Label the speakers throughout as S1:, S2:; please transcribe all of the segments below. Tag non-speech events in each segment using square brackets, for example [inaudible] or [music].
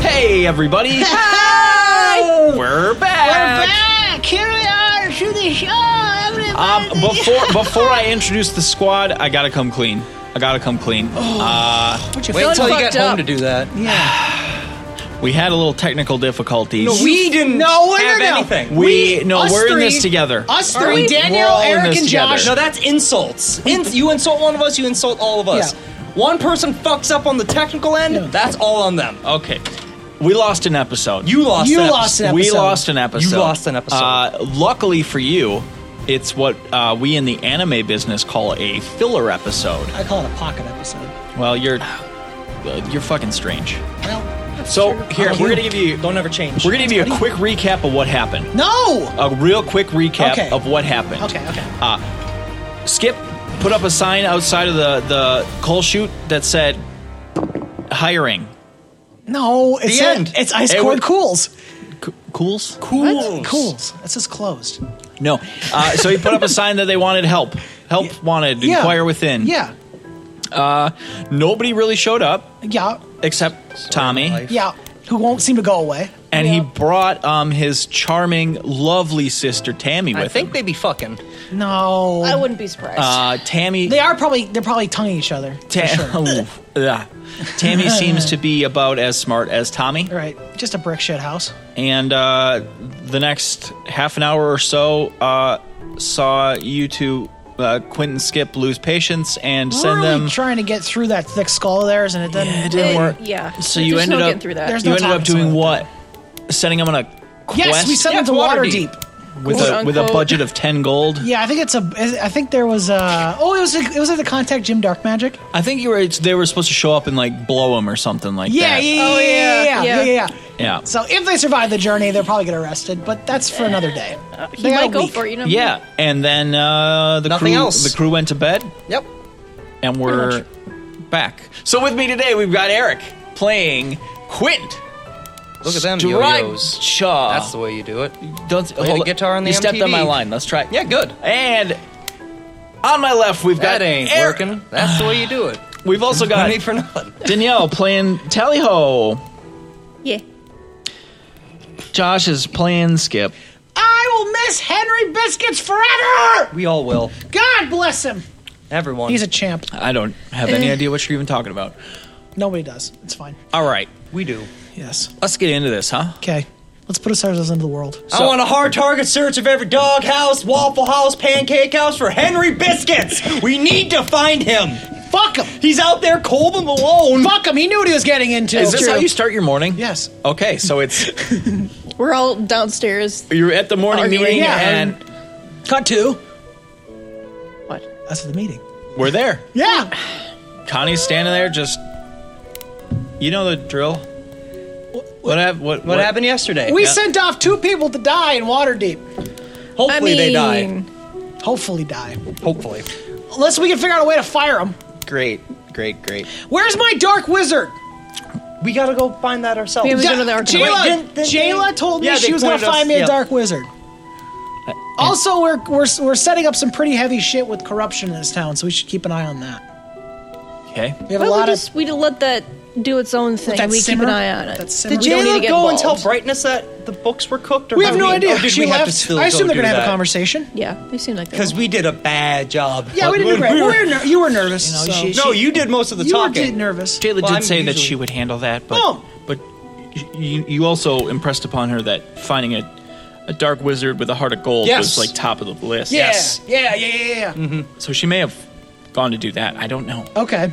S1: Hey, everybody. We're back.
S2: back. Here we are to the show. Everybody.
S1: Um, before before I introduce the squad, I gotta come clean. I gotta come clean.
S3: Wait until you
S4: fucked
S3: get
S4: up.
S3: home to do that.
S1: We had a little technical difficulties.
S3: we didn't
S4: No, we're
S3: have
S4: not.
S3: anything.
S1: we, no,
S4: us
S1: we're in this
S4: three-
S1: together.
S4: us
S1: We're
S4: three,
S1: all
S4: Daniel,
S1: in
S4: Eric,
S1: this
S4: and Josh.
S1: together.
S3: No, that's insults. In- you insult one of us, you insult all of us.
S4: Yeah.
S3: One person fucks up on the technical end, that's all on them.
S1: Okay. We lost an episode.
S3: You lost.
S4: You
S3: an
S4: lost
S3: episode.
S4: an
S1: We
S4: episode.
S1: lost an episode.
S3: You lost an episode.
S1: Uh, luckily for you, it's what uh, we in the anime business call a filler episode.
S4: I call it a pocket episode.
S1: Well, you're uh, you're fucking strange.
S4: Well,
S1: So here,
S4: Fuck
S1: we're
S4: you.
S1: gonna give you
S3: Don't ever change.
S1: we're gonna give you a quick recap of what happened.
S4: No.
S1: A real quick recap
S4: Okay.
S1: of what happened.
S4: Okay. Okay.
S1: Skip put up a sign outside of the the coal chute that said hiring.
S4: no. It's
S3: The
S4: a-
S3: end.
S4: It's ice
S1: It
S4: core
S1: was-
S4: cools.
S1: Cools?
S3: Cools.
S4: Cools. That's just closed.
S1: No. Uh, so he put up a [laughs] sign that they wanted help. Help wanted.
S4: Yeah.
S1: Inquire within.
S4: Yeah.
S1: Nobody really showed up
S4: Yeah.
S1: except Tommy,
S3: life.
S4: Yeah. Who won't seem to go away?
S1: and he brought um his charming, lovely sister Tammy with
S3: I think
S1: him.
S3: they be fucking.
S4: No.
S2: I wouldn't be surprised.
S1: uh, Tammy.
S4: They are probably they're probably tonguing each other. for
S1: Ta- [laughs]
S4: sure.
S1: Oof. Ugh. Tammy seems to be about as smart as Tommy.
S4: Right. Just a brick shit house.
S1: And uh, the next half an hour or so uh, saw you two, uh, Quint and Skip, lose patience and send
S4: really
S1: them.
S4: trying to get through that thick skull of theirs, and it doesn't.
S1: it didn't
S2: It-
S1: work.
S2: yeah.
S1: So
S2: There's
S1: you
S2: no
S1: ended up
S2: getting through that. There's
S1: You
S4: no
S1: ended up
S4: talking
S1: doing
S4: to
S1: what? Setting them on a quest
S4: yes, we sent
S3: Yeah,
S4: them to
S3: it's
S4: water
S3: Waterdeep.
S4: deep.
S1: with
S2: quote,
S1: a with a
S2: unquote.
S1: budget of ten gold.
S4: Yeah, I think it's a. I think there was a. Oh, it was. A, it was at the contact Jim Dark Magic.
S1: I think you were. it's- They were supposed to show up and like blow them or something like
S4: Yeah,
S1: that.
S4: yeah,
S2: Oh,
S4: yeah, yeah,
S2: yeah,
S4: yeah,
S2: yeah.
S4: yeah, yeah.
S1: yeah.
S4: So if they survive the journey, they'll probably get arrested, but that's for another day.
S2: he might go for it. You know.
S1: Yeah, and then uh, the
S3: Nothing
S1: crew
S3: else.
S1: the crew went to bed.
S3: Yep.
S1: and we're back. So with me today, we've got Eric playing Quint.
S3: Look at them yo-yos.
S1: Stracha.
S3: That's the way you do it.
S1: Don't
S3: the
S1: hold it.
S3: guitar on the
S1: You stepped on
S3: MTV.
S1: my line. Let's try. it.
S3: Yeah, good.
S1: And on my left, we've got
S3: That ain't
S1: Eric.
S3: working. That's the way you do it.
S1: We've
S3: [laughs]
S1: also
S3: No
S1: got
S3: need for nothing.
S1: Danielle playing Tally Ho.
S2: Yeah.
S1: Josh is playing Skip.
S4: I will miss Henry Biscuits forever.
S3: We all will.
S4: God bless him.
S3: Everyone.
S4: He's a champ.
S1: I don't have any
S3: Eh.
S1: idea what you're even talking about.
S4: Nobody does. It's fine.
S1: All right,
S3: we do.
S4: Yes.
S1: let's get into this, huh?
S4: Okay. Let's put ourselves into the world.
S3: I want a hard target search of every dog house, waffle house, pancake house for Henry Biscuits. We need to find him.
S4: Fuck him.
S3: He's out there cold and alone.
S4: Fuck him. He knew what he was getting into.
S1: Is this how you start your morning?
S4: Yes.
S1: Okay, so it's
S2: We're all downstairs.
S1: you're at the morning
S2: Arguing.
S1: meeting
S4: Yeah.
S1: and
S4: Cut two.
S2: What?
S4: That's the meeting.
S1: we're there.
S4: Yeah.
S1: Connie's standing there, just you know the drill. What hap- what,
S3: What happened yesterday?
S4: We
S1: Yeah.
S4: sent off two people to die in Waterdeep.
S3: Hopefully
S2: I mean,
S3: they die.
S4: Hopefully die.
S3: Hopefully.
S4: Unless we can figure out a way to fire them.
S1: Great, great, great.
S4: Where's my dark wizard?
S3: We gotta go find that ourselves.
S2: We haven't
S4: Da-
S2: done another arcana.
S4: Jayla,
S3: Wait, didn't- didn't
S4: Jayla
S3: they-
S4: told me
S3: Yeah,
S4: she
S3: they
S4: was going to
S3: pointed us-
S4: find me a
S3: yeah.
S4: dark wizard. Also, we're, we're we're setting up some pretty heavy shit with corruption in this town, so we should keep an eye on that.
S1: Okay.
S4: We have
S2: Why
S4: a
S2: don't we
S4: lot
S2: just
S4: of
S2: we let that do its own thing.
S4: that
S2: We
S4: simmer?
S2: keep an eye on it.
S4: That simmer?
S2: We
S3: Did
S4: We
S2: don't need
S3: Jayla
S2: to get
S3: go and
S2: involved.
S3: tell Brightness that the books were cooked? Or
S4: we
S3: how
S4: have
S3: do
S4: no
S3: we-
S4: idea.
S3: oh, did
S4: she
S3: we have to
S4: left.
S3: still
S4: I assume
S3: go
S4: they're going
S3: do
S4: to have a
S3: that?
S4: conversation.
S2: Yeah, they seem like that.
S3: Because we did a bad job.
S4: Yeah, we didn't do great. We were, ner- you were nervous.
S1: You know,
S4: so-
S1: she-
S3: No, you did most of the
S4: you were
S3: talking.
S4: did nervous.
S1: Jayla
S3: Well,
S1: did
S3: I'm
S1: say that
S3: usually-
S1: she would handle that, but
S4: Oh.
S1: but you, you also impressed upon her that finding a, a dark wizard with a heart of gold
S3: Yes.
S1: was like top of the list.
S4: Yeah, yeah, yeah, yeah, yeah.
S1: So she may have gone to do that. I don't know.
S4: Okay.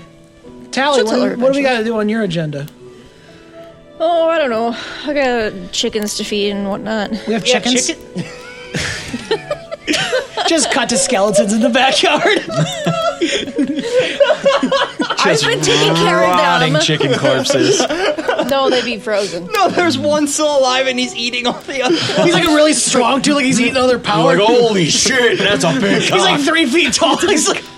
S4: Tally,
S2: She'll tell
S4: what,
S2: her
S4: what do we
S2: eventually.
S4: got to do on your agenda?
S2: oh, I don't know. I got chickens to feed
S3: [laughs]
S2: and whatnot.
S4: We have
S3: Yeah,
S4: chickens.
S3: chicken-
S4: Just cut to skeletons in the backyard.
S1: Just
S2: been taking care of
S1: rotting
S2: them.
S1: chicken corpses.
S2: no, they'd
S3: [laughs]
S2: be frozen.
S3: No, there's one still alive and he's eating all the other.
S4: he's like a really strong dude, like he's eating other power.
S1: like "Oh, holy shit, that's a big.
S4: He's like three feet tall. [laughs] He's like,
S1: [laughs]
S4: quick,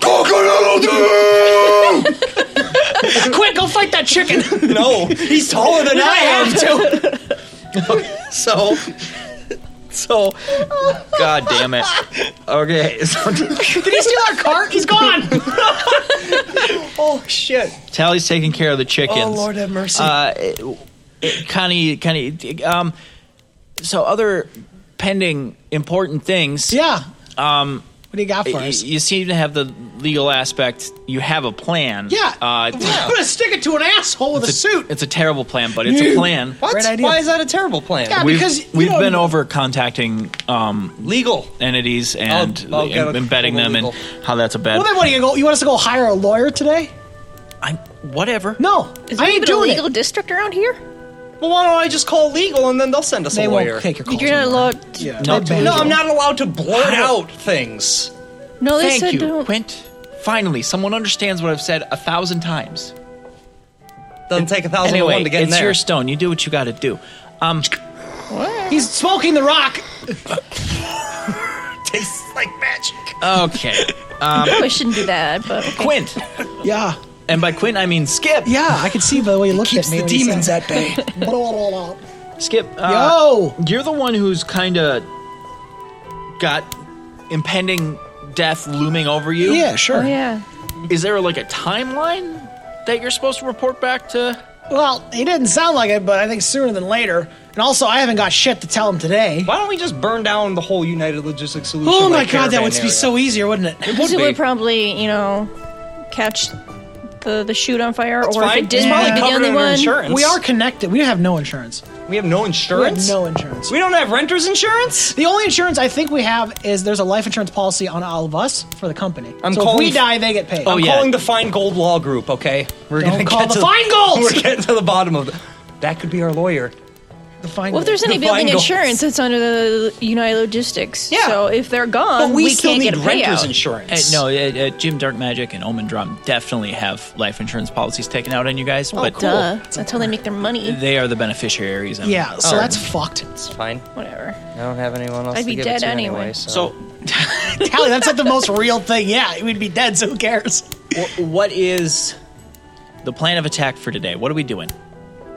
S4: go fight that chicken. [laughs]
S3: No, he's taller than I am.
S4: to.
S1: [laughs]
S3: So, so
S1: God damn it. Okay. So
S4: Did he steal our cart? He's gone.
S3: oh shit. Oh,
S1: Tally's taking care of the chickens.
S4: Oh Lord have mercy.
S1: Uh, Connie, Connie. Um, so other pending important things.
S4: [laughs] Yeah. Um, what do you got for
S1: You,
S4: us?
S1: you seem to have the legal aspect. You have a plan.
S4: yeah.
S1: Uh,
S4: I'm gonna stick it to an asshole with a,
S1: it's, a,
S4: suit.
S1: it's a terrible plan, but it's a plan.
S3: What?
S4: Great idea.
S3: Why is that a terrible plan?
S4: Yeah,
S1: We've,
S4: because you
S1: we've
S4: don't
S1: been
S4: know-
S1: over contacting um,
S3: Legal.
S1: entities and,
S3: I'll get
S1: and
S3: a
S1: embedding them and
S3: legal.
S1: how that's a bad.
S4: Well, then what do you go? You want us to go hire a lawyer today?
S1: I'm, whatever.
S4: No,
S2: Is
S4: I
S2: there
S4: ain't
S2: even a
S4: doing
S2: legal
S4: it.
S2: district around here?
S3: Well, why don't I just call legal and then they'll send us
S4: They
S3: a lawyer?
S4: won't take your calls.
S2: You're not
S4: anymore.
S2: allowed. To,
S4: Yeah.
S1: No,
S4: they banned
S3: no,
S4: you.
S3: I'm not allowed to blurt out things.
S2: No, they
S1: Thank
S2: said
S1: you,
S2: don't.
S1: Quint. Finally, someone understands what I've said a thousand times.
S3: Doesn't take a thousand and
S1: anyway,
S3: one to get
S1: it's
S3: in there.
S1: your stone. You do what you got to do.
S4: He's smoking the rock.
S3: [laughs] Tastes like magic.
S1: [laughs] Okay,
S3: Um,
S2: Probably shouldn't do that,
S3: [laughs]
S2: but okay.
S1: Quint,
S4: Yeah,
S1: and by Quint I mean Skip.
S4: yeah. I could see by the way you looked at me. when you said
S3: at bay.
S4: that. Blah, blah, blah.
S1: Skip. Uh,
S4: [laughs] Yo,
S1: You're the one who's kind of got impending death looming over you.
S4: yeah, sure.
S2: Oh, yeah.
S1: Is there like a timeline that you're supposed to report back to?
S4: Well, he didn't sound like it, but I think sooner than later. And also, I haven't got shit to tell him today.
S3: [laughs] Why don't we just burn down the whole United Logistics Solution?
S4: Oh my
S3: like,
S4: god, that
S3: caravan
S4: would be
S3: area?
S4: so easier, wouldn't it?
S2: Because
S3: would
S2: it
S3: be.
S2: would probably, you know, catch the the shoot on fire, or
S3: fine.
S2: if it did,
S3: It's probably
S2: we'd be the
S3: covered
S2: only
S3: under
S2: one.
S3: insurance.
S4: We are connected. We have no insurance.
S3: We have no
S4: We have
S3: insurance.
S4: no insurance.
S3: We don't have renters insurance.
S4: The only insurance I think we have is there's a life insurance policy on all of us for the company.
S3: I'm
S4: so if
S3: calling
S4: we
S3: f-
S4: die, they get paid.
S1: Oh,
S3: I'm
S1: yeah.
S3: calling the Fine Gold Law Group. Okay, we're
S4: Don't
S3: gonna
S4: call
S3: get
S4: the
S3: to
S4: Fine Golds!
S3: [laughs] We're getting to the bottom of it. That could be our lawyer.
S4: The fine
S2: Well, if there's
S4: gold.
S2: any
S3: The
S2: building
S3: Fine Gold.
S2: insurance, it's under the United Logistics.
S3: Yeah.
S2: So if they're gone,
S3: But we, still
S2: can't
S3: need
S2: get a
S3: renters
S2: payout.
S1: Uh,
S3: insurance.
S1: no, uh, uh, Jim Dark Magic and Omen Drum definitely have life insurance policies taken out on you guys, but
S2: Oh, Duh. That's how they make their money.
S1: they are the beneficiaries. I mean.
S4: Yeah, so
S3: Oh.
S4: that's fucked.
S3: it's fine.
S2: Whatever.
S3: I don't have anyone else.
S2: I'd
S3: to
S2: be
S3: give it
S2: dead
S3: to
S2: anyway.
S1: So,
S4: Callie, that's not the most real thing. Yeah, we'd be dead, so who cares?
S3: [laughs]
S1: wh- what is the plan of attack for today? What are we doing?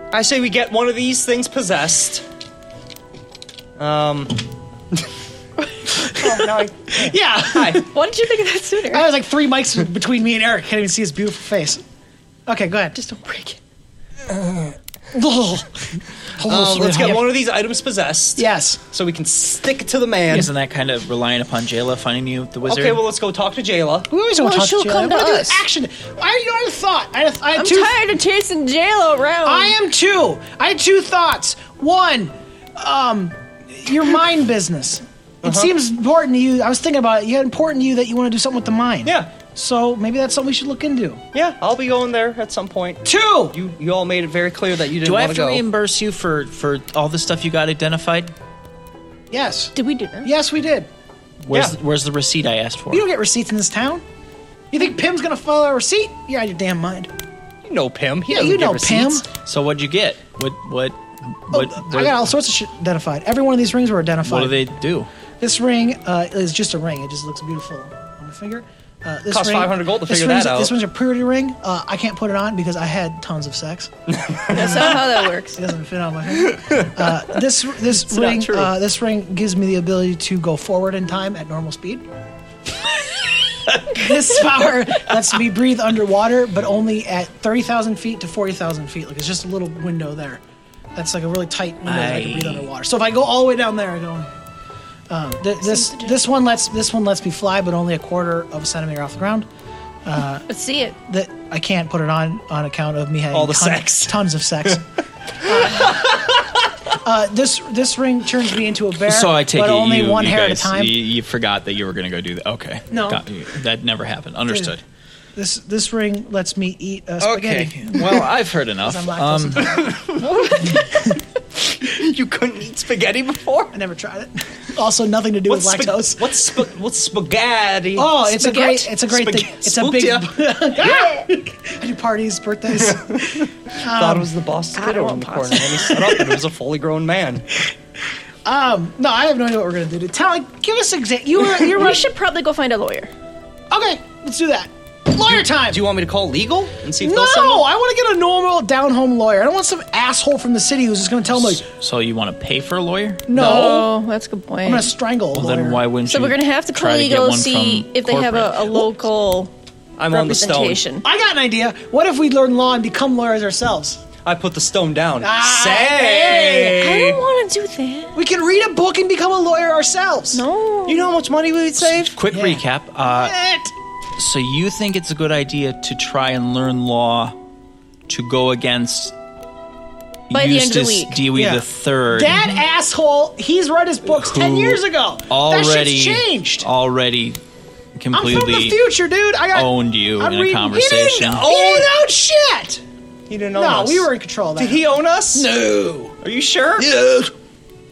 S3: I say we get one of these things possessed. Um. oh, now [laughs] I,
S4: Yeah.
S3: hi.
S2: Why did you think of that sooner?
S4: I was like three mics between me and Eric. Can't even see his beautiful face. Okay, go ahead. [laughs] Oh, Just
S2: don't break it.
S4: Hello,
S3: Um, Uh, let's
S4: sweetheart.
S3: get one of these items possessed.
S4: Yes.
S3: So we can stick it to the man.
S1: Isn't that kind of relying upon Jayla finding you the wizard?
S3: Okay, well, let's go talk to Jayla.
S4: We always want to
S2: Well,
S4: talk
S2: she'll
S4: to you.
S2: come
S4: What
S2: to
S4: do you-
S2: us.
S4: Action. I had another thought. I had, I had
S2: I'm
S4: two.
S2: tired of chasing JLo around.
S4: I am two. I had two thoughts. One, um, your mind business. It
S3: Uh-huh.
S4: seems important to you. I was thinking about it. You important to you that you want to do something with the mind.
S3: Yeah.
S4: So maybe that's something we should look into.
S3: Yeah, I'll be going there at some point.
S4: Two.
S3: You you all made it very clear that you didn't
S1: Do I
S3: want
S1: have to
S3: go.
S1: reimburse you for for all the stuff you got identified?
S4: Yes.
S2: Did we do that?
S4: Yes, we did.
S1: Where's
S3: Yeah.
S1: where's the receipt I asked for?
S4: You don't get receipts in this town. You think Pim's gonna follow a receipt? You're out of your damn mind.
S3: you know Pim. He
S4: Yeah,
S3: doesn't
S4: you
S3: give
S4: know Pim. [laughs]
S3: receipts.
S1: So what'd you get? What what what
S4: I
S1: what,
S4: got all sorts of shit identified. Every one of these rings were identified.
S1: what do they do?
S4: This ring uh, is just a ring. It just looks beautiful on my finger. Uh, this
S3: Cost
S4: ring-
S3: 500 gold to
S4: this
S3: figure
S4: ring's-
S3: that out.
S4: This one's a purity ring. Uh, I can't put it on because I had tons of sex. It
S2: That's not how that
S4: [laughs]
S2: works.
S4: doesn't fit on my finger.
S1: [laughs]
S4: Uh, this this
S1: not
S4: ring
S1: true.
S4: uh, this ring gives me the ability to go forward in time at normal
S1: [laughs]
S4: speed. this power lets me breathe underwater, but only at thirty thousand feet to forty thousand feet. Like it's just a little window there. That's like a really tight window that I can breathe
S1: I-
S4: underwater. So if I go all the way down there, I go. Um, th- this this one lets this one lets me fly, but only a quarter of a centimeter off the ground.
S2: Let's see it.
S4: That I can't put it on on account of me having
S3: All the
S4: ton- [laughs]
S3: sex.
S4: tons of sex. uh, this this ring turns me into a bear,
S1: So I take
S4: but
S1: it
S4: only
S1: you,
S4: one
S1: you
S4: hair
S1: guys-
S4: at a time.
S1: You, you forgot that you were going to go do that. Okay.
S4: No.
S1: Got- you- that never happened. Understood.
S4: This this ring lets me eat uh, spaghetti.
S1: well, I've heard
S2: [laughs]
S1: enough.
S4: I'm lactose
S1: Um,
S4: intolerant.
S3: You couldn't eat spaghetti before.
S4: I never tried it. [laughs] Also, nothing to do with
S3: spa-
S4: lactose.
S3: [laughs] what's spa- what's spaghetti?
S4: Oh, it's
S2: Spaghetti?
S4: a great, it's a great
S3: Spaghetti.
S4: thing. It's
S3: Spooked
S4: a
S3: ya.
S4: big. [laughs] I do parties, birthdays.
S3: thought it was the boss kid
S2: don't
S3: around the
S2: want
S3: corner, and he stood up, and it was a fully grown man.
S4: Um, no, I have no idea what we're gonna do. To tell, give us exa- You were, you're
S2: We
S4: right.
S2: should probably go find a lawyer.
S4: Okay, let's do that. Lawyer time.
S3: Do you want me to call legal and see if
S4: no,
S3: they'll send one?
S4: I want to get a normal down home lawyer. I don't want some asshole from the city who's just gonna tell me like,
S1: so you want to pay for a lawyer?
S4: no,
S2: Oh, that's a good
S4: I'm
S2: point.
S4: gonna strangle. a
S1: Well, then
S4: lawyer.
S1: why wouldn't
S2: so
S1: you?
S2: we're gonna have to call E
S1: try to get
S2: legal
S1: one
S2: see
S1: from
S2: if they have a, a
S1: corporate?
S2: local
S3: I'm on the stone.
S2: representation.
S4: I got an idea. What if we learn law and become lawyers ourselves?
S3: I put the stone down.
S4: Ah,
S2: I
S3: Say!
S2: don't want to do that.
S4: We can read a book and become a lawyer ourselves.
S2: No.
S3: You know how much money we would save?
S1: Quick
S4: Yeah.
S1: recap. Uh,
S4: It.
S1: So you think it's a good idea to try and learn law to go against
S2: By the end of the
S1: Eustace
S2: week.
S1: Dewey
S4: Yeah.
S1: the Third?
S4: That asshole, he's read his books ten
S1: who
S4: years ago. that
S1: already
S4: shit's changed.
S1: Already
S4: I'm from the
S1: completely
S4: future, dude. I got
S1: owned you
S4: I'm
S1: in a
S4: reading- He
S1: conversation.
S4: didn't, own- he didn't own shit.
S3: He didn't own
S4: No,
S3: us.
S4: we were in control. Of that.
S3: Did he own us?
S4: No,
S3: Are you sure?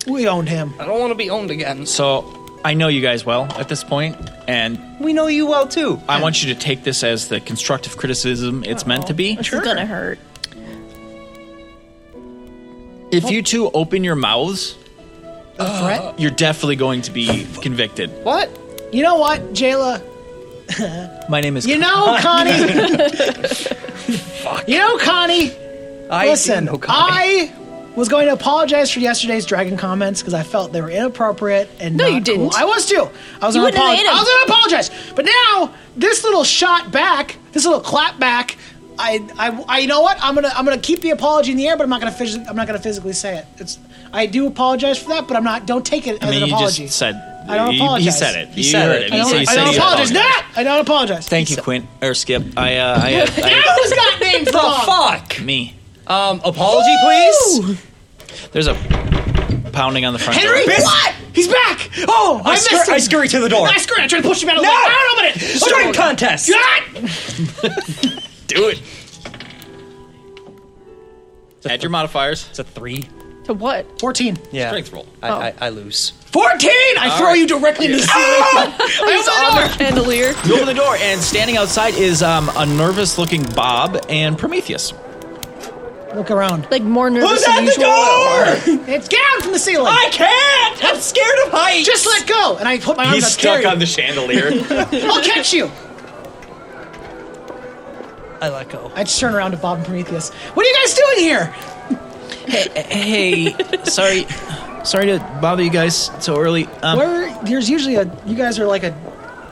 S4: we owned him.
S3: I don't want to be owned again.
S1: So I know you guys well at this point, and
S3: We know you well too.
S1: I want you to take this as the constructive criticism it's meant to
S4: Oh,
S1: be.
S2: This is gonna hurt.
S1: If you two open your mouths,
S4: A threat.
S1: you're definitely going to be convicted.
S3: What?
S4: You know what, Jayla?
S1: My name is. [laughs]
S4: You know, Connie. You know, Connie.
S3: I
S4: Listen,
S3: no comment.
S4: I was going to apologize for yesterday's dragon comments because I felt they were inappropriate and
S2: No,
S4: not
S2: you didn't.
S4: cool. I was too. I was
S2: You
S4: going to apologize.
S2: wouldn't have made 'em.
S4: I was going to apologize, but now this little shot back, this little clap back. I, I, I, you know what? I'm gonna, I'm gonna keep the apology in the air, but I'm not gonna, phys- I'm not gonna physically say it. It's, I do apologize for that, but I'm not. Don't take it as
S1: I mean,
S4: an
S1: you
S4: apology.
S1: just said.
S4: I don't
S1: he, He
S4: apologize.
S1: said it.
S3: He
S1: you
S3: said
S1: heard
S3: it.
S1: it.
S4: I
S1: He
S4: don't,
S1: said- he
S4: I
S1: said
S4: don't
S1: he
S4: apologize.
S1: apologized.
S4: Not. I don't apologize.
S1: Thank you, Quint or Skip. I uh,
S4: [laughs]
S1: I,
S4: Who's got names
S3: the
S4: wrong?
S1: I
S3: fuck?
S1: me.
S3: Um, apology, please.
S1: There's a pounding on the front
S4: Henry,
S1: door.
S4: what? He's back! Oh, I,
S3: I,
S4: missed
S3: scur-
S4: him.
S3: I scurry to the door.
S4: I screwed. I tried to push him out of the
S3: No!
S4: way. I don't know what it.
S3: Strength contest.
S4: God!
S1: Do it. Add your modifiers.
S3: It's a three.
S2: To what?
S4: Fourteen.
S3: Yeah.
S1: Strength roll.
S3: I, I, I lose.
S4: Fourteen! I throw
S1: Uh, right.
S4: you directly into the ceiling.
S2: on the chandelier.
S1: You open the door, and standing outside is um, a nervous-looking Bob and Prometheus.
S4: Look around.
S2: Like more nervous
S3: Who's
S2: than
S3: at the
S2: usual.
S3: door?
S4: It's down from the ceiling.
S3: I can't. I'm scared of heights.
S4: just let go, and I put my arms up. carry
S1: the chandelier.
S4: him. I'll catch you.
S3: I let go.
S4: I just turn around to Bob and Prometheus. What are you guys doing here?
S1: [laughs] hey, sorry, sorry to bother you guys so early. Um,
S4: Where there's usually a. You guys are like a.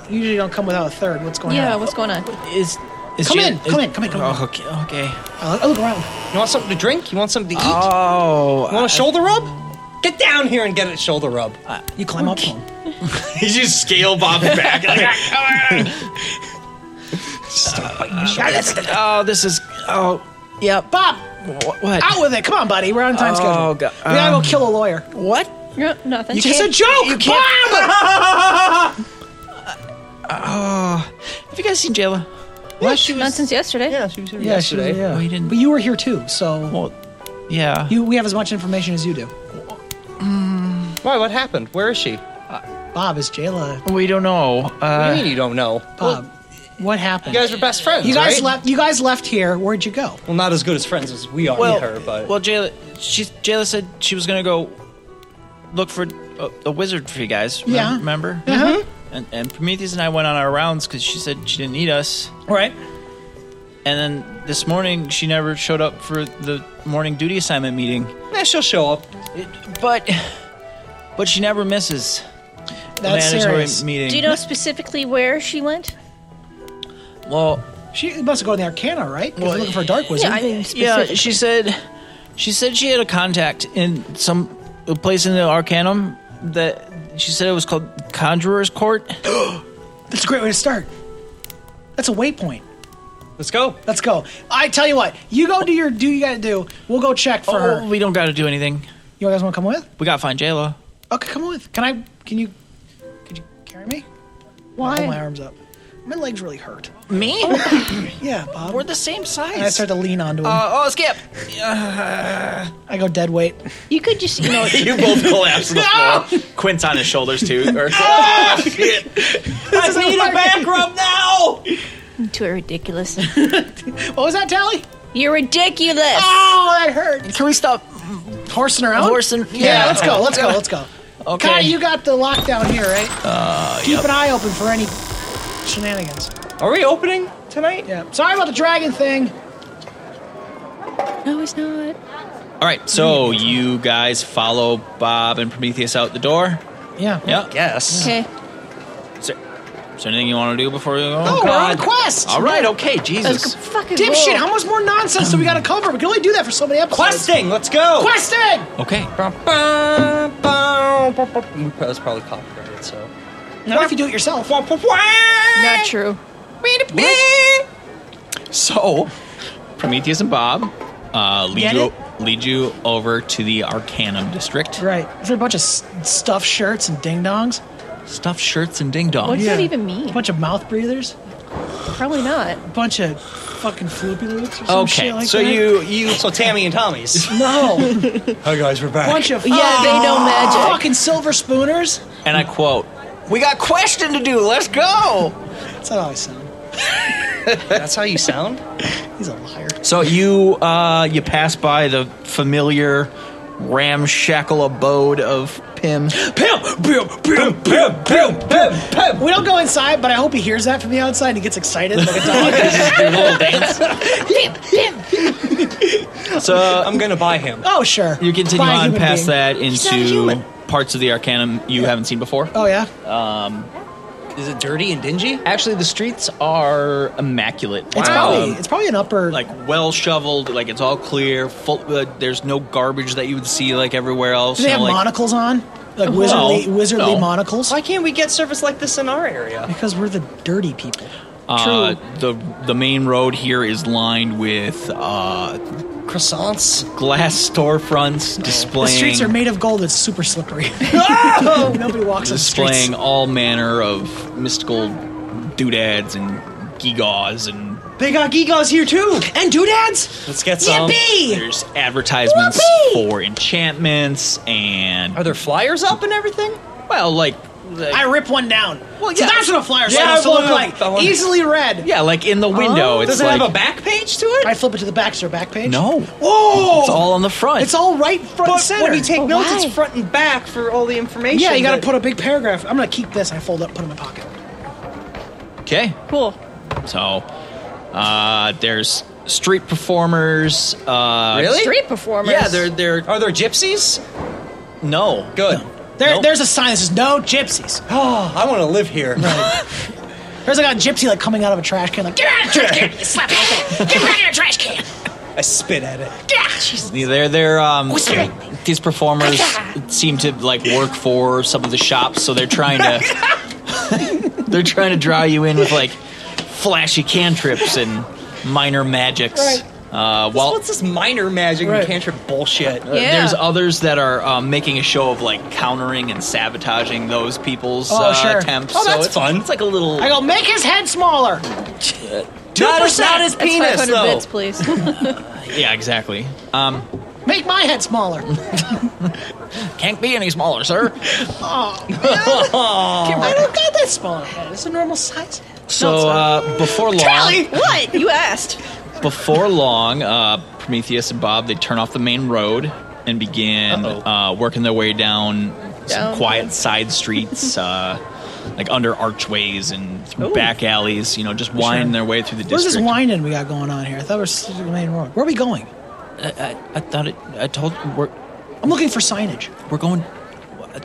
S4: Usually don't come without a third. What's going
S2: Yeah,
S4: on?
S2: what's going on?
S1: is, is
S4: Come
S1: Jan-
S4: in, come
S1: is-
S4: in, come in, come in.
S1: Oh, okay, okay.
S4: I Uh, look, I look around.
S3: You want something to drink? You want something to eat?
S1: Oh,
S3: you want a shoulder rub? Get down here and get a shoulder rub.
S4: You climb up to him.
S1: he just scale Bob [laughs] back. Uh, oh, this is. Oh, yeah,
S4: Bob,
S1: Bob. What?
S4: out with it. Come on, buddy. We're on time
S1: Oh,
S4: schedule.
S1: God.
S4: We gotta go
S1: Um,
S4: kill a lawyer.
S1: What?
S2: No, nothing.
S4: It's a joke.
S1: you can't-
S4: Bob!
S1: Have you guys seen Jayla?
S2: Not since yesterday.
S4: Yeah, she was- yeah.
S1: Well, he didn't-
S4: But you were here too, so
S1: Well, yeah.
S4: you, we have as much information as you do.
S3: Why? What happened? Where is she?
S4: Bob is Jayla.
S1: we don't know.
S3: What do
S1: Uh,
S3: you mean you don't know?
S4: Bob, what happened?
S3: You guys were best friends.
S4: You guys
S3: right?
S4: left. You guys left here. Where'd you go?
S3: Well, not as good as friends as we are
S1: well,
S3: with her, but
S1: well, Jayla, she, Jayla said she was gonna go look for a, a wizard for you guys. Remember?
S4: Yeah.
S1: Remember?
S4: Uh-huh.
S1: And, and Prometheus and I went on our rounds because she said she didn't need us.
S4: Right.
S1: And then this morning she never showed up for the morning duty assignment meeting.
S3: yeah, she'll show up.
S1: But, but she never misses the
S4: That's
S1: mandatory
S4: serious.
S1: meeting.
S2: Do you know specifically where she went?
S1: Well,
S4: She must go in the Arcana, right? 'Cause
S1: Well,
S4: they're looking for a dark wizard.
S2: Yeah, I mean,
S1: Yeah,
S2: specifically.
S1: she said she said she had a contact in some a place in the Arcanum that she said it was called Conjurer's Court.
S4: That's a great way to start. That's a waypoint.
S3: Let's go.
S4: Let's go. I tell you what. You go do your do. You gotta do. We'll go check for
S1: Oh,
S4: her.
S1: we don't got to do anything.
S4: You guys want to come with?
S1: We got to find Jayla.
S4: Okay, come with. Can I? Can you? Could you carry me?
S2: Why?
S4: Hold my arms up. My legs really hurt.
S1: Me?
S4: Yeah,
S1: Oh,
S4: Bob.
S1: We're the same size.
S4: And I start to lean onto him.
S1: oh, Skip!
S4: I go dead weight.
S2: You could just, you know,
S1: You both collapse on the [laughs] floor. Quint's on his shoulders too. [laughs] Or,
S4: I need a back rub now.
S2: two are ridiculous.
S4: What was that, Tally?
S2: You're ridiculous.
S4: Oh, that hurt.
S1: can we stop?
S4: Horsing around.
S1: Horsing-
S4: Yeah,
S1: yeah.
S4: let's go. Let's go. Let's go.
S1: Okay.
S4: Kai, you got the lockdown here, right? Keep
S1: yep.
S4: an eye open for any shenanigans.
S3: [laughs] Are we opening tonight?
S4: Yeah. Sorry about the dragon thing.
S2: No, it's not.
S1: All right, so you guys follow
S4: Oh,
S1: Bob and Prometheus out the door.
S4: Yeah.
S1: Yeah.
S3: Yes.
S2: Okay.
S1: Is there, is Is there anything you want to do before you go?
S4: No, we're on a
S3: God.
S4: quest.
S3: All right, okay,
S2: Let's
S3: Jesus.
S2: go fucking
S4: Dipshit,
S2: roll.
S4: how much more nonsense do we got to cover? We can only do that for so many episodes.
S3: Questing, let's go.
S4: Questing!
S1: Okay.
S3: That's probably copyrighted, so.
S4: Not if you do it yourself.
S2: Not true.
S1: So, Prometheus and Bob uh, lead
S4: Get
S1: you
S4: it?
S1: lead you over to the Arcanum District.
S4: Right. Is there a bunch of s- stuffed shirts and ding dongs?
S1: Stuffed shirts and ding
S2: What
S1: dongs.
S2: does that
S4: Yeah.
S2: even
S4: A
S2: mean?
S4: bunch of mouth breathers?
S2: Probably not.
S4: A bunch of fucking floopy loops or some
S1: Okay,
S4: shit like
S1: so
S4: that?
S1: you you
S3: So Tammy and [laughs] Tommy's.
S4: No.
S3: Hi guys, we're back.
S4: bunch of uh,
S2: Yeah, Oh, they know magic.
S4: fucking silver spooners?
S1: and I quote.
S3: we got question to do. Let's go.
S4: That's not how I sound.
S3: That's how you sound.
S4: He's a liar.
S1: So you uh, you pass by the familiar ramshackle abode of Pym.
S3: Pimp, pimp, pimp, pimp, pimp, pimp, pimp.
S4: We don't go inside, but I hope he hears that from the outside and he gets excited like a dog.
S2: [laughs]
S1: So
S3: I'm gonna buy him.
S4: oh, sure.
S1: you continue
S4: Fine,
S1: on
S4: human
S1: past
S4: being.
S1: that
S2: not a
S1: into
S2: human.
S1: parts of the Arcanum you haven't seen before.
S4: Oh, yeah?
S3: Is it dirty and dingy?
S1: Actually, the streets are immaculate. Um,
S4: It's, probably, it's probably an upper.
S1: like well shoveled, like it's all clear. Full, uh, there's no garbage that you would see like everywhere else.
S4: do they
S1: you
S4: have
S1: know, like-
S4: monocles on? Like wizardly,
S1: No,
S4: wizardly
S1: no.
S4: monocles?
S3: Why can't we get service like this in our area?
S4: Because we're the dirty people.
S1: Uh, the the main road here is lined with uh,
S3: Croissants.
S1: glass [laughs] storefronts
S4: The
S1: displaying
S4: streets are made of gold. It's
S1: [laughs]
S4: super slippery. [laughs] Nobody walks on the streets.
S1: displaying all manner of mystical doodads and gewgaws and
S3: They got gigos here too.
S4: And doodads?
S3: Let's get some.
S4: Yippee!
S1: there's advertisements
S4: Whoopee!
S1: for enchantments and
S3: Are there flyers up and everything?
S1: well like, like-
S4: I rip one down.
S3: Well,
S4: So
S3: yeah.
S4: that's what a flyer
S3: Yeah, I
S4: supposed to
S3: want
S4: look
S3: a- I
S4: like.
S3: want-
S4: Easily read.
S1: yeah like in the
S4: Oh,
S1: window Oh, it's
S3: Does it
S1: like
S3: have a back page to it?
S4: I flip it to the back, sir. Back page.
S1: no
S3: Whoa!
S1: it's all on the front
S4: It's all right front and
S3: But
S4: center.
S3: when you take
S2: But
S3: notes,
S2: why?
S3: it's front and back for all the information.
S4: yeah, you got to
S3: that-
S4: put a big paragraph. I'm gonna keep this. I fold it, up, put it in my pocket.
S1: okay
S2: Cool.
S1: So, uh, there's street performers. Uh,
S3: Really?
S2: Street performers.
S1: Yeah, they're
S2: [laughs]
S1: they're
S3: Are there gypsies?
S1: no.
S3: Good.
S4: There,
S1: Nope.
S4: there's a sign that says "No Gypsies."
S3: Oh, I want to live here.
S4: There's like a gypsy like coming out of a trash can, like get out of the trash can, you slap it like that. Get out of your trash can.
S3: I spit at it.
S4: Get out. Jesus.
S1: They're they're um.
S4: Whisper.
S1: These performers seem to like work for some of the shops, so they're trying to they're trying to [laughs] draw you in with like flashy cantrips and minor magics.
S4: Right.
S1: Uh, while
S3: What's this minor magic
S4: Right.
S3: and cantrip bullshit?
S2: Yeah.
S1: [laughs] There's others that are um, making a show of like countering and sabotaging those people's
S4: Oh,
S1: uh,
S4: sure.
S1: attempts.
S3: Oh,
S1: so
S3: that's
S1: it's,
S3: fun.
S1: It's like a little.
S4: I go make his head smaller.
S3: Not his-
S4: 2%.
S3: Not his
S2: That's
S3: penis
S2: 500
S3: though.
S2: bits, please.
S1: yeah, exactly.
S4: Make my head smaller.
S1: [laughs] Can't be any smaller, sir.
S4: I don't got that smaller head. It's a normal size head. No, it's
S1: Oh. So
S4: not.
S1: uh, before long,
S2: Allie, what? You asked.
S1: before long, uh, Prometheus and Bob they turn off the main road and begin
S3: Uh-oh.
S1: uh, working their way down some
S2: Down.
S1: quiet side
S2: [laughs]
S1: streets, uh, like under archways and through back alleys. You know, just winding their way through the
S4: Where's this
S1: district.
S4: whining we got going on here? I thought we were still on the main road. Where are we going?
S1: I, I, I thought it. I told you we're
S4: I'm looking for signage.
S1: we're going.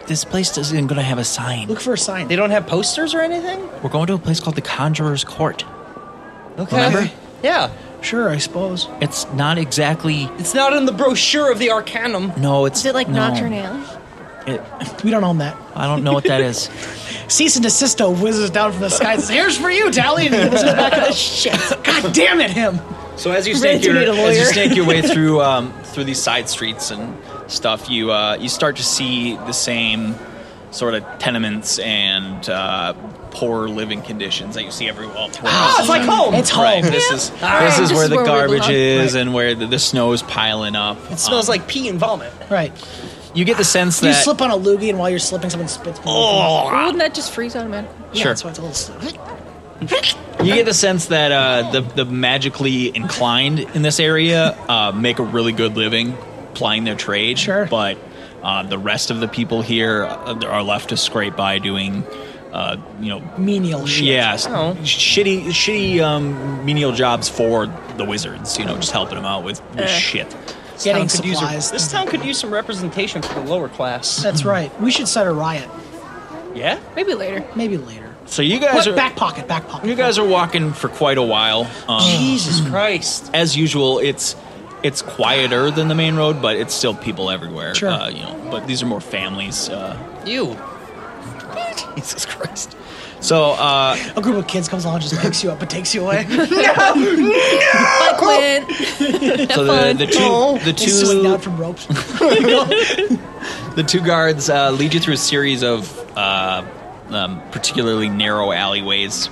S1: This place isn't going to have a sign.
S4: Look for a sign.
S3: They don't have posters or anything.
S1: We're going to a place called the Conjurer's Court.
S3: Okay.
S1: Remember?
S3: Yeah.
S4: Sure, I suppose.
S1: It's not exactly.
S3: It's not in the brochure of the Arcanum.
S1: No, it's
S2: Is it like
S1: no.
S2: Nocturne Alley?
S1: It-
S4: We don't own that.
S1: I don't know what that is.
S4: Cease and desisto whizzes down from the sky. and Says, "Here's for you, Tally." And he gives it back up. Shit! God damn it, him.
S1: So as you
S2: Really
S1: snake your
S2: need a
S1: as you
S2: lawyer.
S1: snake your
S2: [laughs]
S1: way through um, through these side streets and stuff, you uh, you start to see the same sort of tenements and uh, poor living conditions that you see everywhere.
S3: Oh, it's like home.
S4: It's home.
S1: Right, this is this is
S2: This
S1: where
S2: is
S1: the
S2: where we
S1: garbage
S2: belong.
S1: is and where the, the snow is piling up. Um,
S3: It smells like pee and vomit.
S4: Right.
S1: You get the sense
S4: You
S1: that
S4: slip on a loogie, and while you're slipping, someone spits.
S1: Oh,
S2: Wouldn't that just freeze automatically?
S4: yeah,
S1: sure.
S4: That's why it's a little slippery.
S1: [laughs] You [laughs] get the sense that uh, the the magically inclined in this area uh, make a really good living plying their trade.
S4: Sure.
S1: but uh, the rest of the people here uh, are left to scrape by doing, uh, you know,
S4: Menial shit.
S1: yeah, s-
S3: Oh.
S1: shitty shitty um, menial jobs for the wizards. You know, just helping them out with, with shit.
S3: This
S4: Getting
S3: town could use a-
S4: supplies.
S3: this town could use some representation for the lower class.
S4: That's right. We should set a riot.
S3: Yeah.
S2: Maybe later.
S4: Maybe later.
S1: So you guys
S4: What?
S1: are
S4: Back pocket, back pocket.
S1: you guys are walking for quite a while. Um,
S3: Jesus Christ.
S1: as usual, it's it's quieter than the main road, but it's still people everywhere.
S4: Sure.
S1: Uh, you know, but these are more families. Uh,
S3: You.
S1: Jesus Christ. So uh,
S4: A group of kids comes along, just picks you up, and takes you
S1: [laughs]
S4: away.
S2: Bye, Clint.
S1: so the, the
S2: Oh.
S1: two the
S4: They swing
S1: two
S4: down from ropes.
S1: the two guards uh, lead you through a series of uh, um, particularly narrow alleyways,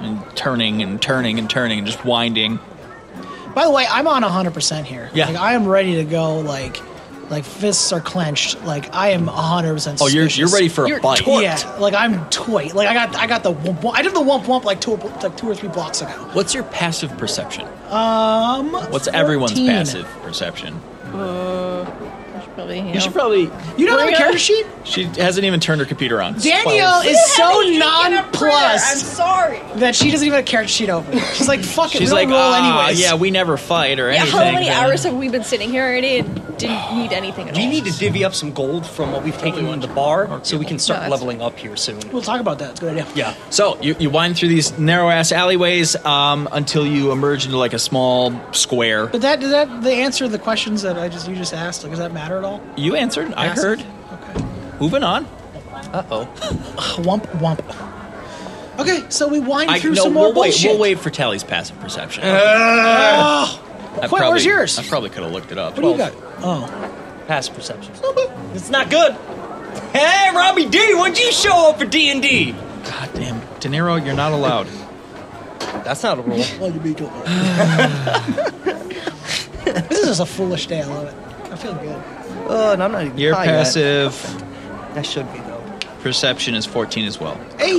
S1: and turning and turning and turning and just winding.
S4: By the way, I'm on 100% here.
S1: Yeah.
S4: Like, I am ready to go, like, like fists are clenched. Like, I am 100%
S1: Oh, you're you're
S4: suspicious.
S1: ready for a
S2: You're
S1: fight?
S2: torqued.
S4: Yeah, like I'm toy. Like I got, I got the wump, wump. I did the wump wump like two, like two or three blocks ago.
S1: What's your passive perception?
S4: Um,
S1: What's everyone's
S4: 14.
S1: passive perception?
S2: Probably, you
S1: You
S2: know.
S1: should probably.
S4: You don't have a
S2: Bring
S4: character
S2: it.
S4: sheet?
S1: She hasn't even turned her computer on. It's
S4: Danielle
S1: 12.
S4: is so
S5: Haven't even a
S4: nonplussed
S5: printer, I'm sorry.
S4: that she doesn't even have a character sheet open. She's like, fuck it,
S1: She's
S4: we
S1: like,
S4: don't roll
S1: "Ah,
S4: anyways.
S1: yeah, we never fight or
S2: Yeah,
S1: anything.
S2: how many
S1: then."
S2: hours have we been sitting here already and didn't need anything
S1: Oh.
S2: at all?
S3: We need to divvy up some gold from what we've taken from the bar so we can start
S2: No, that's-
S3: leveling up here soon.
S4: We'll talk about that. It's a good idea.
S3: Yeah.
S1: So you, you wind through these narrow ass alleyways um, until you emerge into like a small square.
S4: But that, that, the answer to the questions that I just you just asked, like, does that matter at all?
S1: You answered. I
S4: Passive?
S1: heard.
S4: Okay.
S1: Moving on.
S4: Wump wump. Okay, so we wind
S1: I,
S4: through
S1: no,
S4: some more
S1: we'll wait.
S4: bullshit.
S1: We'll wait for Tally's passive perception. I
S4: Quint,
S1: probably,
S4: where's yours?
S1: I probably could have looked it up.
S4: what do you got?
S3: Twelve.
S4: Oh,
S3: Pass perception. It's not good. Hey, Robbie D, when'd you show up for D and D?
S1: God damn, De Niro, you're not allowed.
S3: That's not
S1: [laughs]
S3: a rule.
S4: well, you beat [laughs] This is just a foolish day. I love it. I feel good.
S3: Oh, and I'm not even
S1: Your passive
S3: That should be though.
S1: perception is 14 as well.
S4: Hey,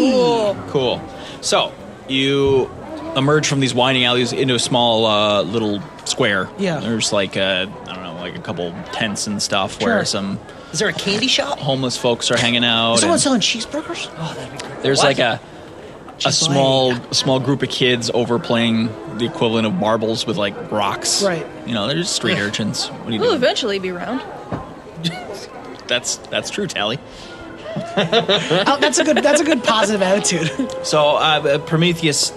S1: Cool. So you emerge from these winding alleys into a small uh, little square.
S4: Yeah.
S1: There's like a, I don't know, like a couple tents and stuff
S4: Sure.
S1: where some
S3: Is there a candy shop?
S1: homeless folks are hanging out.
S4: is someone
S1: and
S4: selling cheeseburgers?
S3: Oh, that'd be great.
S1: there's
S3: What?
S1: like a a
S4: Just
S1: small small group of kids over playing the equivalent of marbles with like rocks.
S4: Right.
S1: You know, they're just street urchins. What do you
S2: We'll
S1: do?
S2: eventually be round.
S1: That's that's true, Tally.
S4: Oh, that's a good. That's a
S1: [laughs]
S4: good positive attitude. [laughs]
S1: So uh, Prometheus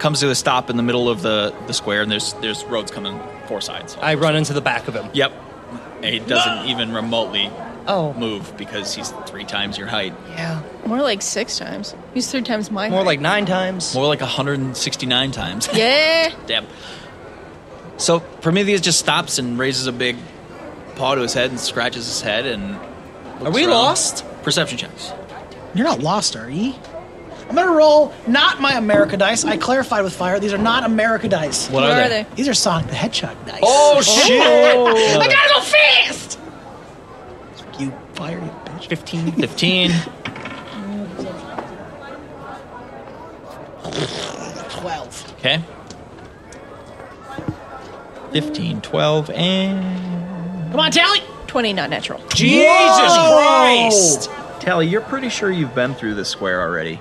S1: comes to a stop in the middle of the, the square, and there's there's roads coming four sides.
S3: I run into the back of him.
S1: Yep. He doesn't even remotely
S3: Oh.
S1: move because he's three times your height.
S3: Yeah.
S2: More like six times. He's three times my
S3: More
S2: height.
S3: like nine times.
S1: More like 169 times.
S2: Yeah.
S1: [laughs] Damn. So Prometheus just stops and raises a big paw to his head and scratches his head and.
S3: Are we lost?
S1: Perception checks.
S4: You're not lost, are you? I'm gonna roll not my America dice. I clarified with fire. These are not America dice.
S1: What
S2: Where
S1: are
S2: are
S1: they?
S2: they?
S4: These are Sonic the Hedgehog dice.
S1: Oh shit! [laughs]
S4: I gotta go fast. You fire, you bitch.
S3: 15.
S1: 15,
S4: 12.
S1: okay. 15, 12, and.
S4: Come on, Tally.
S2: 20 not natural.
S3: Jesus Christ!
S1: Tally, you're pretty sure you've been through this square already.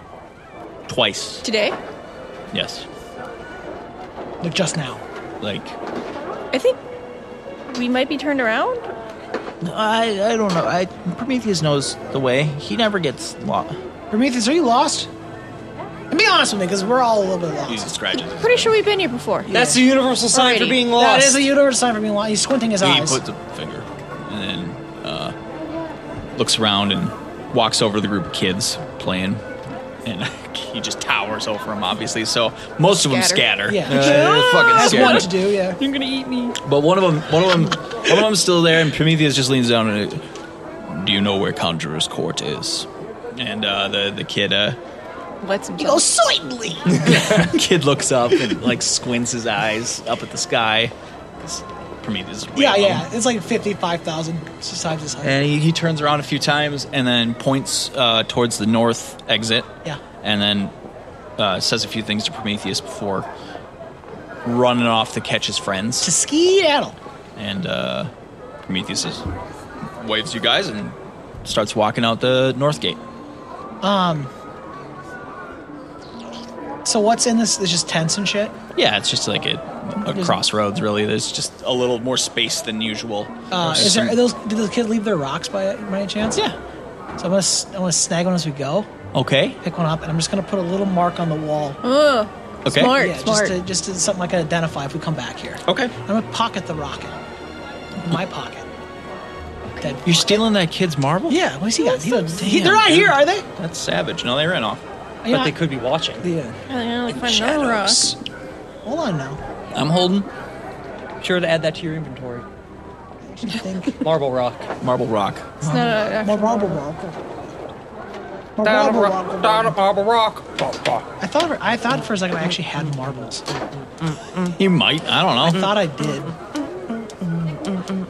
S1: Twice.
S2: Today?
S1: Yes.
S4: Like just now.
S1: Like,
S2: I think we might be turned around.
S1: I, I don't know. I, Prometheus knows the way. He never gets lost.
S4: Prometheus, are you lost? And be honest with me, because we're all a little bit
S1: He
S4: lost.
S1: scratches.
S2: Pretty sure we've been here before.
S3: That's the universal sign for
S2: Alrighty.
S3: being lost.
S4: That is a universe sign for being lost. He's squinting his
S1: He
S4: eyes.
S1: puts a finger and then uh, looks around and walks over to the group of kids playing, and [laughs] he just towers over them. Obviously, so most of them
S2: Scatter.
S1: scatter.
S4: Yeah.
S1: They're fucking
S4: That's
S1: scared.
S4: one to do, yeah.
S3: You're gonna eat me.
S1: But one of them, one of them, one of them's still there, and Prometheus just leans down and, uh, do you know where Conjurer's Court is? And uh, the the kid uh, [laughs]
S2: Let's him
S4: Oh, slightly.
S1: kid looks up and like squints his eyes up at the sky. 'Cause Prometheus. is way
S4: yeah,
S1: above
S4: yeah.
S1: him.
S4: It's like 55,000 times his height.
S1: And he, he turns around a few times and then points uh, towards the north exit.
S4: Yeah.
S1: And then uh, says a few things to Prometheus before running off to catch his friends.
S4: to Skedaddle.
S1: And uh, Prometheus is, waves you guys and starts walking out the north gate.
S4: So what's in this? It's just tents and shit.
S1: Yeah, it's just like a, a
S4: There's-
S1: crossroads, really. There's just a little more space than usual.
S4: Uh,
S1: There's
S4: is there?
S1: some-
S4: Are those, did those kids leave their rocks by by any chance?
S1: yeah.
S4: So I'm gonna s- I'm gonna snag one as we go.
S1: Okay.
S4: Pick one up, and I'm just gonna put a little mark on the wall.
S1: Okay.
S2: Smart.
S4: yeah, just to, just to something I can identify if we come back here.
S1: Okay.
S4: I'm gonna pocket the rocket. In my pocket. Dead.
S1: You're stealing that kid's marble?
S4: Yeah, what does he got? He don't- he-
S1: Damn,
S4: they're not
S1: dude.
S4: here, are they?
S1: That's savage. No, they ran off.
S4: You know,
S3: But they could be watching.
S4: Yeah.
S2: Yeah, like find another rock.
S1: Shadows.
S4: Hold on now.
S1: I'm holding
S3: Be sure to add that to your inventory.
S4: I think. [laughs]
S3: Marble Rock.
S1: marble rock.
S2: It's not a
S4: More
S2: actual
S4: marble
S2: rock.
S4: rock. More marble rock.
S3: Marble Rock.
S4: I thought I thought for a second I actually had marbles. I
S1: You might. I don't know. [laughs]
S4: thought I did.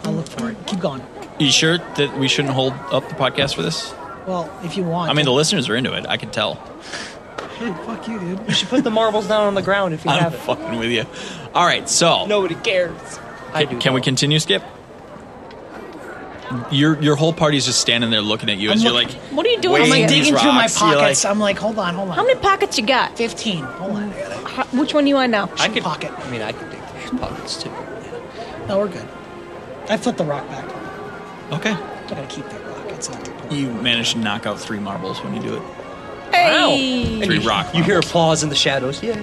S4: I'll look for it. Keep going.
S1: You sure that we shouldn't hold up the podcast for this?
S4: Well, if you want.
S1: I mean, the listeners are into it. I can tell.
S4: Hey, fuck you, dude.
S3: You should put the marbles down on the ground if you
S1: I'm
S3: have it.
S1: fucking with you. All right, so
S3: Nobody cares. I do.
S1: can, can we
S3: though.
S1: continue, Skip? Your your whole party's just standing there looking at you as
S4: I'm
S1: you're
S4: looking-
S1: like,
S2: What are you doing?
S1: Wait.
S4: I'm
S2: Wait,
S4: like digging through my
S1: rocks, you're
S4: pockets.
S1: like-
S4: I'm like, hold on, hold on.
S2: How many pockets you got?
S4: Fifteen. Hold on.
S2: How- Which one do you want now?
S4: I
S1: I could-
S4: pocket.
S3: I mean, I could dig through your pockets too.
S4: No, we're good. I flipped the rock back.
S1: okay.
S4: I gotta keep that rock. It's not the point.
S1: You manage to knock out three marbles when you do it.
S2: Hey.
S1: Three
S3: you,
S1: rock
S3: You hear
S1: marbles.
S3: applause in the shadows. Yeah.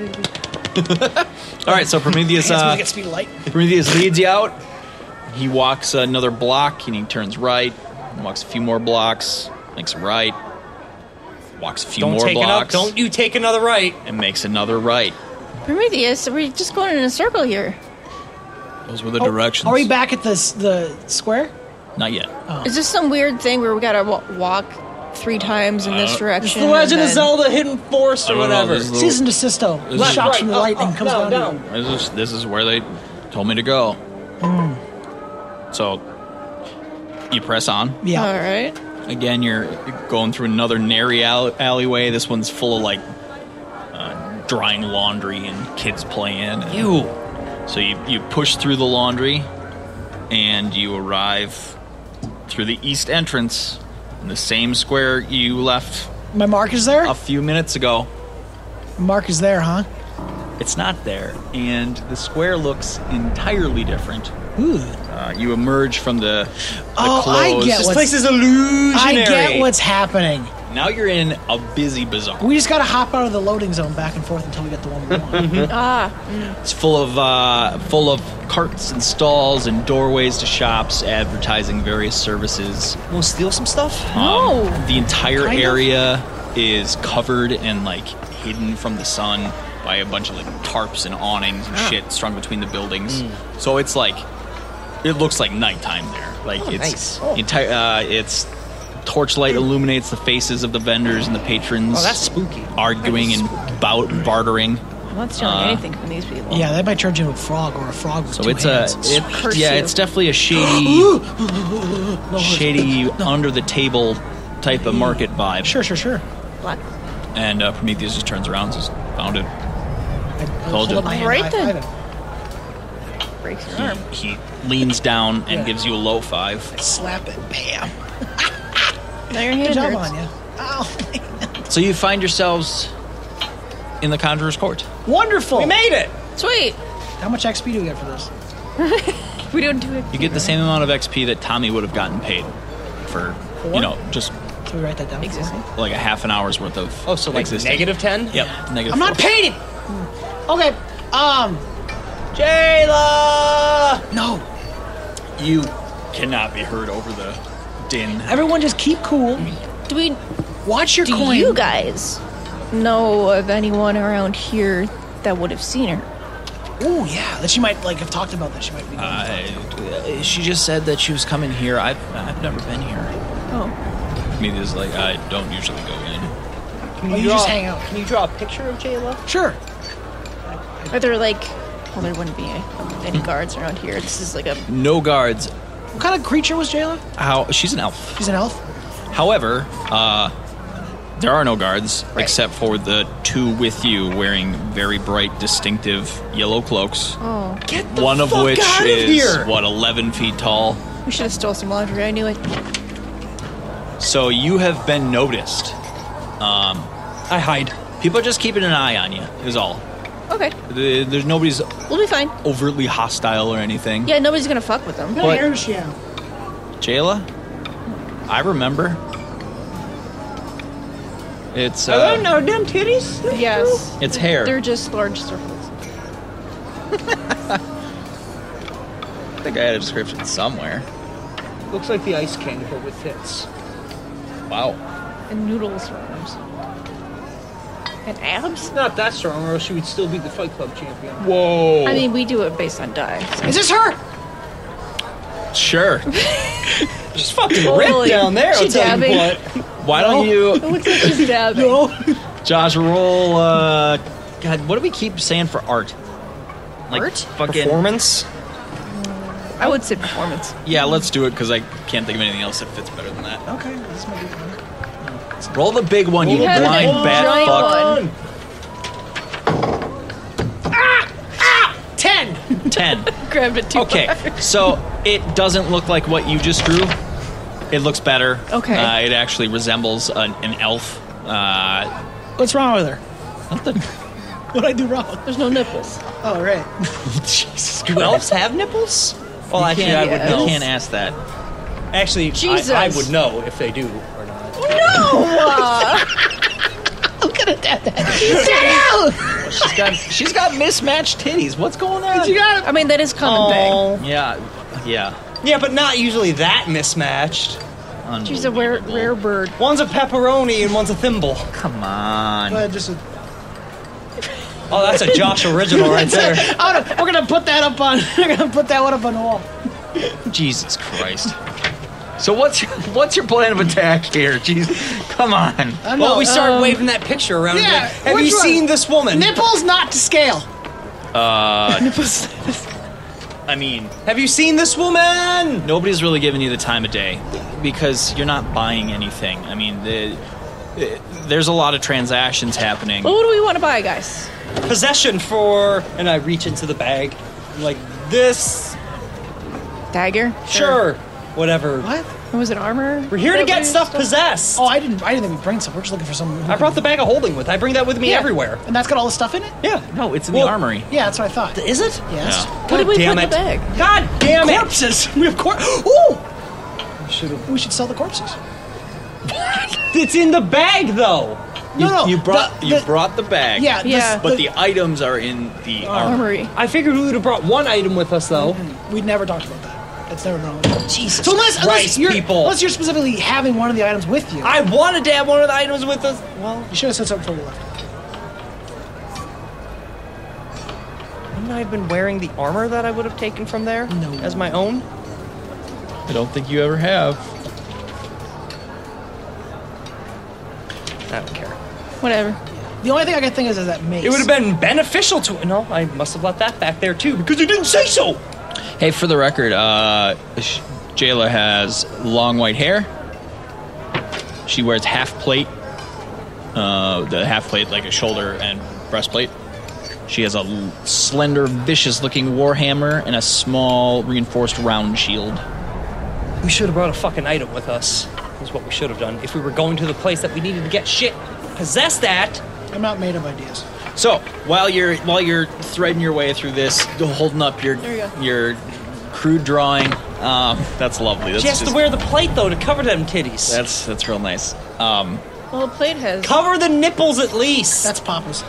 S1: All right, so Prometheus
S4: Hands me
S1: uh,
S4: like it's speed of light.
S1: Prometheus leads you out. He walks another block and he turns right. Walks a few more blocks, makes a right. Walks a few
S3: Don't
S1: more
S3: take another.
S1: blocks
S3: Don't you take another right?
S1: and makes another right.
S2: Prometheus, we're just going in a circle here.
S1: Those were the
S4: Oh,
S1: directions.
S4: Are we back at the s- the square?
S1: Not yet.
S2: Is this some weird thing where we gotta wa- walk three times in
S1: Uh,
S2: this
S3: It's
S2: direction?
S3: the Legend of
S2: and then-
S3: Zelda Hidden Forest
S1: I
S3: or
S1: don't know,
S3: whatever.
S1: there's a
S4: Season to Sisto.
S1: Left,
S4: Shot
S1: right, Oh,
S4: from the
S3: up,
S4: lightning
S3: up,
S4: comes
S3: down,
S4: down.
S3: down.
S1: This is this is where they told me to go. So you press on
S4: Yeah.
S2: All right.
S1: again. You're going through another nary alley- alleyway. This one's full of like uh, drying laundry and kids playing. and-
S3: You.
S1: So you you push through the laundry, and you arrive through the east entrance in the same square you left
S4: My mark is there.
S1: a few minutes ago.
S4: Mark is there, huh?
S1: It's not there, and the square looks entirely different.
S4: Ooh.
S1: Uh, you emerge from the, the
S4: Oh, I
S1: closed-
S4: get
S3: This
S4: What's-
S3: place is illusionary.
S4: I get what's happening.
S1: Now you're in a busy bazaar.
S4: We just gotta hop out of the loading zone back and forth until we get the one we
S1: [laughs]
S4: want.
S2: Ah,
S1: It's full of uh, full of carts and stalls and doorways to shops advertising various services. Um,
S3: Want to steal some stuff?
S2: No.
S1: the entire
S4: Oh, Kind of.
S1: area is covered and like hidden from the sun by a bunch of like tarps and awnings and
S4: Ah.
S1: shit strung between the buildings. So it's like it looks like nighttime there. Like
S4: Oh,
S1: it's
S3: nice.
S1: entire uh, it's torchlight illuminates the faces of the vendors and the patrons.
S3: Oh, that's spooky.
S1: Arguing and bout bartering.
S2: I'm not stealing
S1: Uh,
S2: anything from these people.
S4: yeah, they might charge you a frog or a frog with
S1: So
S4: two
S1: Oh, it's
S4: hands.
S1: a it,
S2: Curse
S1: yeah,
S2: you.
S1: it's definitely a shady shady under the table type of market vibe.
S4: Sure, sure, sure.
S2: Black.
S1: And uh, Prometheus just turns around and says, "Found it."
S4: I, I
S1: Told
S4: hold
S1: you.
S4: up my hand,
S2: Right
S4: high
S2: then.
S4: five him.
S2: Breaks your arm.
S1: He leans down and
S4: Yeah.
S1: gives you a low five.
S4: Slap it. Bam.
S2: Now your hand
S4: Good job
S2: hurts.
S4: on you. Ow.
S1: So you find yourselves in the Conjurer's Court.
S4: Wonderful.
S3: We made it.
S2: Sweet.
S4: How much XP do we get for this?
S2: We don't do it.
S1: You get the same amount of XP that Tommy would have gotten paid for, you
S4: what?
S1: know, just
S4: Can we write that down? for
S2: Existing.
S4: me?
S1: like a half an hour's worth of.
S3: Oh, so like
S1: existing.
S3: negative ten?
S1: Yep, negative.
S4: I'm not
S1: four.
S4: painting. Okay. Um.
S3: Jayla.
S4: No.
S1: You cannot be heard over the din.
S4: Everyone, just keep
S1: Mm-hmm.
S4: cool.
S2: Do we?
S4: Watch your
S2: Do
S4: coin.
S2: you guys know of anyone around here that would have seen her?
S4: Ooh, yeah. That she might like have talked about that. She might be.
S1: Uh, she just said that she was coming here. I've, I've never been here.
S2: Oh,
S1: Prometheus is like, I don't usually go in.
S4: Oh, you just hang out.
S3: Can you draw a picture of Jayla?
S4: Sure.
S2: are there like? Well, there wouldn't be any guards around here. This is like a
S1: No guards.
S4: What kind of creature was Jayla?
S1: How? She's an elf.
S4: She's an elf.
S1: However, uh, there are no guards
S2: Right.
S1: except for the two with you wearing very bright, distinctive yellow cloaks.
S2: oh.
S3: Get the
S1: One of
S3: fuck
S1: which
S3: out
S1: is
S3: of here.
S1: what 11 feet tall.
S2: We should have stole some laundry. I knew it.
S1: So you have been noticed. Um,
S3: I hide.
S1: People are just keeping an eye on you. Is all.
S2: Okay,
S1: The- There's nobody's
S2: we'll be fine.
S1: overtly hostile or anything.
S2: Yeah, nobody's gonna fuck with them.
S1: What? hair
S4: she
S1: Jayla, I remember. It's
S3: I don't
S1: uh,
S3: know them titties.
S2: Yes.
S1: it's hair.
S2: They're just large circles.
S1: I think I had a description somewhere.
S3: Looks like the Ice King, but with tits.
S1: Wow.
S2: And noodles for arms. And abs?
S3: Not that strong, or else she would still be the Fight Club champion. Oh.
S1: Whoa.
S2: I mean, we do it based on die.
S4: Is this her?
S2: [laughs]
S1: sure.
S3: She's fucking
S2: Totally.
S3: ripped down there. I'll
S2: She
S3: tell you
S2: dabbing.
S3: what.
S1: Why don't
S2: It
S1: you,
S3: [laughs]
S2: looks like she's dabbing.
S1: Josh, roll? Uh, God, what do we keep saying for art? Like
S2: Art?
S1: Fucking
S3: Performance.
S2: I would say performance.
S1: yeah. Let's do it because I can't think of anything else that fits better than that.
S4: Okay, this might be fun. [laughs]
S1: Roll the big one, you
S2: You had a
S1: blind bat
S2: giant
S1: fuck.
S2: One.
S4: Ten.
S1: Ten.
S2: Grabbed it too
S1: Okay,
S2: far.
S1: so it doesn't look like what you just drew. It looks better.
S2: Okay.
S1: Uh, it actually resembles an, an elf. Uh,
S4: What's wrong with her?
S1: nothing.
S4: What did I do wrong?
S2: There's no nipples.
S4: Oh right.
S1: Jesus Do elves have nipples? Well,
S3: You
S1: actually,
S3: can't-
S1: I would
S2: Yes.
S1: know. can't ask that.
S3: Actually,
S2: Jesus.
S3: I, I would know if they do or not.
S1: She's got she's got mismatched titties. What's going on?
S2: I mean, that is common thing.
S3: Oh.
S1: yeah, yeah.
S3: Yeah, but not usually that mismatched.
S2: She's a rare,
S1: Unbelievable.
S2: rare bird.
S3: One's a pepperoni and one's a thimble.
S1: Come on.
S4: But just.
S3: Oh, that's a Josh original
S4: [laughs]
S3: right there.
S4: Oh, no, we're gonna put that up on. [laughs] We're gonna put that one up on the wall. Uh,
S1: Jesus Christ. So what's [laughs] your, what's your plan of attack here? Jeez, come on.
S4: I don't
S3: Well,
S4: know.
S3: we started
S2: um,
S3: waving that picture around. and
S4: yeah,
S3: like, Have
S4: which
S3: you
S4: one?
S3: seen this woman?
S4: nipples not to scale.
S1: I mean,
S3: Have you seen this woman?
S1: nobody's really giving you the time of day because you're not buying anything. I mean, the, there's a lot of transactions happening.
S2: Well, what do we want to buy, guys?
S3: Possession for. And I reach into the bag. Like, this.
S2: Dagger?
S3: Sure. Whatever.
S4: What?
S2: It was an armor.
S3: We're here to
S2: That
S3: get
S2: we-
S3: stuff possessed.
S4: Oh, I didn't. I didn't think we bring some. We're just looking for some.
S3: I brought the bag of holding with. I bring that with me
S2: Yeah.
S3: everywhere.
S4: And that's got all the stuff in it.
S3: Yeah.
S1: No, it's in
S3: Well,
S1: the armory.
S4: Yeah, that's what I thought.
S3: Is it?
S4: Yes.
S1: Yeah.
S2: What did we put in
S3: damn
S2: the
S3: it.
S2: bag?
S3: God damn it. [laughs]
S4: Corpses. We have cor. Ooh. We should sell the corpses.
S3: It's in the bag, though.
S4: No, no.
S1: you brought
S4: the-
S1: you
S4: the-
S1: brought the bag.
S4: Yeah. Oh, this-
S2: Yeah.
S1: but the items are in the armory.
S2: Armory.
S3: I figured we would have brought one item with us, though.
S4: we never talked about that. That's never known. Jesus. So unless, unless
S3: Christ,
S4: you're
S3: people.
S4: unless you're specifically having one of the items with you,
S3: I wanted to have one of the items with us. Well,
S4: you should have said something before we left.
S3: wouldn't I have been wearing the armor that I would have taken from there
S4: No.
S3: as my own?
S1: I don't think you ever have.
S3: I don't care.
S2: Whatever.
S4: The only thing I can think of is that mace.
S3: It would have been beneficial to. No, I must have left that back there too because you didn't say so.
S1: Hey, for the record, uh, Sh- Jayla has long white hair. She wears half plate, uh, the half plate like a shoulder and breastplate. She has a l- slender, vicious-looking warhammer and a small, reinforced round shield.
S3: We should have brought a fucking item with us. Is what we should have done if we were going to the place that we needed to get shit. Possess that.
S4: I'm not made of ideas.
S1: So while you're while you're threading your way through this, holding up your
S2: There you go.
S1: your crude drawing, um, that's lovely. That's
S3: She has
S1: just-
S3: to wear the plate though to cover them titties.
S1: that's that's real nice. Um,
S2: Well, the plate has.
S3: cover the nipples at least.
S4: That's Papa's.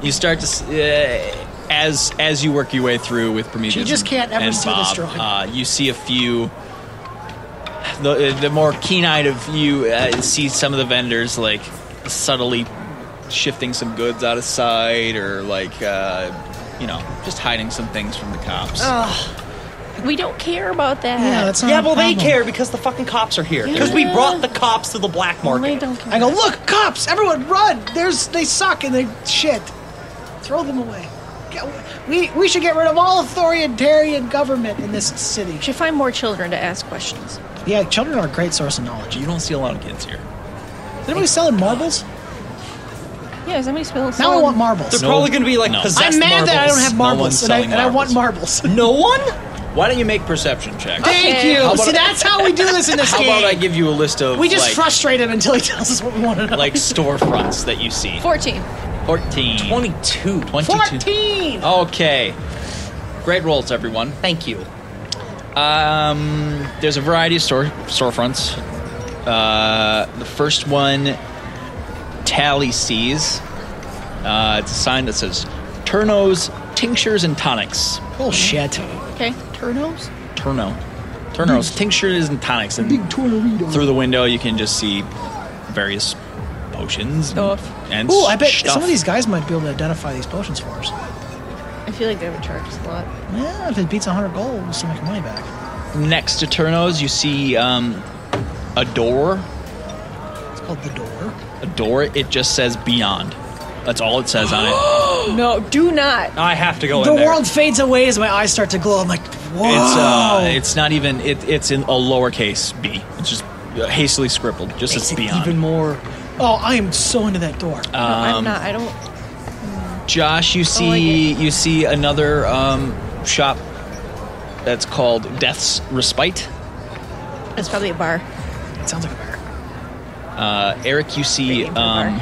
S1: you start to s- uh, as as you work your way through with Prometheus.
S4: She just
S1: and-
S4: can't ever
S1: and
S4: see
S1: Bob,
S4: this drawing.
S1: Uh, you see a few. The uh, the more keen eyed of you uh, see some of the vendors like subtly shifting some goods out of sight or like uh, you know just hiding some things from the cops.
S2: We don't care about that.
S4: Yeah, that's not
S3: yeah,
S4: a
S3: well, they
S4: problem.
S3: care because the fucking cops are here. Because we
S2: Yeah.
S3: brought the cops to the black
S2: They
S3: market.
S2: don't care.
S4: I go, look, cops! Everyone, run! There's they suck and they shit. Throw them away. Get- We we should get rid of all authoritarian government in this city.
S2: We should find more children to ask questions.
S4: Yeah, children are a great source of knowledge.
S1: You don't see a lot of kids here.
S4: They're always selling marbles.
S2: Yeah, is somebody spilling
S4: Now I want marbles.
S3: They're probably going to be like
S1: No.
S3: possessed
S4: I'm mad that I don't
S3: marbles.
S4: have
S1: No
S4: marbles,
S1: one's
S4: and, I,
S1: selling
S4: and I want marbles. [laughs]
S3: No one?
S1: Why don't you make perception checks?
S4: Thank
S2: Okay.
S4: you.
S2: How
S1: about
S4: See,
S1: I-
S4: that's how we
S1: [laughs]
S4: do this in this
S1: How
S4: game.
S1: about I give you a list of
S4: we just
S1: like,
S4: frustrate him until he tells us what we want to
S1: [laughs]
S4: know. [laughs]
S1: like storefronts that you see?
S2: 14.
S1: 14.
S3: 22.
S1: 22.
S4: 14.
S1: Okay. Great rolls, everyone.
S3: Thank you.
S1: Um, there's a variety of store storefronts. Uh, the first one Tally sees. Uh, it's a sign that says Turno's Tinctures and Tonics.
S4: Bullshit.
S2: Okay. Turnos?
S1: Turno.
S4: Mm.
S1: Turno's Tinctures and Tonics. And through the window, you can just see various potions. and-
S2: Stuff.
S1: And
S4: Ooh, I bet
S1: stuff.
S4: some of these guys might be able to identify these potions for us.
S2: I feel like they would charge us a lot.
S4: Yeah, if it beats 100 gold, we'll still make money back.
S1: Next to Turno's, you see um, a door.
S4: It's called the door.
S1: A door. It just says Beyond. That's all it says on [gasps] it.
S2: No, do not.
S3: I have to go
S4: The
S3: in there.
S4: world fades away as my eyes start to glow. I'm like, whoa.
S1: Oh, It's uh, it's not even. It, it's in a lowercase b. It's just hastily scribbled. Just
S4: Makes
S1: as
S4: it
S1: Beyond. Uh,
S4: even more. Oh, I am so into that door.
S2: No, I'm not. I don't.
S1: Josh, you
S2: like
S1: see you see another um, shop that's called Death's Respite.
S2: It's probably a bar.
S4: it sounds like a bar.
S1: Uh, Eric, you see
S2: Great name for a bar.
S1: um,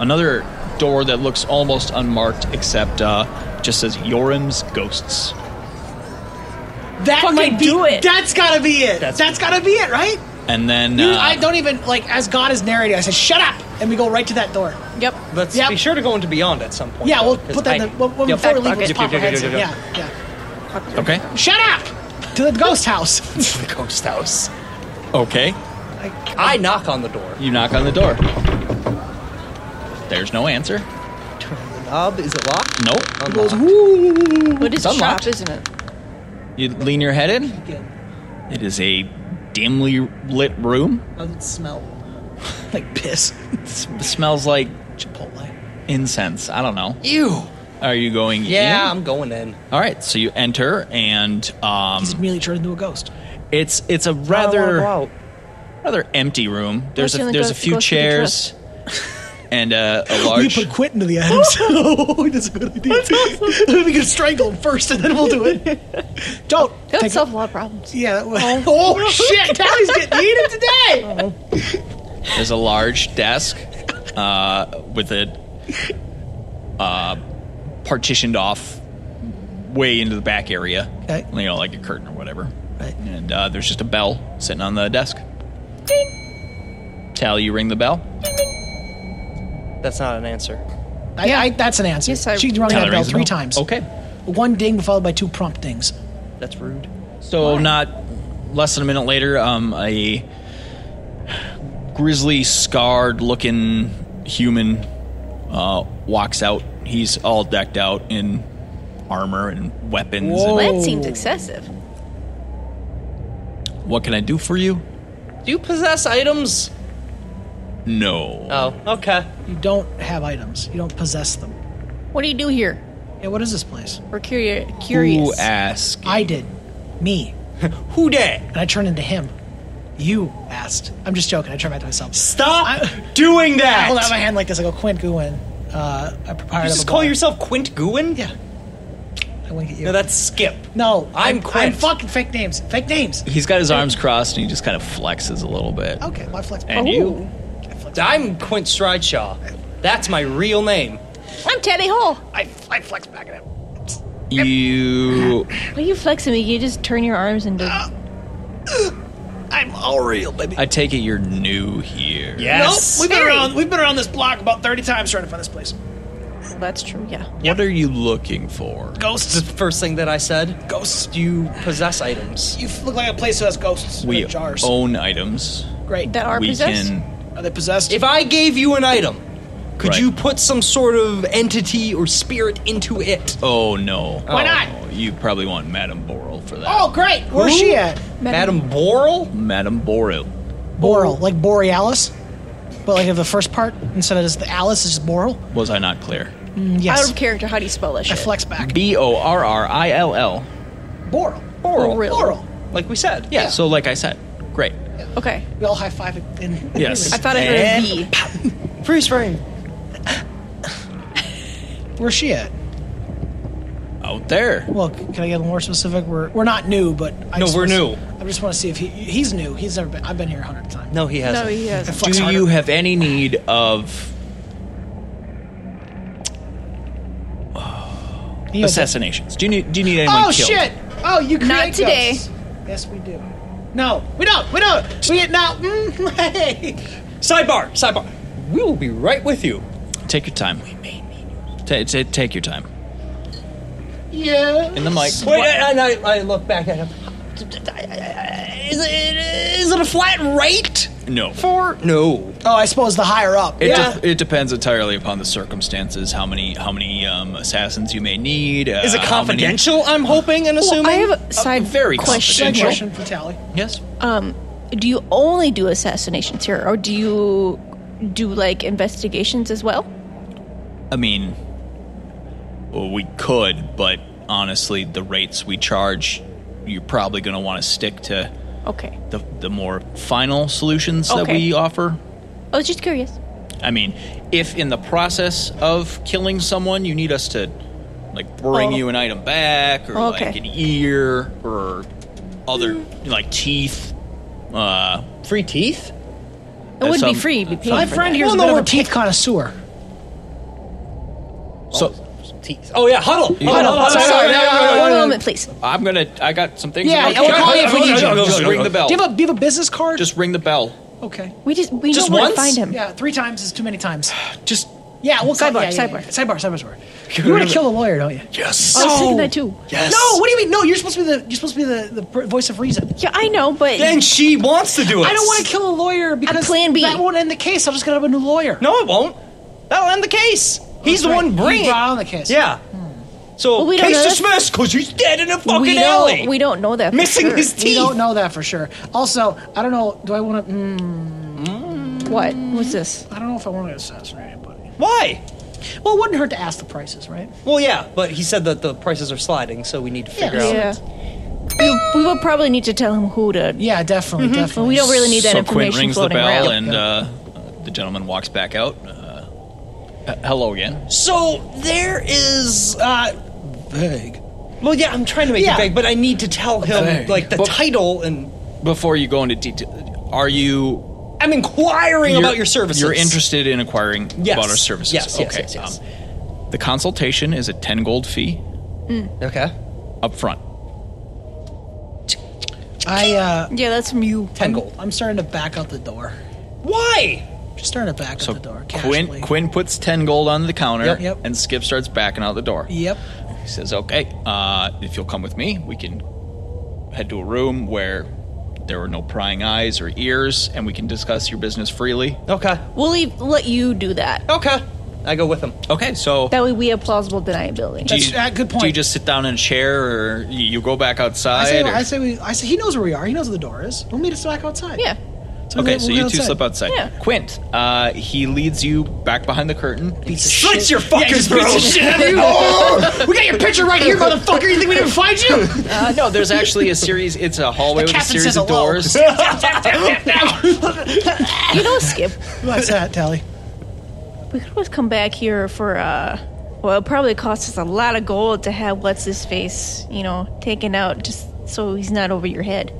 S1: another door that looks almost unmarked, except uh, just says Yoram's Ghosts.
S4: That
S2: Fucking
S4: might be.
S2: do it.
S4: That's gotta be it.
S3: That's-
S4: that's gotta be it, right?
S1: And then
S4: Dude,
S1: uh,
S4: I don't even like as God is narrating. I said, "Shut up," and we go right to that door.
S2: Yep.
S3: Let's
S4: Yep.
S3: be sure to go into Beyond at some point.
S4: Yeah, we'll
S3: though, 'cause
S4: put that.
S3: I-
S4: in the, when, when,
S3: Yep.
S4: Before we
S2: Back
S4: leave, let's
S2: pocket.
S4: pop our heads.
S3: Yep, yep,
S4: in.
S3: yep, yep,
S4: Yeah, yeah.
S1: okay,
S4: Shut up to the ghost house.
S3: the ghost house.
S1: okay,
S3: I knock on the door.
S1: you knock on the door. There's no answer.
S3: Turn the knob. Is it locked?
S1: Nope.
S3: Unlocked.
S2: What
S3: It's
S2: is
S3: unlocked.
S2: shop, isn't it?
S1: You lean your head in. It is a dimly lit room.
S4: Does it smell like piss? [laughs]
S1: It smells like
S4: Chipotle.
S1: incense. I don't know.
S4: Ew.
S1: Are you going
S3: Yeah,
S1: in?
S3: I'm going in.
S1: All right, so you enter and um
S4: He's immediately turned into a ghost.
S1: it's it's a
S4: Oh,
S3: I
S1: rather
S3: wanna go out.
S1: rather empty room. There's
S2: the
S1: a
S2: only
S1: there's a
S2: ghost-
S1: few
S2: ghost you can
S1: chairs [laughs] and uh, a
S4: You
S1: large
S4: [laughs] put quit into the item. So that's a good idea. we can strangle him first, and then we'll do it. Don't.
S2: That would
S4: take
S2: solve
S4: it.
S2: a lot of problems.
S4: Yeah. That was, [laughs] oh. shit! Tally's getting eaten today.
S1: there's a large desk uh, with a uh, partitioned off way into the back area.
S4: Okay.
S1: You know, like a curtain or whatever.
S4: Right.
S1: And uh, there's just a bell sitting on the desk. Tally, you ring the bell.
S3: That's not an answer.
S4: I, I, that's an answer.
S2: Yes, I-
S4: She's running
S1: Tally
S4: that bell
S1: rings the
S4: three times.
S1: Okay.
S4: One ding followed by two prompt dings.
S3: That's rude.
S1: So not less than a minute later, um, a grizzly, scarred-looking human uh, walks out. He's all decked out in armor and weapons.
S4: Whoa.
S1: And,
S2: That seems excessive.
S1: what can I do for you?
S3: Do you possess items?
S1: No.
S3: Oh, okay.
S4: You don't have items. You don't possess them.
S2: What do you do here?
S4: Yeah, what is this place?
S2: We're curi-
S1: Who
S2: curious.
S1: asked?
S4: I did. Me.
S3: [laughs] Who dat?
S4: And I turned into him. You asked. I'm just joking. I turned back to myself.
S3: Stop
S4: I-
S3: doing that.
S4: I hold out my hand like this. I go, Quint Gwyn. Uh, I prepared
S3: You
S4: a
S3: just call
S4: boy."
S3: yourself Quint Gwyn?
S4: Yeah. I wink at you.
S3: No, that's Skip.
S4: No,
S3: I'm
S4: I'm
S3: Quint.
S4: fucking fake names. Fake names.
S1: He's got his arms crossed and he just kind of flexes a little bit.
S4: Okay, my flex.
S1: And
S4: oh,
S1: you?
S3: I'm Quint Strideshaw. That's my real name.
S2: I'm Teddy Hall.
S4: I, I flex back at him.
S1: You.
S2: Why are you flexing me? You just turn your arms into.
S4: I'm all real, baby.
S1: I take it you're new here.
S4: Nope, we've been around. We've been around this block about 30 times trying to find this place.
S2: Well, that's true. Yeah.
S1: What are you looking for?
S3: Ghosts is the first thing that I said.
S4: Ghosts.
S3: Do you possess items?
S4: You f- look like a place that has ghosts.
S1: We
S4: and jars.
S1: own items.
S4: Great.
S2: That are
S1: we
S2: possessed.
S1: can
S4: Are they possessed?
S3: If I gave you an item, could
S1: Right.
S3: you put some sort of entity or spirit into it?
S1: Oh no!
S4: Why
S1: Oh,
S4: not?
S1: no. You probably want Madame Borel for that.
S4: oh, great. Where's
S3: Who?
S4: she at?
S3: Madame Boral?
S1: Madame Borel.
S4: Boral, like Borealis, but like if the first part instead of just the Alice is Boral.
S1: Was I not clear?
S2: Out of character. How do you spell that
S4: I
S2: shit?
S4: flex back.
S1: B o r r i l l.
S4: Boral.
S3: Boral.
S2: Boral.
S4: Boral.
S3: Like we said.
S1: Yeah. So like I said, great.
S2: Okay.
S4: We all high five it in.
S1: Yes.
S2: I thought I heard a V.
S3: Freeze frame.
S4: Where's she at?
S1: Out there.
S4: Well, c- can I get more specific? We're we're not new, but I
S3: No,
S4: just
S3: we're
S4: wanna
S3: new.
S4: s- I just want to see if he he's new. He's never been. I've been here a hundred times.
S3: No, he hasn't.
S2: No, he
S4: I
S2: has.
S4: flex
S1: Do
S4: harder.
S1: you have any need of
S4: He has-
S1: assassinations? Do you need? Do you need anyone
S4: Oh
S1: killed?
S4: shit! Oh, you create
S2: Not today.
S4: ghosts. Yes, we do. No, we don't. We don't. We get not. Mm, [laughs] hey.
S3: Sidebar, sidebar. We will be right with you.
S1: Take your time. Ta- ta- take your time.
S4: Yeah.
S1: In the mic.
S3: Wait, and I, I look back at him. Is it, is it a flat rate?
S1: No.
S3: Or no?
S4: Oh, I suppose the higher up.
S1: It,
S4: yeah.
S1: de- it depends entirely upon the circumstances, how many how many um, assassins you may need. Uh,
S3: Is it
S1: how many-
S3: confidential? I'm hoping and assuming.
S2: Well, I have a side
S1: very
S2: question.
S4: Good
S1: confidential.
S4: question for Tally.
S1: yes.
S2: Do you only do assassinations here, or do you do like investigations as well?
S1: I mean, well, we could, but honestly, the rates we charge, you're probably going to want to stick to
S2: Okay,
S1: the the more final solutions that
S2: Okay.
S1: we offer.
S2: I was just curious.
S1: I mean, if in the process of killing someone, you need us to like bring
S2: Oh.
S1: you an item back, or like
S2: Okay.
S1: an ear, or other like teeth. Uh,
S3: Free teeth?
S2: It would
S1: some-
S2: be free. Be paid
S4: My
S2: for
S4: friend
S2: that.
S4: here is a
S3: Well, no,
S4: bit of
S3: we're
S4: a teeth connoisseur.
S1: so
S3: Teeth. Oh yeah, huddle. Huddle.
S4: Huddle.
S1: Oh,
S3: huddle.
S4: Sorry, no, no,
S3: Yeah, yeah, yeah,
S4: no,
S3: yeah.
S2: One moment, please.
S1: I'm gonna. I got some things.
S4: Yeah,
S1: I'm
S4: yeah, we'll
S1: gonna-
S4: call you if we need you.
S1: Just ring the bell.
S4: Do you have a do you have a business card?
S1: Just ring the bell.
S4: okay.
S2: We just we
S3: Just
S2: know where to
S3: once?
S2: find him.
S4: Yeah, three times is too many times.
S1: Just
S4: Yeah, we'll cut-
S2: Sidebar,
S4: yeah, yeah, yeah. sidebar,
S2: sidebar.
S4: sidebar, sidebar. You want to kill the lawyer, don't you?
S1: yes.
S2: I was thinking that too.
S1: Yes.
S4: No, what do you mean? No, you're supposed to be the you're supposed to be the, the pr- voice of reason.
S2: Yeah, I know, but
S3: And she wants to do it.
S4: I don't want to kill a lawyer because
S2: plan B.
S4: that won't end the case. I'll just get up a new lawyer.
S3: No, it won't. That'll end the case. He's
S4: That's
S3: the
S4: right.
S3: one bringing.
S4: He brought on the case.
S3: Yeah. So
S2: Well, we don't
S3: case
S2: know.
S3: dismissed because he's dead in a fucking
S2: we
S3: alley.
S2: don't we don't know that. for
S3: missing
S2: sure.
S3: his teeth.
S4: we don't know that for sure. Also, I don't know. Do I want to? Mm,
S2: What was this?
S4: I don't know if I want to assassinate anybody.
S3: Why?
S4: Well, it wouldn't hurt to ask the prices, right?
S3: Well, yeah, but he said that the prices are sliding, so we need to figure out.
S2: Yeah. We, we will probably need to tell him who to.
S4: Yeah, definitely,
S2: But
S4: definitely.
S2: we don't really need that
S1: so Quinn
S2: information
S1: rings the
S2: floating
S1: bell,
S2: around.
S1: and uh, the gentleman walks back out. Uh, h- hello again.
S3: So there is. Uh,
S5: Vague.
S3: well, yeah, I'm trying to make
S4: Yeah.
S3: it vague, but I need to tell him
S5: Vague.
S3: like the
S1: But-
S3: title, and
S1: Before you go into detail, are you
S3: I'm inquiring
S1: you're-
S3: about your services.
S1: You're interested in acquiring
S3: Yes.
S1: about our services.
S3: Yes,
S1: okay.
S3: yes, yes, yes.
S1: Um, the consultation is a ten gold fee
S3: Okay.
S1: up front.
S4: I uh,
S2: yeah, that's from you.
S3: Ten gold.
S4: I'm starting to back out the door.
S3: Why?
S4: Just starting to back
S1: So
S4: out the door.
S1: Quinn
S4: casually.
S1: Quinn puts ten gold on the counter,
S3: Yep.
S4: Yep.
S1: and Skip starts backing out the door.
S4: Yep.
S1: He says, "Okay, uh, if you'll come with me, we can head to a room where there are no prying eyes or ears, and we can discuss your business freely."
S3: Okay.
S2: We'll leave, let you do that.
S3: Okay. I go with him.
S1: Okay, so
S2: That way we have plausible deniability.
S1: do
S4: That's-
S1: you,
S4: uh, good
S1: Do you
S4: point.
S1: just sit down in a chair, or you, you go back outside?
S4: I say,
S1: or-
S4: I say, we, I say, he knows where we are. He knows where the door is. We'll meet us back outside.
S2: yeah.
S4: So
S1: okay,
S4: we'll-
S1: so
S4: we'll
S1: you
S4: go
S1: two
S4: outside.
S1: slip outside.
S2: Yeah.
S1: Quint, uh, he leads you back behind the curtain.
S3: Slit your fucking throat.
S4: [laughs] Oh, we got your picture right here, motherfucker. You think we didn't find you?
S1: Uh, no, there's actually a series. It's a hallway with a
S4: captain
S1: series
S4: says
S1: of
S4: hello. [laughs]
S1: doors.
S2: You know, Skip,
S4: What's that, Tally?
S2: we could always come back here for, uh, well, it probably costs us a lot of gold to have what's his face, you know, taken out just so he's not over your head.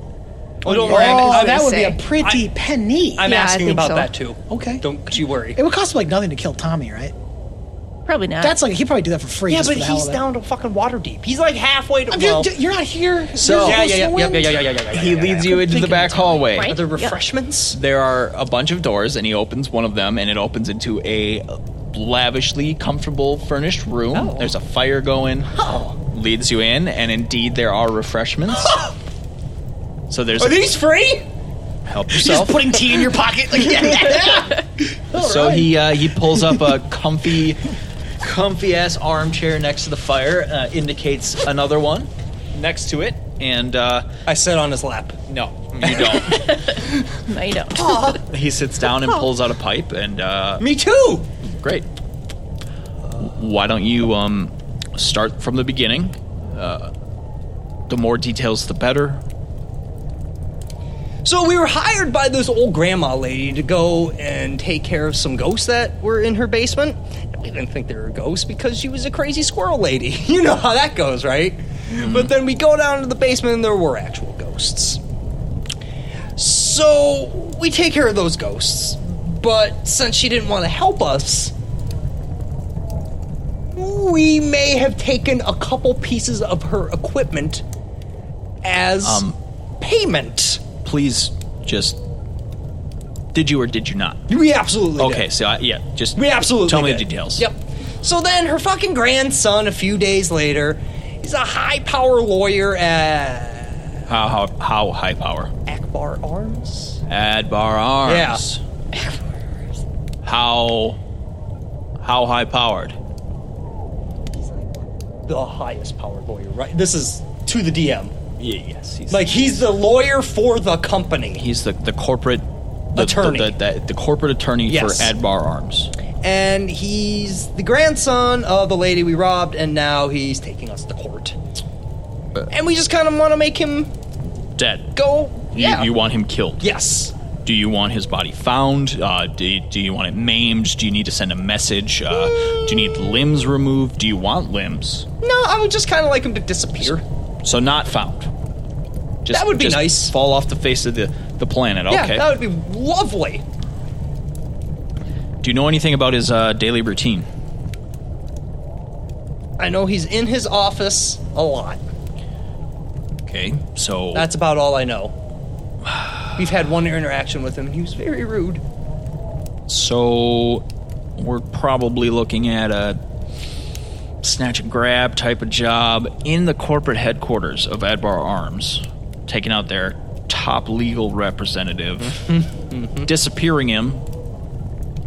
S3: Oh, don't
S4: Oh,
S3: worry. I'm,
S4: that
S2: gonna
S4: would
S2: say.
S4: be a pretty penny.
S3: I'm
S2: Yeah, I
S3: asking
S2: think
S3: about
S2: so.
S3: that too.
S4: Okay.
S3: Don't you worry.
S4: it would cost like nothing to kill Tommy, right?
S2: Probably not.
S4: That's like he'd probably do that for free.
S3: Yeah,
S4: just
S3: but
S4: for the hell
S3: he's
S4: of it.
S3: down to fucking water deep. He's like halfway to.
S4: I mean,
S3: well,
S4: d- You're not here.
S1: So-
S4: You're
S3: yeah,
S4: close
S3: yeah, yeah,
S4: to
S3: yeah,
S4: wind.
S3: yeah, yeah, yeah, yeah, yeah, yeah.
S1: He
S3: yeah,
S1: leads you into the back hallway.
S3: yeah.
S2: Right?
S3: Are there
S2: Yeah.
S3: refreshments?
S1: There are a bunch of doors, and he opens one of them, and it opens into a lavishly comfortable furnished room.
S3: Oh.
S1: There's a fire going.
S3: Oh.
S1: Leads you in, and indeed there are refreshments. so there's
S3: Are
S1: a,
S3: these free?
S1: help yourself.
S3: putting tea in your pocket.
S1: [laughs]
S3: Like,
S1: so he uh, he pulls up a comfy, comfy ass armchair next to the fire, uh, indicates another one next to it, and uh,
S3: I sit on his lap.
S1: no, you don't.
S2: no, you
S1: [laughs]
S2: don't.
S1: he sits down and pulls out a pipe, and uh,
S3: Me too.
S1: Great. Why don't you um, start from the beginning? Uh, the more details, the better.
S3: So we were hired by this old grandma lady to go and take care of some ghosts that were in her basement. We didn't think they were ghosts because she was a crazy squirrel lady. [laughs] You know how that goes, right? But then we go down to the basement and there were actual ghosts. So we take care of those ghosts. But since she didn't want to help us, we may have taken a couple pieces of her equipment as
S1: Um,
S3: payment.
S1: Please just Did you or did you not?
S3: We absolutely
S1: Okay,
S3: did.
S1: so I, yeah, just
S3: We absolutely
S1: tell me
S3: did.
S1: the details.
S3: Yep. So then her fucking grandson, a few days later, he's a high power lawyer at
S1: How how how high power?
S3: Akbar Arms.
S1: Adbar arms. How how high powered?
S3: The highest power lawyer, right? This is to the DM.
S1: Yeah, yes. He's,
S3: Like he's the lawyer for the company.
S1: he's the the corporate the,
S3: Attorney.
S1: the, the, the corporate attorney
S3: Yes.
S1: for Adbar Arms.
S3: And he's the grandson of the lady we robbed, and now he's taking us to court. And we just kind of want to make him
S1: Dead.
S3: go.
S1: You,
S3: Yeah.
S1: you want him killed?
S3: yes.
S1: Do you want his body found? Uh, do, do you want it maimed? Do you need to send a message? Uh, do you need limbs removed? Do you want limbs?
S3: No, I would just kind of like him to disappear.
S1: So not found. Just,
S3: That would be
S1: just
S3: nice.
S1: Fall off the face of the, the planet.
S3: Yeah,
S1: okay.
S3: that would be lovely.
S1: Do you know anything about his uh, daily routine?
S3: I know he's in his office a lot.
S1: Okay, so
S3: That's about all I know. We've had one interaction with him, and he was very rude.
S1: so we're probably looking at a snatch and grab type of job in the corporate headquarters of Adbar Arms, taking out their top legal representative, Mm-hmm. disappearing him,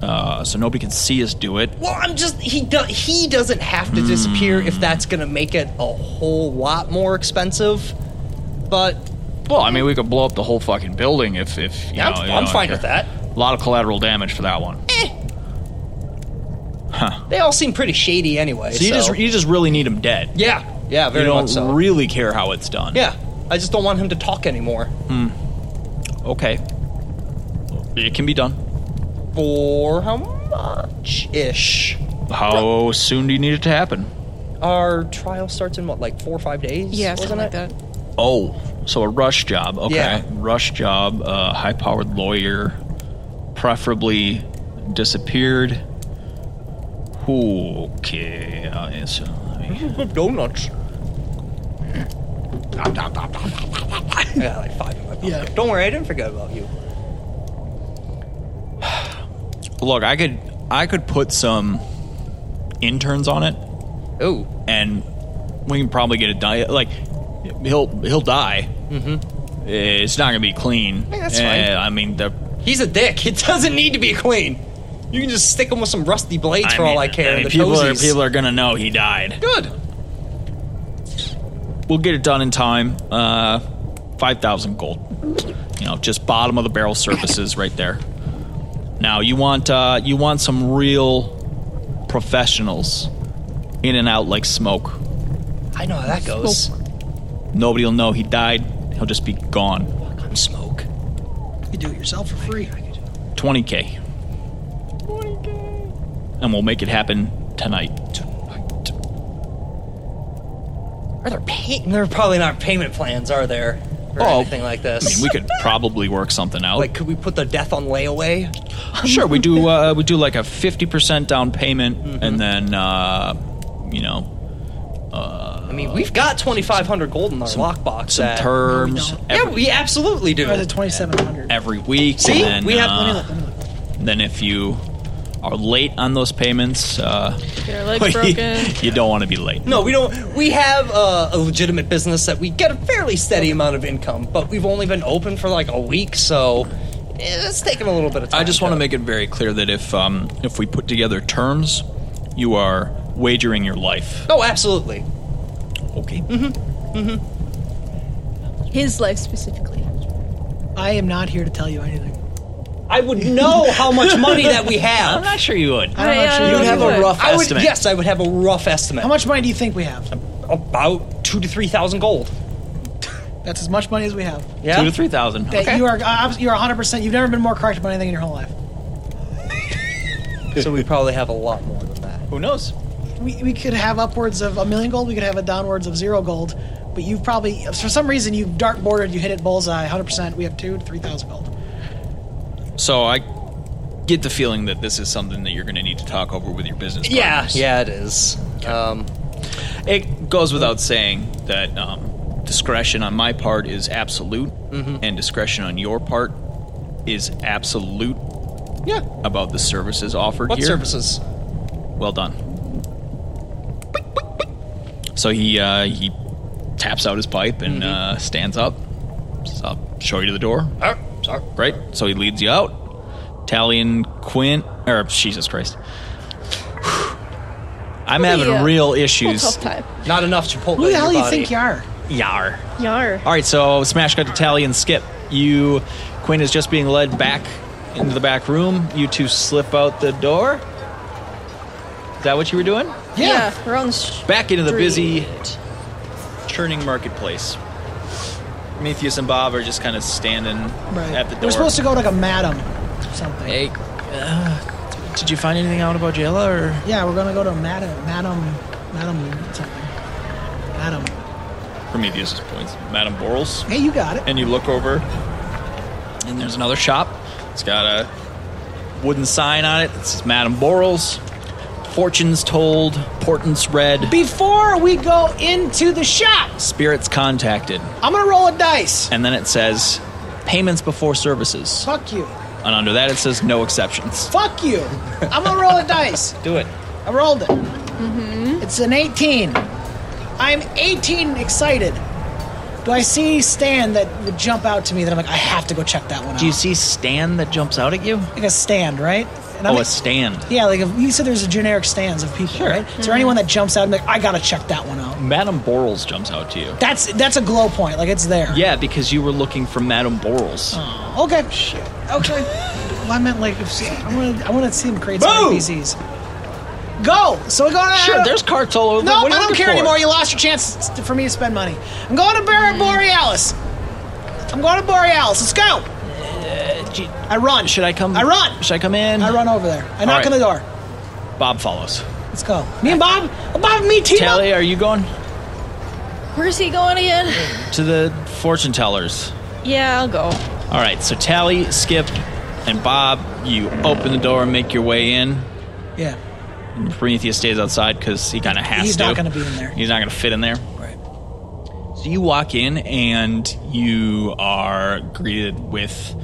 S1: uh, so nobody can see us do it.
S3: Well, I'm just he do, he doesn't have to disappear
S1: Hmm.
S3: if that's gonna make it a whole lot more expensive. But
S1: Well, I mean, we could blow up the whole fucking building if if you
S3: Yeah,
S1: know,
S3: I'm-
S1: you
S3: I'm
S1: know,
S3: fine
S1: if
S3: with
S1: you're-
S3: that. Eh.
S1: A lot of collateral damage for that one.
S3: they all seem pretty shady anyway.
S1: So you just you just really need him dead.
S3: yeah yeah
S1: you
S3: very
S1: don't
S3: much so.
S1: really care how it's done.
S3: yeah, I just don't want him to talk anymore
S1: Okay. It can be done.
S3: for how much ish.
S1: How soon do you need it to happen?
S3: Our trial starts in what like four or five days.
S2: Yeah, something
S3: wasn't it?
S2: like that.
S1: Oh, so a rush job. Okay.
S3: Yeah.
S1: Rush job, uh, high powered lawyer, preferably disappeared. Okay. Uh, it's, uh, let me-
S3: [laughs] donuts. yeah, like five in my pocket.
S4: Yeah.
S3: Don't worry, I didn't forget about you.
S1: Look, I could I could put some interns on it
S3: Ooh.
S1: and we can probably get a die. Like he'll he'll die. Mm-hmm. It's not gonna be clean.
S3: Yeah, that's fine.
S1: Uh, I mean, the,
S3: He's a dick. It doesn't need to be clean. You can just stick him with some rusty blades
S1: I
S3: for
S1: mean-
S3: all I care.
S1: I mean,
S3: the
S1: people are
S3: toesies.
S1: people are gonna know he died.
S3: good.
S1: We'll get it done in time. Uh, Five thousand gold. You know, just bottom of the barrel surfaces right there. Now you want uh, you want some real professionals in and out like smoke.
S3: I know how that goes.
S1: Nobody'll know he died. He'll just be gone.
S3: Fuck, I'm smoke.
S4: You can do it yourself for free.
S1: Twenty k, and we'll make it happen tonight.
S3: Are there pay- There are probably not payment plans, are there? Or
S1: Oh,
S3: anything like this.
S1: I mean, we could probably work something out.
S3: like, could we put the death on layaway?
S1: sure, we do. Uh, we do like a fifty percent down payment, and then uh, you know
S3: I mean, we've got 2,500 gold in our lockbox.
S1: some
S3: that-
S1: terms
S4: don't.
S1: every,
S3: Yeah, we absolutely do.
S4: Or is it 2700
S1: every week.
S3: See?
S1: and then,
S3: We have-
S1: uh,
S4: Let me look, let me look.
S1: then if you are late on those payments, uh,
S2: Your legs broken.
S1: [laughs] you don't want to be late.
S3: No, we don't. We have uh, a legitimate business that we get a fairly steady amount of income, but we've only been open for like a week, so eh, it's taking a little bit of time.
S1: I just want to make it very clear that if um, if we put together terms, you are wagering your life.
S3: Oh, absolutely.
S1: Okay.
S2: His life specifically.
S4: I am not here to tell you anything.
S3: I would know how much money that we
S1: I'm [laughs]
S3: have.
S1: not sure you would.
S4: I don't
S2: Right,
S4: actually know if
S2: I don't know
S4: you
S2: if you
S4: would.
S2: would.
S3: I would, yes, I would have a rough estimate.
S4: How much money do you think we have?
S3: About two to three thousand gold.
S4: That's as much money as we have.
S3: Yeah.
S1: Two to three thousand.
S4: That
S3: Okay.
S4: You are uh, you are 100. percent You've never been more correct about anything in your whole life.
S3: So we probably have a lot more than that.
S1: Who knows?
S4: We, we could have upwards of a million gold. We could have a downwards of zero gold. But you've probably for some reason you dart boarded. You hit it bullseye 100. percent We have two to three thousand gold.
S1: So I get the feeling that this is something that you're going to need to talk over with your business.
S3: Yeah,
S1: partners.
S3: yeah, it is. Um,
S1: It goes without saying that um, discretion on my part is absolute, and discretion on your part is absolute
S3: Yeah.
S1: about the services offered
S3: What
S1: here.
S3: services?
S1: Well done. So he uh, he taps out his pipe and uh, stands up. Says, I'll show you to the door.
S3: Oh, sorry.
S1: Right? So he leads you out. Tally and Quint, or Jesus Christ. [sighs] I'm having
S2: Yeah.
S1: real
S2: Whole
S1: issues.
S2: tough time.
S3: Not enough Chipotle.
S4: Who the hell
S3: in
S4: do
S3: your
S4: you think
S3: body.
S4: you are?
S1: Yar.
S2: Yar.
S1: All right, so Smash got to Tally and Skip. You, Quinn is just being led back into the back room. You two slip out the door. Is that what you were doing?
S2: Yeah. we're on the street.
S1: Back into the busy, churning marketplace. Metheus and Bob are just kind of standing at the door.
S4: We're supposed to go to like a madam or something.
S1: Hey, uh, did you find anything out about Jayla? Or
S4: Yeah, we're gonna go to a madam, madam, madam something. Madam.
S1: Prometheus points, Madame Borals,
S4: Hey, you got it.
S1: and you look over, and there's another shop. It's got a wooden sign on it. It says Madame Borals. Fortunes told, portents read,
S4: Before we go into the shops,
S1: spirits contacted,
S4: I'm gonna roll a dice.
S1: and then it says payments before services,
S4: Fuck you.
S1: and under that it says no exceptions.
S4: Fuck you. I'm gonna roll a dice.
S1: Do it.
S4: I rolled it. It's an 18. I'm 18 excited. Do I see Stan that would jump out to me that I'm like, I have to go check that one out?
S1: Do you see Stan that jumps out at you?
S4: like a stand, right? And I'm
S1: oh, a
S4: like-
S1: stand.
S4: Yeah, like if, you said there's a generic stands of people, right? Is there anyone that jumps out and like, I gotta check that one out?
S1: Madame Borals jumps out to you.
S4: That's that's a glow point, like it's there.
S1: Yeah, because you were looking for Madame Borals.
S4: Okay. Okay. well, I meant like if, I want to I want to see him create some
S1: Boom!
S4: NPCs. Go. So we go to
S1: Sure, there's carts all over.
S4: No,
S1: what
S4: I
S1: are you
S4: don't
S1: looking
S4: care
S1: for?
S4: anymore. You lost your chance t- for me to spend money. I'm going to
S1: Hmm.
S4: Barrett Borealis. I'm going to Borealis. Let's go.
S1: Gee,
S4: I run.
S1: Should Uh, I come?
S4: I run.
S1: Should I come in?
S4: I run over there. I knock
S1: right.
S4: on the door.
S1: Bob follows.
S4: Let's go. Me and Bob. oh, Bob and me team up.
S1: Tally, are you going
S2: Where's he going again?
S1: to the fortune tellers?
S2: Yeah, I'll go.
S1: All right. So Tally, Skip, and Bob, you open the door and make your way in.
S4: Yeah.
S1: And Prometheus stays outside because he kind of has
S4: He's
S1: to.
S4: not gonna be in there.
S1: He's not going to fit in there.
S4: Right.
S1: So you walk in and you are greeted with.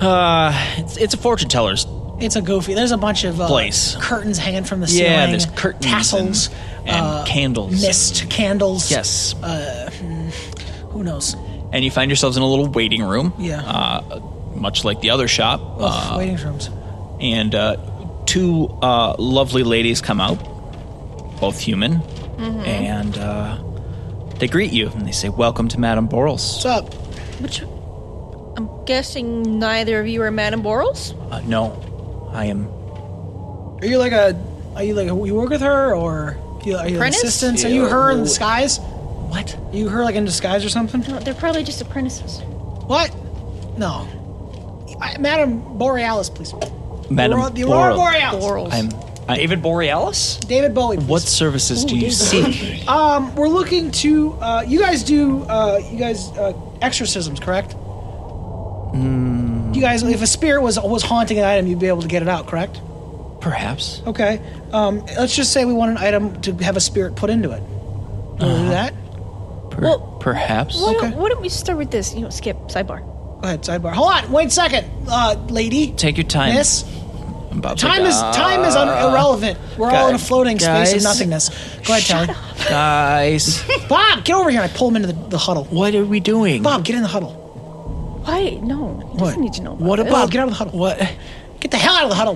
S1: Uh, it's, it's a fortune teller's
S4: It's a goofy. There's a bunch of uh,
S1: Place.
S4: curtains hanging from the ceiling.
S1: Yeah, there's curtains
S4: tassels,
S1: and- and
S4: uh,
S1: candles.
S4: mist candles.
S1: Yes.
S4: Who knows?
S1: and you find yourselves in a little waiting room.
S4: Yeah.
S1: Uh, much like the other shop.
S4: Ugh,
S1: Uh,
S4: waiting rooms.
S1: and uh, two uh, lovely ladies come out, both human, Mm-hmm. and uh, they greet you and they say, "Welcome to Madame Borals."
S4: What's up?
S2: Which I'm guessing neither of you are Madame Borals.
S1: Uh, no, I am.
S4: Are you like a? Are you like you work with her or you, are you like
S2: Apprentice?
S4: assistants? Are you her in
S3: Ew.
S4: disguise?
S1: What?
S4: Are you her like in disguise or something?
S2: They're probably just apprentices.
S4: What? No. I, Madam Borealis, please.
S1: Madame
S4: Aurora- the Aurora
S1: Boral-
S4: Borealis.
S2: Borals.
S1: I'm I, David Borealis.
S4: David Bowie. Please.
S1: What services do you seek?
S4: Um, we're looking to. Uh, you guys do. Uh, you guys uh, exorcisms, correct? You guys, if a spirit was was haunting an item, you'd be able to get it out, correct?
S1: Perhaps.
S4: Okay. Um, let's just say we want an item to have a spirit put into it. We'll do that.
S1: Per-
S2: Well-
S1: perhaps.
S2: Why,
S4: Okay.
S2: don't, why don't we start with this? You know, skip sidebar.
S4: Go ahead, sidebar. Hold on, wait a second, uh, lady.
S1: Take your time.
S4: Miss,
S1: And Bob's
S4: time
S1: like,
S4: is time is un- irrelevant. We're all in a
S1: guy-
S4: floating space
S1: guys?
S4: of nothingness. Go ahead, Tally.
S1: Guys,
S4: [laughs] Bob, get over here. And I pull him into the, the huddle.
S1: what are we doing?
S4: Bob, get in the huddle.
S2: Why? No, he doesn't need to know. About
S1: What
S2: this.
S4: Bob, get out of the huddle.
S1: What?
S4: Get the hell out of the huddle,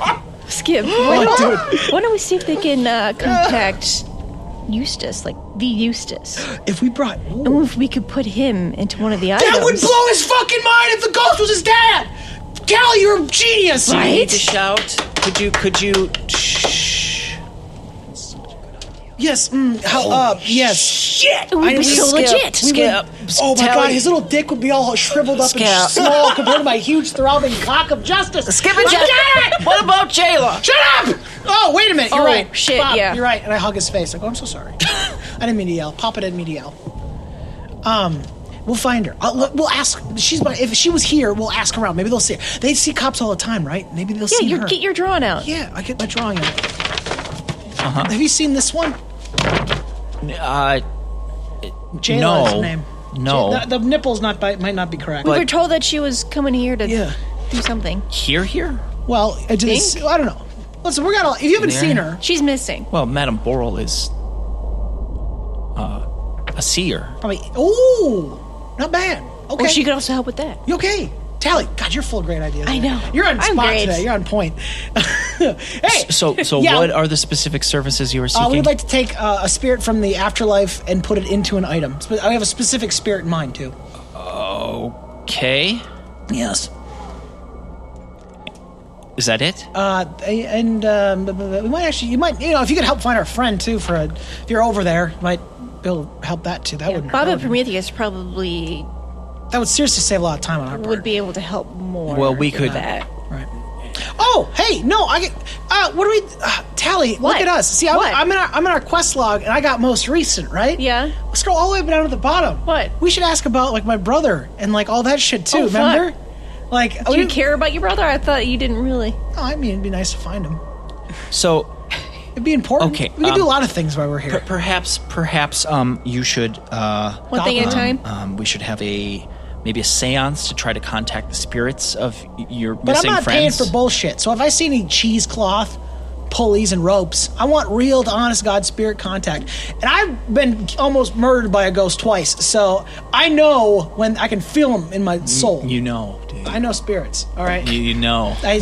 S2: [laughs]
S4: Bob.
S2: Skip. Why don't, why don't we see if they can uh, contact Eustace, like the Eustace,
S4: if we brought
S2: and if we could put him into one of the items?
S4: that would blow his fucking mind if the ghost was his dad. Tally, you're a genius.
S1: Need to
S2: Right?
S1: shout? Could you? Could you? Shh.
S4: Yes. Mm, how, uh, yes.
S1: Shit.
S2: It would be so legit.
S4: We would-
S1: Skip.
S4: oh my
S1: Tally.
S4: god, his little dick would be all shriveled up
S1: Skip.
S4: and small compared to my huge throbbing cock of justice.
S1: Skip
S4: But
S1: and Jack.
S4: Jack-
S1: What about Jayla?
S4: Shut up! Oh, wait a minute. You're
S2: Oh,
S4: right.
S2: shit,
S4: Bob,
S2: yeah.
S4: You're right. And I hug his face. I go, I'm so
S2: [laughs]
S4: sorry. I didn't mean to yell. Papa didn't mean to yell. Um, we'll find her. I'll, we'll ask. She's my. If she was here, we'll ask around. Maybe they'll see her. They see cops all the time, right? Maybe they'll
S2: Yeah,
S4: see
S2: you
S4: her.
S2: get your drawing out.
S4: yeah, I get my drawing out.
S1: Uh-huh.
S4: Have you seen this one?
S1: Uh,
S4: Jayla is
S1: no.
S4: her name.
S1: No.
S4: The, the nipples not by, might not be correct.
S1: But-
S2: we were told that she was coming here to
S4: Yeah.
S2: do something.
S1: Here, here?
S4: well, I, just,
S2: Think?
S4: I don't know. Listen, we got. A, if you haven't
S1: There.
S4: seen her,
S2: She's missing.
S1: Well, Madame Boral is uh, a seer.
S4: probably. Oh, not bad. Okay.
S2: Or she could also help with that.
S4: You okay? Tally, God, you're full of great ideas.
S2: I
S4: man.
S2: know.
S4: You're on
S2: I'm
S4: spot
S2: great.
S4: today. You're on point. [laughs] hey,
S1: So, so
S4: Yeah.
S1: what are the specific services you are seeking?
S4: uh, we would like to take uh, a spirit from the afterlife and put it into an item. Sp- I have a specific spirit in mind too.
S1: okay.
S4: Yes.
S1: Is that it?
S4: Uh, and um, b- b- we might actually, you might, you know, if you could help find our friend too. For a, if you're over there, you might be able to help that too. That wouldn't.
S2: Baba
S4: that would,
S2: Prometheus probably
S4: that would seriously save a lot of time on our part.
S2: would be able to help more.
S1: Well, we
S2: with
S1: could-
S2: That.
S4: Right. Oh, hey, no, I get. Uh, what do we? Uh, Tally,
S2: What?
S4: look at us. See, I'm,
S2: What?
S4: I'm in our I'm in our quest log, and I got most recent, right?
S2: Yeah.
S4: Scroll all the way down to the bottom.
S2: What?
S4: We should ask about like my brother and like all that shit too.
S2: Oh, fuck.
S4: remember? Like,
S2: Do you care about your brother? I thought you didn't really.
S4: Oh, I mean, it'd be nice to find him.
S1: So,
S4: It'd be important.
S1: Okay,
S4: We could do a
S1: um,
S4: lot of things while we're here.
S1: per- perhaps, perhaps, um, you should, uh,
S2: One thing at a
S1: um,
S2: time.
S1: um, we should have a maybe a séance to try to contact the spirits of y- your
S4: but I'm
S1: missing
S4: not
S1: friends.
S4: paying for bullshit. So if I see any cheesecloth, pulleys, and ropes, I want real, to honest God spirit contact. And I've been almost murdered by a ghost twice, so I know when I can feel them in my soul.
S1: you know, dude.
S4: I know spirits. All right.
S1: you, you know.
S4: I,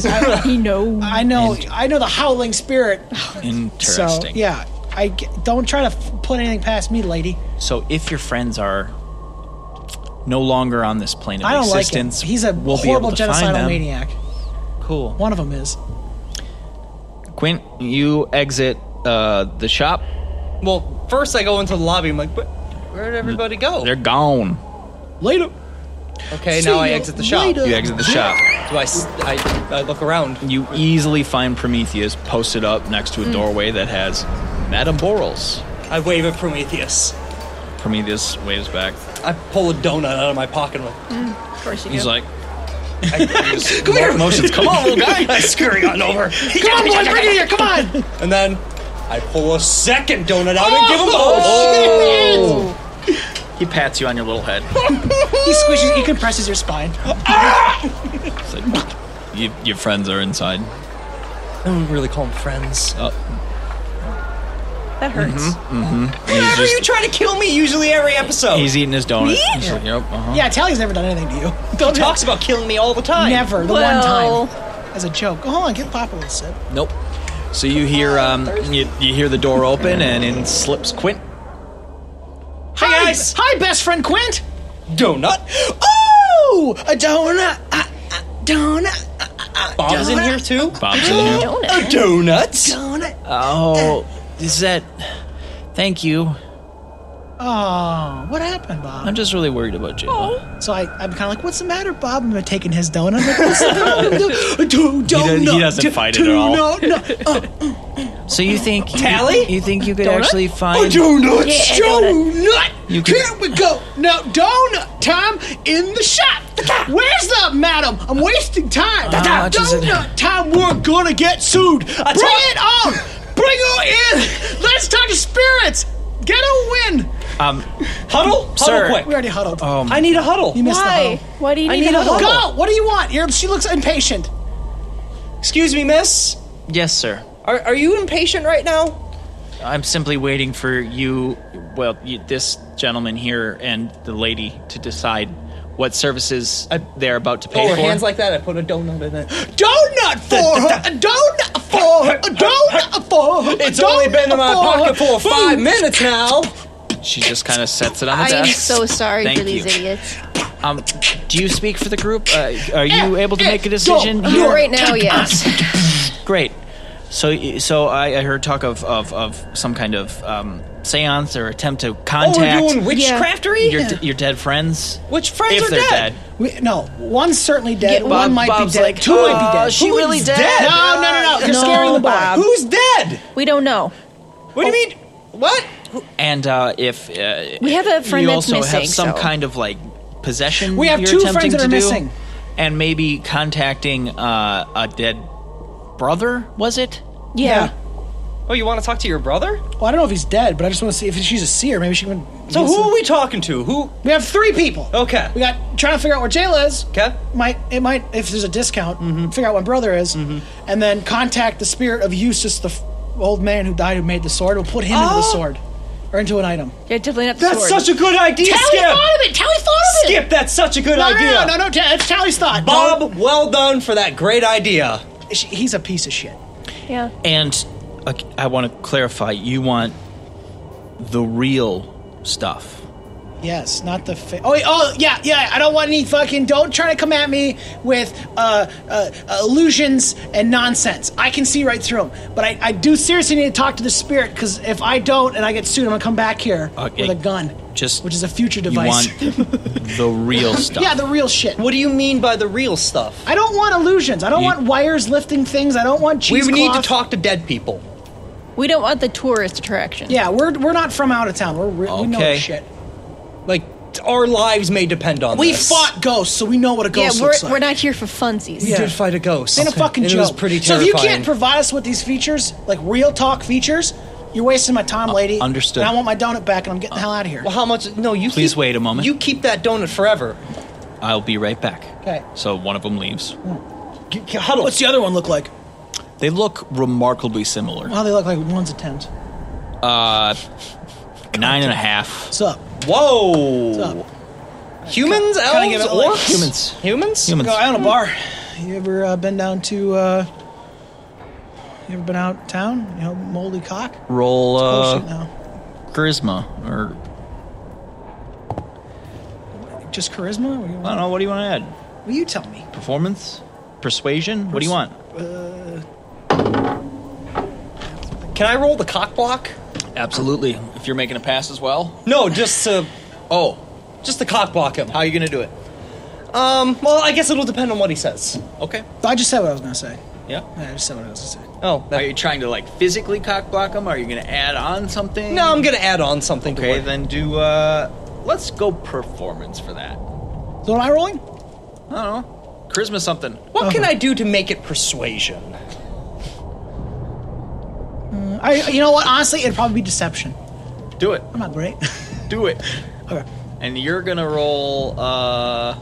S1: [laughs]
S4: I,
S2: You know.
S4: I know. I know the howling spirit. So
S1: Oh, Interesting.
S4: yeah, I g- don't try to f- put anything past me, lady.
S1: So if your friends are no longer on this plane of
S4: I don't like him.
S1: existence,
S4: He's a
S1: we'll
S4: horrible
S1: be able to find
S4: genocidal
S1: them.
S4: maniac.
S1: Cool.
S4: One of them is.
S1: Quint, you exit uh, the shop.
S3: Well, first I go into the lobby. I'm like, but where'd everybody go?
S1: They're gone.
S4: Later.
S3: okay,
S4: See
S3: now I
S4: you
S3: exit the shop.
S4: later.
S3: Do
S1: You exit the shop.
S3: I, s- I- I look around.
S1: You easily find Prometheus posted up next
S4: Mm.
S1: to a doorway that has Madame Borals.
S3: I wave at Prometheus.
S1: Prometheus waves back.
S3: I pull a donut out of my pocket. and I'm
S2: Of course you
S1: He's
S2: do.
S1: like,
S3: like, [laughs] come here.
S1: motions, come on, little
S3: [laughs]
S1: guy.
S3: I scurry on over.
S4: Come on, boy, bring it here. Come on.
S3: [laughs] And then I pull a second donut out and give him both. Oh!
S2: "Oh."
S1: He pats you on your little head.
S4: [laughs] he squishes. He compresses your spine.
S1: It's like, you, your friends are inside. Oh,
S3: I don't really call them friends.
S2: that hurts.
S4: [laughs]
S1: He's,
S3: Whenever you
S1: just,
S3: try to kill me, usually every episode.
S1: he's eating his donut.
S3: Me?
S1: He's like, yep, uh-huh.
S4: Yeah, Tally's never done anything to you. Don't
S3: He talks about killing me all the time.
S4: Never. The
S2: Well.
S4: one time. As a joke. Oh, hold on. Give Pop a little sip.
S1: Nope. So you hear um, you, you hear the door open and in slips Quint.
S4: Hi,
S3: guys.
S4: Hi, best friend Quint.
S3: Donut.
S4: Oh, a donut. A, a donut. A
S3: Bob is in here too.
S1: Bob's in here.
S2: Don't
S3: A donut.
S4: donut.
S1: Oh, is that? Thank you.
S4: Oh, what happened, Bob?
S1: I'm just really worried about you.
S3: Oh,
S4: So I, I'm kind of like, what's the matter, Bob? I'm taking his donut. I'm like, [laughs] what's the problem? Do- do-
S1: does- he
S4: donut,
S1: doesn't
S4: do-
S1: fight it at all.
S4: donut, uh,
S1: So you think you-
S3: Tally?
S1: You, think you could
S2: Donut?
S1: actually
S4: oh,
S1: find?
S4: donut,
S2: Yeah,
S4: donut.
S1: You could-
S4: Here we go. Now, donut time in the shop. Where's the madam? I'm wasting time.
S1: How much is it?
S4: donut time. We're gonna get sued. Bring
S3: told-
S4: it on. Bring her in. Let's talk to spirits. Get a win.
S1: Um,
S3: Huddle. Huddle
S1: Sir.
S3: quick.
S4: We already huddled.
S3: I need a huddle.
S4: You missed the
S2: Why?
S4: huddle.
S2: Why do you
S3: I
S2: need,
S3: need
S2: a
S3: a
S2: huddle?
S3: hug.
S4: Go. What do you want? You're, she looks impatient.
S3: Excuse me, miss.
S1: yes, sir.
S3: Are, are you impatient right now?
S1: I'm simply waiting for you. Well, you, this gentleman here and the lady to decide what services they're about to pay
S3: Oh, her
S1: for.
S3: hands like that. I put a donut in [gasps] it.
S4: donut for her, a donut for her, a donut for her. a
S3: It's only
S4: donut
S3: been in my
S4: for her.
S3: pocket for five
S4: Boom.
S3: minutes now.
S1: she just kind of sets it on the
S2: I am
S1: desk.
S2: so sorry
S1: Thank
S2: for these
S1: you.
S2: idiots.
S1: Um, do you speak for the group? Uh, are you able to
S4: eh,
S1: make a decision?
S4: go.
S1: here?
S2: right now, yes.
S1: Great. So, so I, I heard talk of, of, of some kind of um, seance or attempt to
S3: Oh, we're
S1: contact
S3: doing witchcraftery?
S1: your, d- your dead friends.
S3: Which friends
S1: if
S3: are
S1: they're
S3: dead?
S1: dead?
S4: We, no, one's certainly dead.
S2: Yeah,
S4: one
S1: Bob-
S4: might
S1: Bob's
S4: be dead.
S1: like,
S4: Two might be
S1: uh,
S4: dead.
S1: she
S4: Who
S1: really
S4: is
S1: dead?
S4: No, no, no, no. You're
S2: No,
S4: scaring the boy.
S2: Bob.
S4: Who-
S3: Who's dead?
S2: we don't know.
S3: What do you mean? What?
S1: And uh, if uh,
S2: We have a friend
S1: you
S2: that's
S1: also
S2: missing,
S1: have some
S2: so-
S1: kind of like possession.
S4: We have
S1: you're
S4: two
S1: attempting
S4: friends that
S1: to
S4: are
S1: do,
S4: missing.
S1: and maybe contacting uh, a dead brother. Was it?
S2: Yeah.
S3: [laughs] Oh, you want to talk to your brother?
S4: Well, I don't know if he's dead, but I just want to see if she's a seer. Maybe she can.
S3: So who are we talking to? Who?
S4: We have three people.
S3: Okay.
S4: We got trying to figure out where Jayla is.
S3: Okay.
S4: Might it might if there's a discount, figure out when brother is, and then contact the spirit of Eustace, the f- old man who died who made the sword. We'll put him into the
S3: Oh.
S4: sword or into an item.
S2: Yeah, definitely not the
S3: That's
S2: sword.
S3: such a good idea,
S2: Tally
S3: Skip.
S2: thought of it. Tally thought of it.
S3: Skip, that's such a good
S4: No, no,
S3: idea.
S4: no, no, no, no. It's Tally's thought.
S3: Bob, well done for that great idea.
S4: Don't- she- he's a piece of shit.
S2: Yeah.
S1: And uh, I want to clarify you want the real stuff.
S4: Yes, not the. Fa- oh, oh, yeah, yeah. I don't want any fucking. Don't try to come at me with uh, uh, illusions and nonsense. I can see right through them. But I, I do seriously need to talk to the spirit because if I don't and I get sued, I'm gonna come back here
S1: Okay.
S4: with a gun,
S1: Just
S4: which is a future
S1: you
S4: device.
S1: want the real stuff.
S4: [laughs] yeah, the real shit.
S3: What do you mean by the real stuff?
S4: I don't want illusions. I don't
S1: You-
S4: want wires lifting things. I don't want
S3: We
S4: cheese.
S3: need to talk to dead people.
S2: We don't want the tourist attraction.
S4: Yeah, we're we're not from out of town. We're re- we know
S1: Okay.
S4: shit.
S3: Like our lives may depend on
S4: We
S3: this.
S4: fought ghosts, so we know what a
S2: Yeah,
S4: ghost
S2: we're,
S4: looks like.
S2: we're not here for funsies.
S3: We did fight a ghost.
S4: Ain't a fucking
S3: and
S4: joke.
S3: It was pretty
S4: so if
S3: terrifying.
S4: you can't provide us with these features, like real talk features, you're wasting my time, lady.
S1: understood.
S4: And I want my donut back, and I'm getting the hell out of here.
S3: Uh, well, how much? No, you.
S1: Please
S3: keep-
S1: wait a moment.
S3: You keep that donut forever.
S1: I'll be right back.
S4: Okay.
S1: So one of them leaves.
S3: G- g- Huddle.
S4: What's the other one look like?
S1: They look remarkably similar.
S4: Well, they look like one's a tent.
S1: Nine and a half.
S4: What's up?
S3: Whoa.
S4: What's up?
S3: Humans,
S4: Kinda give
S3: elves,
S4: it like-
S3: orcs,
S1: Humans.
S3: humans,
S1: Humans.
S4: Go out on a bar. You ever uh, been down to? Uh, you ever been out town? You know, moldy cock.
S1: Roll
S4: Oh shit,
S1: uh,
S4: no.
S1: charisma or
S4: Just charisma. What do you
S1: I
S4: want?
S1: don't know. What do you want to add?
S4: Will you tell me?
S1: Performance, persuasion. what do you
S4: Pers-
S1: want?
S3: Can I roll the cock block?
S1: Absolutely. If you're making a pass as well.
S3: No, just to,
S1: Oh,
S3: just to cock block him.
S1: how are you gonna do it?
S3: Um, well, I guess it'll depend on what he says.
S1: Okay.
S4: I just said what I was gonna say.
S1: Yeah.
S4: Yeah, I just said what I was gonna say.
S3: Oh,
S1: Are
S3: that,
S1: you trying to like physically cock block them? Are you gonna add on something?
S3: no, I'm gonna add on something.
S1: Okay,
S3: to it.
S1: then do. uh Let's go performance for that.
S4: So am I rolling?
S1: I don't know. Charisma something.
S3: What can
S4: Okay.
S3: I do to make it persuasion?
S4: I, you know what? Honestly, it'd probably be deception.
S1: Do it.
S4: I'm not great. [laughs]
S1: Do it.
S4: okay.
S1: And you're gonna roll. uh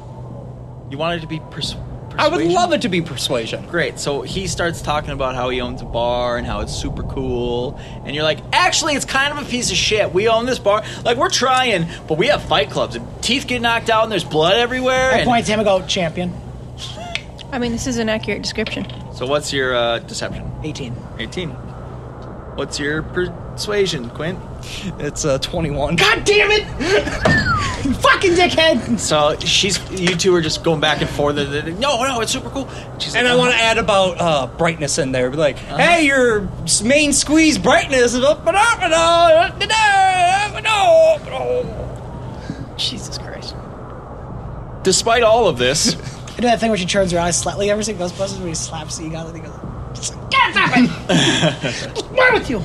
S1: You want it to be pers- persuasion.
S3: I would love it to be persuasion.
S1: Great. So he starts talking about how he owns a bar and how it's super cool. And you're like, actually, it's kind of a piece of shit. We own this bar. Like, we're trying, but we have fight clubs and teeth get knocked out and there's blood everywhere.
S4: I
S1: and-
S4: point to him and go, champion.
S2: I mean, this is an accurate description.
S1: so, what's your uh, deception?
S4: 18.
S1: 18. What's your persuasion, Quint?
S3: It's uh, 21.
S4: God damn it! [laughs] you fucking dickhead!
S1: So she's, you two are just going back and forth. No, no, it's super cool. She's
S3: And
S1: like,
S3: I want to add about uh, brightness in there. Be like,
S1: Uh-huh.
S3: hey, your s- main squeeze brightness is up and up and up and up and up and up.
S2: Jesus Christ.
S1: Despite all of
S4: [laughs]
S1: this,
S4: I do that thing where she turns her eyes slightly. Every single Ghostbusters where he slaps the ego and he goes, "It's like, God damn it! What's wrong with you?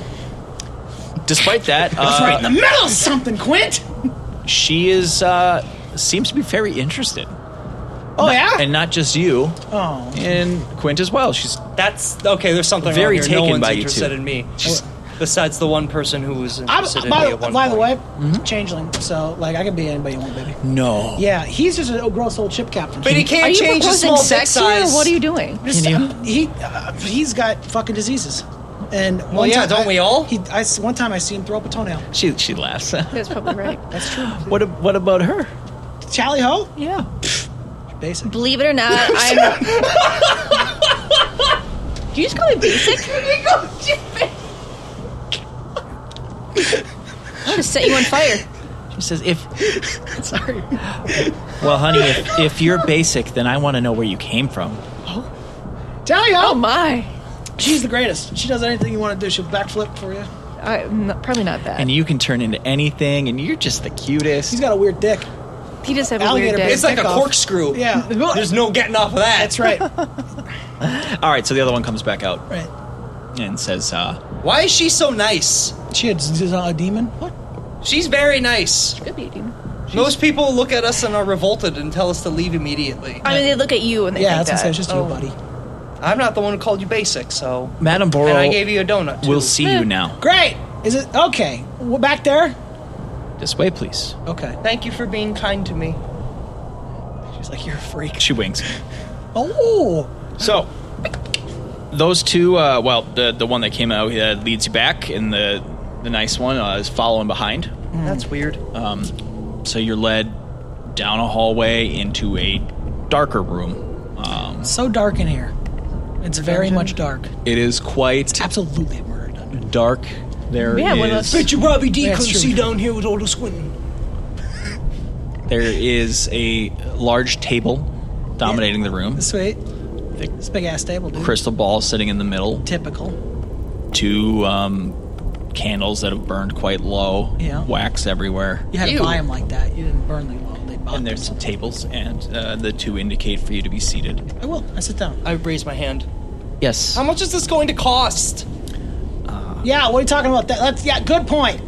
S1: despite that,
S4: It's right in the
S1: uh,
S4: middle of something, Quint!
S1: she is, uh, seems to be very interested.
S4: Oh, yeah?
S1: And not just you.
S4: oh.
S1: and Quint as well. She's
S3: That's okay. There's something
S1: Very
S3: wrong here.
S1: taken
S3: no one's
S1: by you
S3: interested
S1: two.
S3: in me.
S1: She's-
S3: Besides the one person who was
S4: I'm,
S3: interested in me
S4: by,
S3: at one
S4: by the
S3: point. Mm-hmm.
S4: way, changeling, so, like, I can be anybody you want, baby.
S1: no.
S4: Yeah, he's just a gross old chip captain.
S3: but he
S2: Are
S3: can't
S2: you
S3: change his
S2: proposing
S3: small
S2: sex
S3: dick
S2: here, or
S3: size.
S2: what are you doing?
S4: Just,
S1: Can you-
S4: um, he uh, he's got fucking diseases, and well,
S3: yeah, don't we all?
S4: He, I s- one time I seen him throw up a toenail.
S1: She she laughs. [laughs]
S2: That's probably right.
S4: That's true.
S1: what ab- what about her?
S4: Tally ho,
S1: Yeah.
S4: basic.
S2: Believe it or not,
S4: [laughs]
S2: I'm. Do you just call me basic?
S4: [laughs]
S2: I'm to set you on fire.
S1: She says if [laughs] sorry. Well, honey, if, if you're basic, then I want to know where you came from.
S4: Tally ho.
S2: Oh my!
S4: She's the greatest. She does anything you want to do. She'll backflip for you.
S2: I, am not, probably not that.
S1: And you can turn into anything, and you're just the cutest.
S4: He's got a weird dick.
S2: he just have a
S4: Alligator
S2: weird day.
S4: bits.
S3: It's like a
S4: Dick off. [laughs]
S3: corkscrew.
S4: Yeah.
S3: There's no getting off of that.
S4: That's right.
S1: All right, so the other one comes back out
S4: [laughs] right.
S1: and says, uh,
S3: Why is she so nice?
S4: She had z- z- a demon. What?
S3: She's very nice.
S2: Could be a demon.
S3: Most people look at us and are revolted and tell us to leave immediately.
S2: I mean, they look at you and they
S4: Yeah,
S2: think
S4: that's what I
S2: that.
S4: said. It's just
S2: oh,
S4: you, buddy.
S3: I'm not the one who called you basic, so.
S1: Madame Boro
S3: And I gave you a donut. Too.
S1: will see you now.
S4: Great. Is it okay? We're back there.
S1: This way, please.
S4: Okay.
S3: Thank you for being kind to me.
S4: She's like, you're a freak.
S1: She winks.
S4: Oh,
S1: So, those two, uh, well, the the one that came out uh, leads you back, and the the nice one uh, is following behind.
S4: Hmm.
S3: That's weird.
S1: So you're led down a hallway into a darker room. Um,
S4: so dark in here. It's very much dark.
S1: it is quite
S4: Absolutely a murder dungeon.
S1: dark. There
S2: Yeah, well,
S1: is-
S2: that's-
S3: you Robbie D
S4: That's true.
S3: down here with all the squinting.
S1: there is a large table dominating the room.
S4: Sweet. It's a big ass table, dude.
S1: Crystal ball sitting in the middle.
S4: Typical.
S1: Two um, candles that have burned quite low.
S4: Yeah.
S1: Wax everywhere.
S4: You had
S3: Ew.
S4: to buy them like that. You didn't burn them well. They bought
S1: And there's some tables, and uh, the two indicate for you to be seated.
S4: I will. I sit down.
S3: I raise my hand.
S1: Yes.
S3: How much is this going to cost?
S4: Yeah, what are you talking about? That, that's yeah, good point.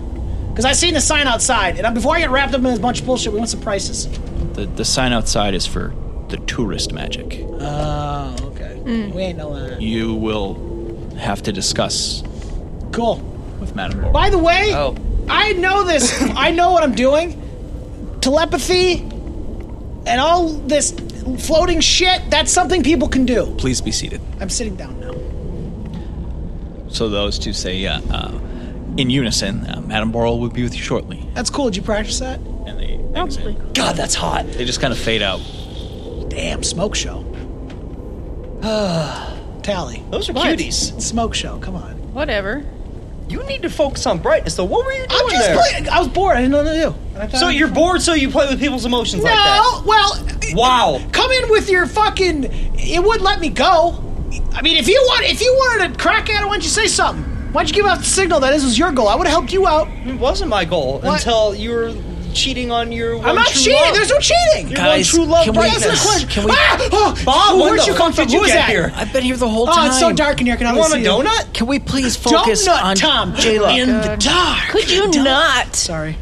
S4: Because I seen the sign outside, and I- before I get wrapped up in this bunch of bullshit, we want some prices.
S1: The, the sign outside is for the tourist magic.
S4: Oh, okay. Mm. We ain't uh, know that.
S1: You will have to discuss
S4: Cool.
S1: with Madame Boro.
S4: By the way,
S3: Oh.
S4: I know this. I know what I'm doing. Telepathy and all this floating shit, that's something people can do.
S1: Please be seated.
S4: I'm sitting down now.
S1: So those two say, uh, uh, in unison, uh, Madame Boro will be with you shortly.
S4: That's cool. Did you practice that?
S1: And they exit.
S2: Probably.
S4: God, that's hot.
S1: They just kind of fade out.
S4: Damn, smoke show. [sighs] Tally.
S3: Those are
S2: What?
S3: cuties.
S4: Smoke show, come on.
S2: Whatever.
S3: You need to focus on brightness, though. What were you doing
S4: I'm just
S3: there?
S4: playing. I was bored. I didn't know what to do. And I thought-
S3: So you're bored, so you play with people's emotions
S4: No,
S3: like that.
S4: well.
S3: Wow.
S4: Come in with your fucking. It wouldn't let me go. I mean, if you want, if you wanted to crack at it, why don't you say something? Why don't you give out the signal that this was your goal? I would have helped you out.
S3: It wasn't my goal
S4: What?
S3: until you were cheating on your. One
S4: I'm not
S3: true
S4: cheating.
S3: Love.
S4: There's no cheating.
S3: Your one true love
S1: can we-
S4: That's the
S1: Yes.
S3: brightness.
S4: question.
S1: Can we-
S4: Ah! Oh,
S3: Bob,
S4: where
S3: when
S4: did
S3: the
S4: you come
S3: fuck
S4: from?
S3: did you
S4: Who is
S3: get
S4: that?
S3: here?
S1: I've been here the whole
S4: Oh, it's so dark in here. I Can I
S3: You want a donut?
S1: Can we please
S4: Donut Tom. in the dark.
S2: Could you not?
S4: Sorry.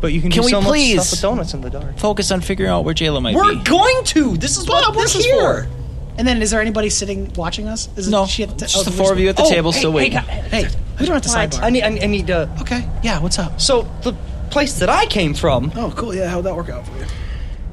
S3: But you can,
S1: Can
S3: do
S1: we
S3: so much
S1: please-
S3: stuff with donuts in the dark.
S1: Focus on figuring out where Jayla might
S3: We're
S1: be.
S3: going to. This is
S4: Bob,
S3: what
S4: we're
S3: this is
S4: here.
S3: for.
S4: And then, is there anybody sitting watching us? Is it
S1: no,
S4: she at
S1: just
S4: oh,
S1: the four of you at the table still waiting.
S4: Hey, we don't have to sidebar.
S3: I need. I need- I need to.
S4: okay. Yeah. What's up?
S3: So the place that I came from,
S4: Oh, cool. Yeah. How'd that work out for you?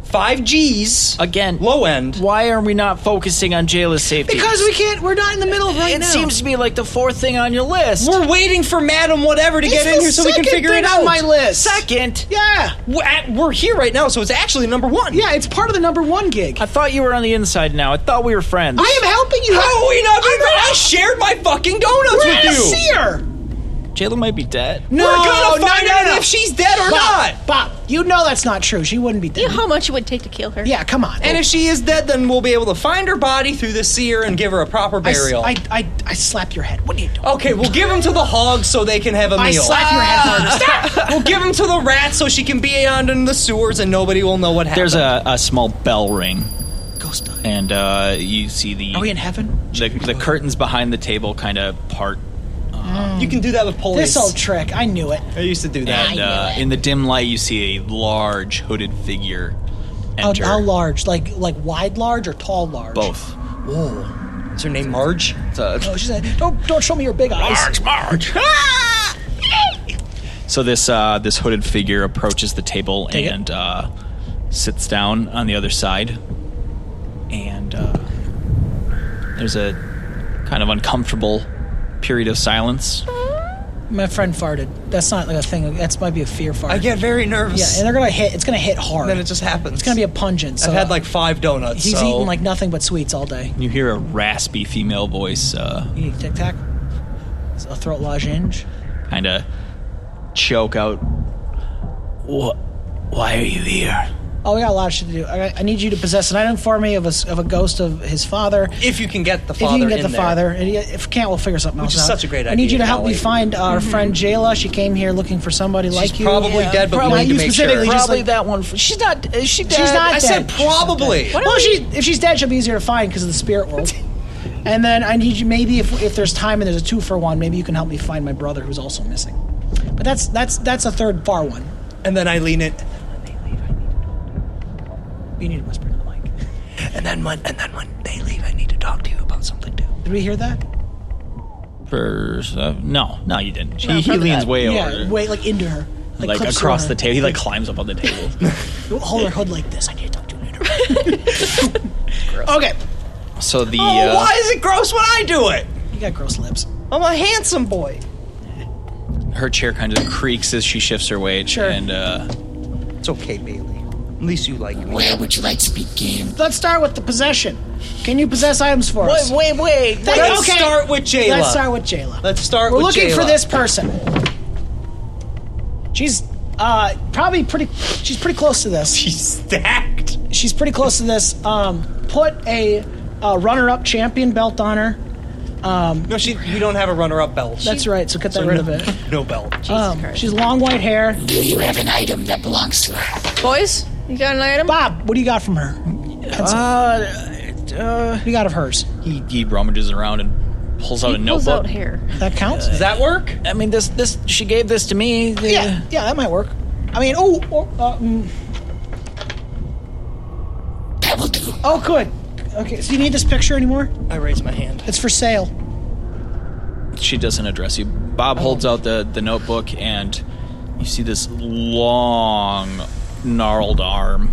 S3: five G's
S1: Again,
S3: low end.
S1: why are we not focusing on Jayla's safety?
S4: Because we can't. We're not in the middle of right
S1: it
S4: now.
S1: seems to be like the fourth thing on your list.
S3: We're waiting for Madam Whatever to
S4: It's
S3: get in
S4: the
S3: here so we can
S4: second
S3: figure
S4: thing
S3: it out.
S4: on my list.
S1: Second,
S4: Yeah.
S3: We're, at, we're here right now, so it's actually number one.
S4: Yeah. It's part of the number one gig.
S1: I thought you were on the inside now. I thought we were friends.
S4: I am helping you.
S3: How are we not
S4: I'm
S3: being I shared my fucking donuts
S4: We're
S3: with
S4: gonna
S3: you.
S4: see her.
S1: Jayla might be dead.
S4: No,
S3: We're gonna
S4: no,
S3: find
S4: no,
S3: out
S4: no.
S3: if she's dead
S4: Bob,
S3: or not.
S4: Bob, you know that's not true. She wouldn't be
S2: You
S4: dead.
S2: know how much it would take to kill her?
S4: Yeah, come on.
S3: And if she is dead, then we'll be able to find her body through the seer and give her a proper
S4: I, s-
S3: burial.
S4: I, I, I slap your head. What are you doing?
S3: okay, we'll give them to the hogs so they can have a meal.
S4: I slap your head
S3: Ah!
S4: harder. Stop.
S3: we'll give them to the rats so she can be on in the sewers and nobody will know what happened.
S1: There's a, a small bell ring,
S4: Ghost Oh, dog.
S1: and uh, you see the
S4: Are we in heaven?
S1: the, the curtains behind the table kind of part,
S3: You can do that with police.
S4: This old trick. I knew it.
S3: I used to do that.
S1: and uh, in the dim light you see a large hooded figure
S4: How,
S1: enter.
S4: how large? Like like wide large or tall large?
S1: Both.
S3: Is her name Marge?
S1: So,
S4: Oh, she said, don't don't show me your big eyes.
S1: Marge. so this uh, this hooded figure approaches the table
S4: Take it.
S1: and uh, sits down on the other side, and uh, there's a kind of uncomfortable period of silence.
S4: My friend farted. That's not like a thing. That's might be a fear fart.
S3: I get very nervous.
S4: Yeah, and they're gonna hit. It's gonna hit hard.
S3: then it just happens.
S4: It's gonna be a pungent. So
S3: I've had like five donuts.
S4: he's
S3: so-
S4: eating like nothing but sweets all day.
S1: You hear a raspy female voice uh,
S4: You need tic tac. It's A throat lozenge.
S1: kind of choke out. What? Why are you here?
S4: Oh, we got a lot of shit to do. I, I need you to possess an item for me of a, s- of a ghost of his father.
S3: If you can get the
S4: If
S3: father
S4: you can get
S3: in
S4: the
S3: there.
S4: father, and y- if can't, we'll figure something
S3: Which
S4: else
S3: is
S4: out.
S3: such a great
S4: I need you
S3: idea,
S4: to help me
S3: Allie.
S4: find our friend Jayla. She came here looking for somebody like you.
S3: probably
S4: Yeah,
S3: dead, but we
S4: probably-
S3: need to
S4: you
S3: make sure.
S4: specifically just,
S1: Probably
S4: like-
S1: that one. f- She's not. Is she dead?
S4: She's not
S3: I
S4: dead.
S3: said
S4: She's not
S3: probably.
S4: dead.
S3: Why
S4: Well, she if she's dead, she'll be easier to find because of the spirit
S3: [laughs]
S4: world. and then I need you maybe if if there's time and there's a two for one, maybe you can help me find my brother who's also missing. But that's that's that's a third bar one.
S3: And then I lean it.
S4: You need to whisper to the mic.
S3: And then when and then when they leave, I need to talk to you about on something too.
S4: Did we hear that?
S1: For, uh, no, no, you didn't. He, he
S2: probably
S1: leans
S2: not.
S1: way
S4: Yeah,
S1: over,
S4: wait, like into her.
S1: like
S4: clips her
S1: across
S4: on
S1: the
S4: her.
S1: table. He like climbs up on the table.
S4: Hold her hood like this. I need to talk to you
S3: [laughs]
S4: later. okay.
S1: so the
S3: Oh,
S1: uh,
S3: why is it gross when I do it?
S4: You got gross lips.
S3: I'm a handsome boy.
S1: her chair kind of creaks as she shifts her weight,
S4: Sure.
S1: and uh,
S3: It's okay, Bailey. At least you like me.
S5: Where would you like to begin?
S4: Let's start with the possession. Can you possess items for us?
S3: wait, wait.
S4: Thank-
S3: Let's
S4: okay.
S3: start with Jayla.
S4: Let's start with Jayla.
S3: Let's start
S4: We're
S3: with
S4: looking for
S3: Jayla.
S4: this person. She's uh, probably pretty. She's pretty close to this.
S3: She's stacked.
S4: she's pretty close to this. Um, put a, uh runner-up champion belt on her.
S3: No, she. We don't have a runner-up belt.
S4: That's right. So cut that
S3: So
S4: rid
S3: no,
S4: of it.
S3: No belt.
S4: Um, she's long white hair.
S5: Do you have an item that belongs to her?
S2: Boys, you got an item?
S4: Bob, what do you got from her? Pencil.
S1: uh, uh,
S4: what do you got of hers?
S1: he, he rummages around and pulls out a
S2: Pulls
S1: notebook.
S2: out hair.
S4: That counts.
S3: Does that work?
S1: I mean, this this she gave this to me. The-
S4: yeah, yeah, that might work. I mean, oh, oh, uh, mm,
S5: That will do.
S4: oh, good. Okay, so you need this picture anymore?
S3: I raise my hand.
S4: It's for sale.
S1: she doesn't address you. Bob holds out the, the notebook, and you see this long, gnarled arm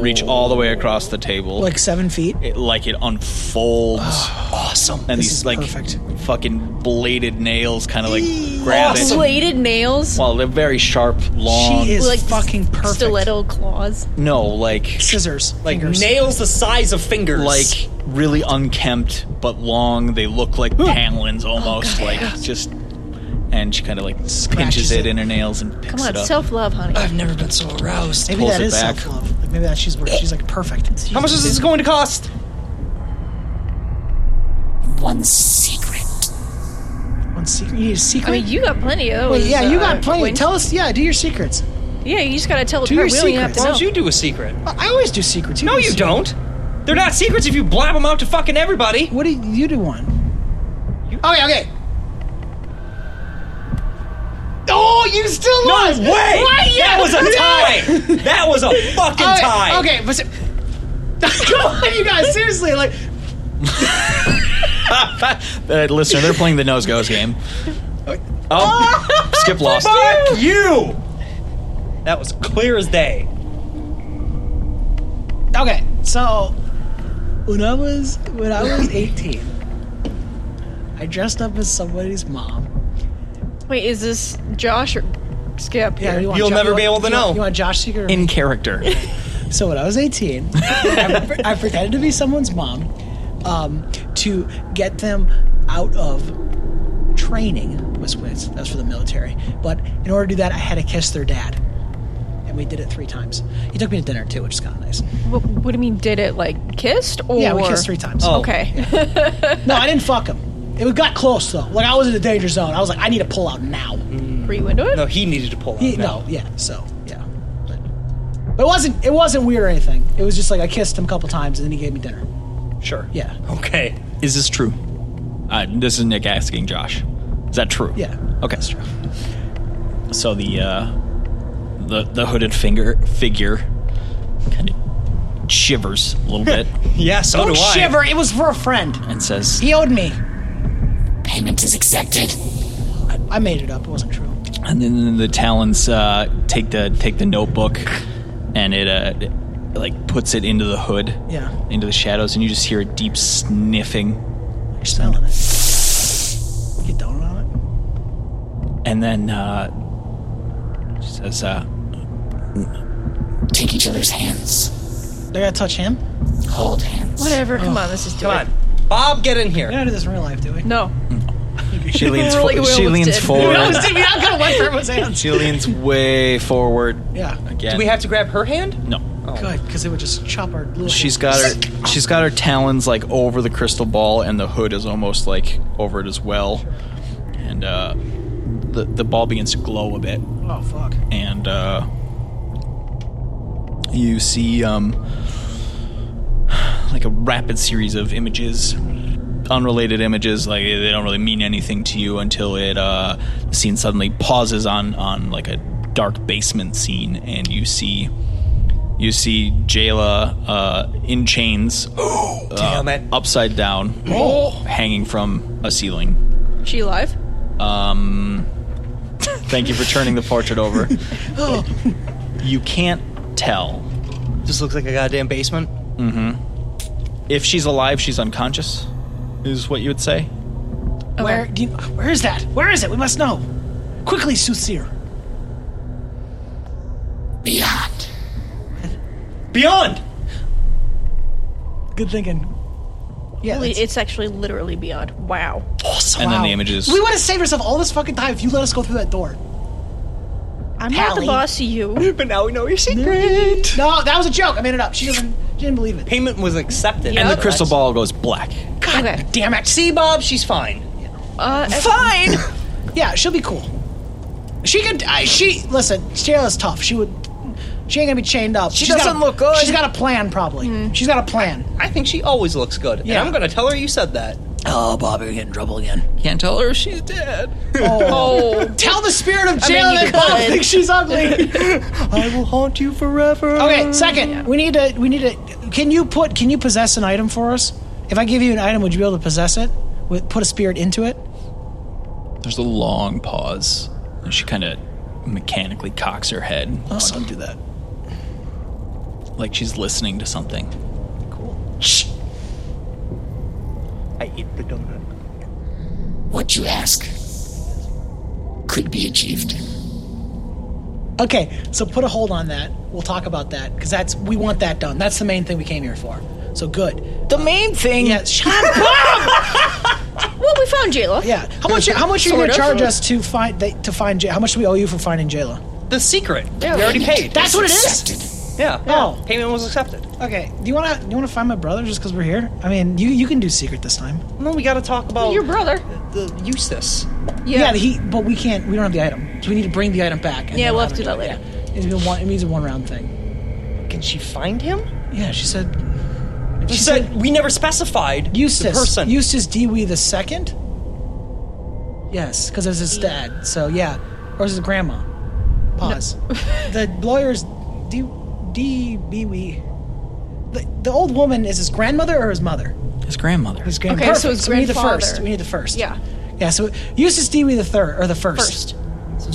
S1: reach all the way across the table,
S4: Oh. Like seven feet.
S1: it, like it unfolds,
S4: Awesome.
S1: and
S4: this
S1: these
S4: is
S1: like
S4: perfect.
S1: fucking bladed nails kind of like grab
S4: Awesome.
S1: it.
S2: Bladed nails.
S1: Well, they're very sharp, long.
S4: She is
S2: Like
S4: fucking perfect.
S2: Stiletto claws.
S1: no, like
S4: Scissors.
S3: Like
S4: fingers.
S3: [laughs] nails the size of fingers.
S1: like really unkempt but long. They look like talons almost, like just. And she kind of like pinches it,
S4: it.
S1: in her nails and picks
S2: Come on,
S1: it up.
S2: self love, honey.
S3: I've never been so aroused.
S4: Maybe
S1: pulls
S4: that
S1: it
S4: is
S1: back.
S4: self-love. Like maybe that's she's where she's like perfect.
S3: How much is this going to cost?
S5: One secret.
S4: One secret. You need a secret.
S2: I mean, you got plenty of
S4: Well,
S2: those.
S4: yeah, you got
S2: uh,
S4: plenty.
S2: Quinn.
S4: Tell us, yeah, do your secrets.
S2: yeah, you just gotta tell it
S4: Do
S2: to her.
S4: your
S2: We don't even have
S4: secrets.
S2: to
S3: Why
S2: know.
S3: don't you do a secret?
S4: I I always do secrets.
S3: No,
S4: do
S3: Oh, you
S4: secrets.
S3: don't. They're not secrets if you blab them out to fucking everybody. [laughs]
S4: What do you, you do one? Okay, okay. Oh, you still
S3: No
S4: lost.
S3: way! That was a tie. that was a fucking
S4: Okay,
S3: tie.
S4: Okay, but se- [laughs] come on, you guys. Seriously, like
S1: Uh, listener, they're playing the nose goes game. Oh, skip lost.
S3: Fuck you. That was clear as day.
S4: okay. So when I was when I was eighteen, I dressed up as somebody's mom.
S2: Wait, is this Josh or Skip? here?
S4: you want
S3: You'll
S4: Jo-
S3: never
S4: you
S3: be
S4: want-
S3: able
S4: you
S3: to
S4: want-
S3: know.
S4: You want Josh secret? or
S1: In character.
S4: [laughs] So when I was 18, I, pre- I pretended to be someone's mom um, to get them out of training. Was was that was for the military? But in order to do that, I had to kiss their dad, and we did it three times. He took me to dinner too, which is kind of nice.
S2: Wha- What, do you mean? Did it like kissed or?
S4: Yeah, we kissed three times.
S3: Oh.
S2: Okay.
S4: No, I didn't fuck him. It got close though. Like I was in the danger zone. I was like, I need to pull out now.
S2: [laughs] Were you into it?
S3: No, Oh, he needed to pull out.
S4: He- no, yeah. So yeah, but it wasn't it wasn't weird or anything. It was just like I kissed him a couple times, and then he gave me dinner.
S3: Sure.
S4: Yeah,
S3: Okay.
S1: Is this true? Uh, this is Nick asking Josh. Is that true?
S4: yeah.
S1: Okay. That's true. So the uh, the the hooded finger figure kind of shivers a little bit
S3: Yeah. So
S4: Don't
S3: do I.
S4: Oh, shiver. It was for a friend.
S1: and says,
S4: He owed me.
S5: Payment is accepted.
S4: I made it up. It wasn't true.
S1: and then the talons uh, take the take the notebook and it uh it, like puts it into the hood
S4: Yeah.
S1: into the shadows and you just hear a deep sniffing
S4: You're selling it. You don't on
S1: And then uh, she says, uh,
S5: Take each other's hands.
S4: it? They gotta touch him.
S5: Hold hands.
S2: Whatever. Come on, let's just do
S3: Come
S2: it.
S3: on, Bob, get in here.
S4: We don't do this in real life, do we?
S2: No.
S4: [laughs]
S1: she leans,
S2: Really,
S1: fo-
S2: we
S1: she
S2: almost
S1: leans
S2: did.
S1: [laughs]
S4: We
S2: [laughs]
S1: forward.
S4: always did. We all got one for everyone's hands.
S1: she leans way forward
S4: Yeah.
S1: again.
S3: Do we have to grab her hand?
S1: no.
S4: Good, because it would just chop our little.
S1: She's got her. She's got her talons like over the crystal ball, and the hood is almost like over it as well. And uh, the the ball begins to glow a bit,
S4: Oh fuck.
S1: and uh, you see um, like a rapid series of images unrelated images like they don't really mean anything to you until it uh the scene suddenly pauses on on like a dark basement scene and you see You see Jayla uh, in chains,
S3: [gasps]
S1: uh,
S3: Damn it. Oh.
S1: upside
S3: [gasps]
S1: down, hanging from a ceiling.
S6: She alive?
S1: Thank you for turning the portrait
S3: [laughs]
S1: over. [gasps] you can't tell Mm-hmm.
S3: This looks like a goddamn basement.
S1: if she's alive. She's unconscious. Is what you would say?
S4: Where do you, where is that? Where is it? We must know. Quickly, soothsayer.
S5: Beyond.
S3: Beyond!
S4: Good thinking. Yeah.
S2: Li-
S4: that's-
S2: It's actually literally beyond. Wow.
S1: And then the images.
S4: We would have saved ourselves all this fucking time if you let us go through that door.
S2: I'm not the
S4: Pally.
S2: boss of you.
S3: But now we know your secret.
S4: No, that was a joke. I made it up. She doesn't. She didn't believe it.
S3: Payment was accepted.
S1: and the
S2: Yep.
S1: crystal ball goes black.
S4: God
S2: [laughs] Okay.
S4: damn it.
S3: See, Bob, she's fine.
S2: Uh,
S6: Fine.
S4: Yeah, she'll be cool. She could. I, she listen. Jayla's tough. She would. She ain't gonna be chained up. She
S3: doesn't look good.
S4: She's got a plan, probably. She's got a plan.
S3: I think she always looks good.
S4: Yeah.
S3: And I'm gonna tell her you said that.
S4: Oh, Bob, you're getting in trouble again.
S6: Can't tell her she's dead.
S4: Oh. Tell the spirit of Jayla
S2: mean,
S4: that
S2: you
S4: Bob
S2: could.
S4: thinks she's ugly.
S3: I will haunt you forever.
S4: okay, second, we need to. We need to. Can you put? Can you possess an item for us? If I give you an item, would you be able to possess it? With, put a spirit into it.
S1: There's a long pause, and she kind of mechanically cocks her head,
S4: so
S3: Oh.
S4: do that.
S1: like she's listening to something.
S3: I eat the donut.
S5: What you ask could be achieved.
S4: Okay, so put a hold on that. We'll talk about that because that's we want that done. That's the main thing we came here for. So good.
S6: The main thing.
S4: Yeah, shut up.
S2: well, we found Jayla.
S4: yeah. How much? How much are you
S6: Sort
S4: gonna
S6: of.
S4: charge us to find they, to find? Jay- How much do we owe you for finding Jayla?
S3: The secret. we already paid.
S4: That's what it is.
S5: Accepted.
S3: yeah.
S4: Oh.
S3: Payment was accepted.
S4: Okay. Do you wanna do you wanna find my brother just because we're here? I mean, you you can do secret this time.
S3: No, we gotta talk about
S2: Your brother.
S3: the Eustace.
S4: Yeah. he. But we can't. We don't have the item, so we need to bring the item back. and
S2: Yeah,
S4: then
S2: we'll
S4: I'll
S2: have to
S4: him
S2: do that
S4: it. Yeah. It's been one, it means a one round thing.
S3: Can she find him?
S4: Yeah, she said.
S3: She said we never specified
S4: Eustace.
S3: the person.
S4: Eustace Dewey the second. Yes, because it was his dad. So yeah, or is it grandma? Pause.
S2: [laughs]
S4: the lawyer's D D Dewey. The, the old woman is his grandmother or his mother?
S1: His grandmother.
S4: His grandmother.
S2: Okay, so his
S4: we need the
S2: grandfather.
S4: first. We need the first.
S2: Yeah.
S4: Yeah. So Eustace Dewey the third or the first.
S2: First.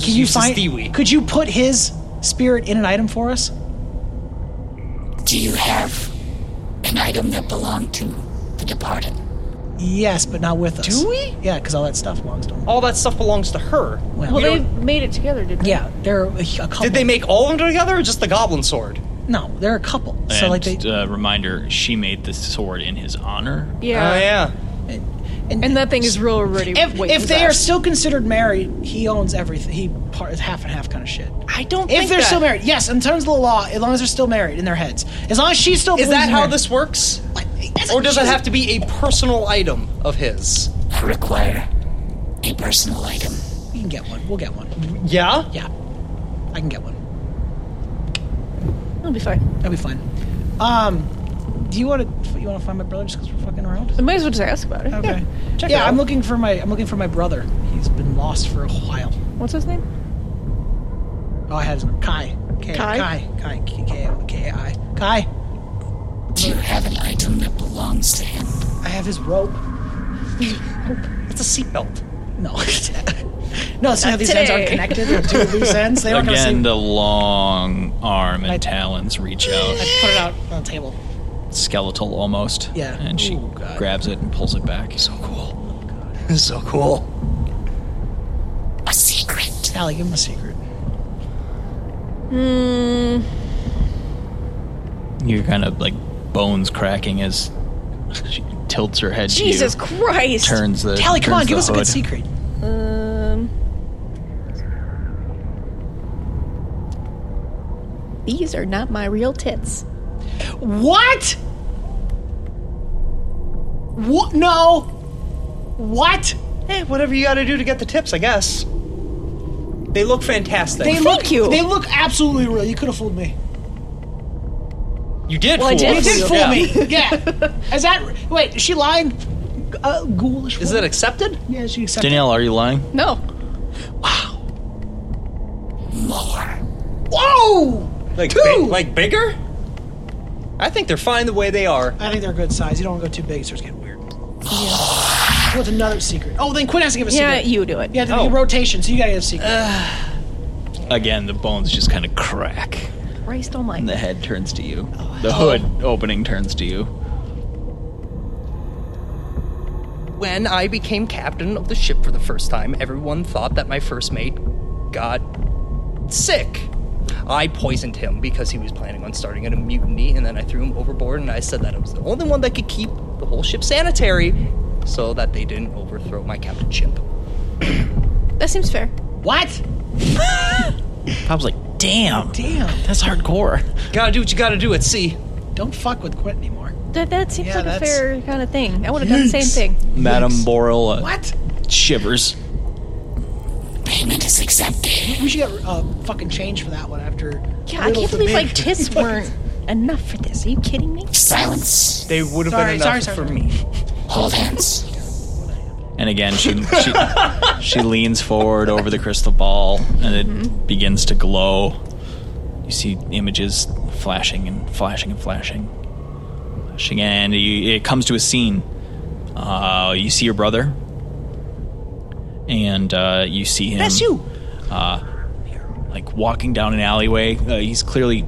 S4: Can you
S3: Eustace
S4: find?
S3: Dewey.
S4: Could you put his spirit in an item for us?
S5: Do you have an item that belonged to the departed?
S4: Yes, but not with us.
S3: Dewey?
S4: Yeah, because all that stuff belongs to
S2: Oh.
S4: him.
S3: All that stuff belongs to her.
S4: Well,
S2: Well,
S4: we
S2: they
S4: don't-
S2: made it together, didn't they?
S4: yeah, they're a couple.
S3: Did they make all of them together or just the goblin sword?
S4: No, they're a couple.
S1: And
S4: so like they.
S1: uh, reminder, she made this sword in his honor.
S2: Yeah.
S3: Oh yeah.
S6: And that thing is real already.
S4: if,
S6: way
S4: if they
S6: back.
S4: are still considered married, he owns everything. He part half and half kind of shit.
S3: I don't
S4: If
S3: think
S4: they're
S3: that-
S4: still married, yes, in terms of the law, as long as they're still married in their heads, as long as she's still.
S3: Is
S4: believes
S3: that
S4: in
S3: how
S4: marriage-
S3: this works?
S4: That's-
S3: Or does it
S4: she's-
S3: have to be a personal item of his?
S5: I require a personal item.
S4: We can get one. We'll get one.
S3: Yeah?
S4: Yeah, I can get one.
S2: It'll be fine.
S4: That'll be fun. Um, do you want to? You want to find my brother just because we're fucking around?
S2: I might as well just ask about it.
S4: Okay.
S3: Check it
S4: yeah,
S3: out.
S4: I'm looking for my I'm looking for my brother. He's been lost for a while.
S2: What's his name?
S4: Oh, I had his name. Kai. K-
S2: Kai?
S4: Kai. Kai. K- K- K- I. Kai.
S5: Do you have an item that belongs to him?
S4: I have his rope.
S3: It's a seatbelt.
S4: No. no, it's not these ends aren't
S2: today.
S4: connected. They're two loose ends. They aren't gonna
S1: Again,
S4: see.
S1: the long arm and
S4: I-
S1: talons reach out,
S4: Put it out on the table.
S1: skeletal almost.
S4: Yeah.
S1: And she
S4: Ooh, God.
S1: grabs it and pulls it back. So cool.
S3: so cool.
S5: A secret.
S4: Allie, give him a secret.
S2: Hmm,
S1: You're kind of like bones cracking as she tilts her head. to you,
S2: Jesus Christ.
S1: Turns the.
S4: Allie, come
S1: turns
S4: on, give
S1: the
S4: us a good
S1: hood.
S4: secret.
S2: Um. These are not my real tits.
S4: What? What? No. What?
S3: Hey, whatever you gotta do to get the tips, I guess. They look fantastic.
S4: They look.
S2: you.
S4: They look absolutely real. You could have fooled me.
S3: you did
S2: Well, I
S3: fool
S2: did
S4: You
S3: us.
S4: did fool
S3: Yeah.
S4: me. Yeah. Is that wait? Is she lying? Uh, ghoulish.
S3: Is
S4: woman.
S3: it accepted?
S4: Yeah, she accepted.
S1: Danielle, are you lying?
S2: No.
S5: More.
S4: Whoa!
S3: Like
S4: Two!
S3: big- like bigger? I think they're fine the way they are.
S4: I think they're a good size. You don't want to go too big; it starts getting weird. What's another secret? Oh, then Quinn has to give a
S2: Yeah,
S4: secret.
S2: you do it.
S4: Yeah, then
S3: Oh.
S4: you Uh, rotation, so you gotta get a secret.
S1: Again, the bones just kind of crack.
S2: Christ almighty.
S1: The head turns to you.
S4: Oh.
S1: The hood opening turns to you.
S3: When I became captain of the ship for the first time, everyone thought that my first mate got sick. I poisoned him because he was planning on starting a mutiny, and then I threw him overboard, and I said that I was the only one that could keep the whole ship sanitary so that they didn't overthrow my captainship.
S2: That seems fair.
S4: What?
S1: I was like, damn,
S4: Damn!
S1: that's hardcore.
S3: Gotta do what you gotta do at sea.
S4: Don't fuck with Quinn anymore.
S2: That, that seems
S4: Yeah,
S2: like a
S4: that's-
S2: fair kind of thing. I would have done the same thing.
S1: Madame Borilla
S4: What?
S1: shivers.
S5: Payment is accepted.
S4: We should get uh, fucking change for that one after.
S2: Yeah, I
S4: Little
S2: can't
S4: to
S2: believe
S4: big.
S2: like tits weren't enough for this. Are you kidding me?
S5: Silence.
S3: They would have
S4: Sorry,
S3: been
S4: sorry,
S3: enough
S4: sorry,
S3: for
S4: sorry.
S3: me.
S5: Hold hands.
S1: And again, she she, she leans forward over the crystal ball, and it begins to glow. You see images flashing and flashing and flashing, flashing, and you, it comes to a scene. Uh, you see your brother, and uh, you see him.
S4: That's you.
S1: like walking down an alleyway. Uh, he's clearly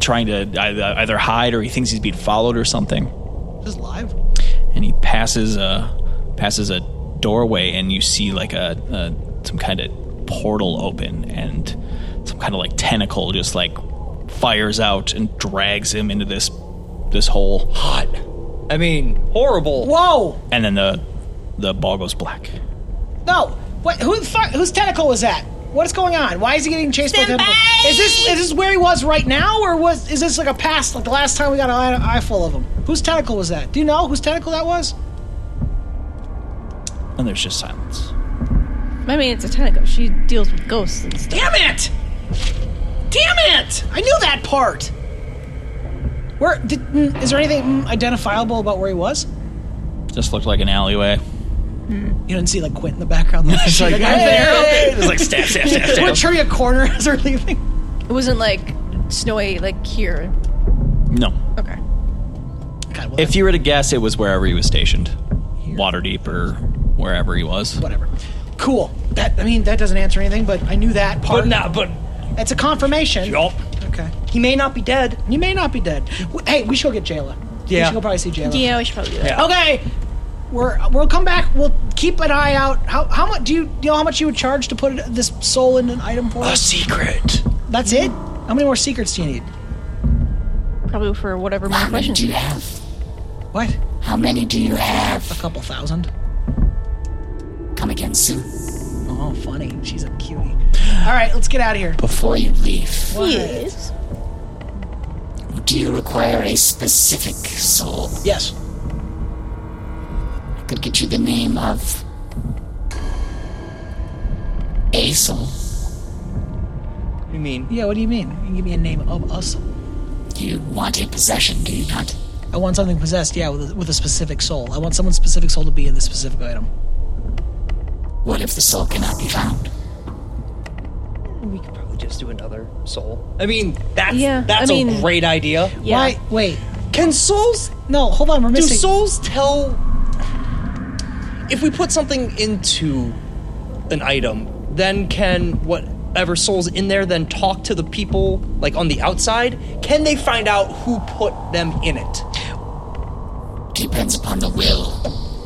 S1: trying to either, either hide or he thinks he's being followed or something.
S4: This is live.
S1: And he passes a passes a doorway, and you see like a, a some kind of portal open, and some kind of like tentacle just like fires out and drags him into this this hole,
S3: Hot. I mean, horrible.
S4: Whoa!
S1: and then the the ball goes black.
S4: No. What? Who the fuck? Whose tentacle was that? What is going on? Why is he getting chased by a tentacle? Is this is this where he was right now, or was is this like a past, like the last time we got an eye, eye full of him? Whose tentacle was that? Do you know whose tentacle that was?
S1: And there's just silence.
S2: I mean, it's a tentacle. She deals with ghosts and stuff.
S4: Damn it! Damn it! I knew that part. Where did, mm, is there anything mm, identifiable about where he was?
S1: Just looked like an alleyway.
S4: You didn't see like Quint in the background. like, like, I'm
S1: It
S4: [laughs]
S1: was like stab, stab, stab,
S4: there. We're
S1: stab.
S4: turning a corner [laughs] as we're leaving.
S2: It wasn't like snowy, like here.
S1: No,
S2: Okay.
S4: God, well,
S1: If you were to guess, it was wherever he was stationed, Waterdeep or wherever he was.
S4: whatever. Cool. That I mean, that doesn't answer anything, but I knew that part.
S3: But nah, but
S4: It's a confirmation.
S3: yup.
S4: Okay.
S3: He may not be dead.
S4: You may not be dead. W- Hey, we should go get Jayla. We
S3: Yeah.
S4: should go probably see Jayla.
S2: Yeah, we should probably do that.
S3: Yeah.
S4: Okay. We're we'll come back. We'll keep an eye out. How how much do you, do you know how much you would charge to put this soul in an item for us?
S1: secret.
S4: That's it. How many more secrets do you need?
S2: Probably for whatever more
S5: How many
S2: questions.
S5: do you have?
S4: What?
S5: How many do you
S4: A
S5: have?
S4: couple thousand.
S5: Come again soon.
S4: Oh, funny. She's a cutie. All right, let's get out of here.
S5: Before you leave,
S2: Yes.
S5: do you require a specific soul?
S4: Yes.
S5: I could get you the name of a soul.
S3: You mean?
S4: Yeah. What do you mean? You can give me a name of us.
S5: You want a possession, do you not?
S4: I want something possessed. Yeah, with a, with a specific soul. I want someone's specific soul to be in this specific item.
S5: What if the soul cannot be found?
S3: We could probably just do another soul. I mean, that's
S2: Yeah,
S3: that's
S2: I mean-
S3: a great idea.
S2: Yeah.
S4: Why? Wait.
S3: Can souls
S4: No. Hold on. We're
S3: do
S4: missing.
S3: souls tell if we put something into an item, then can whatever souls in there then talk to the people like on the outside? Can they find out who put them in it?
S5: Depends upon the will.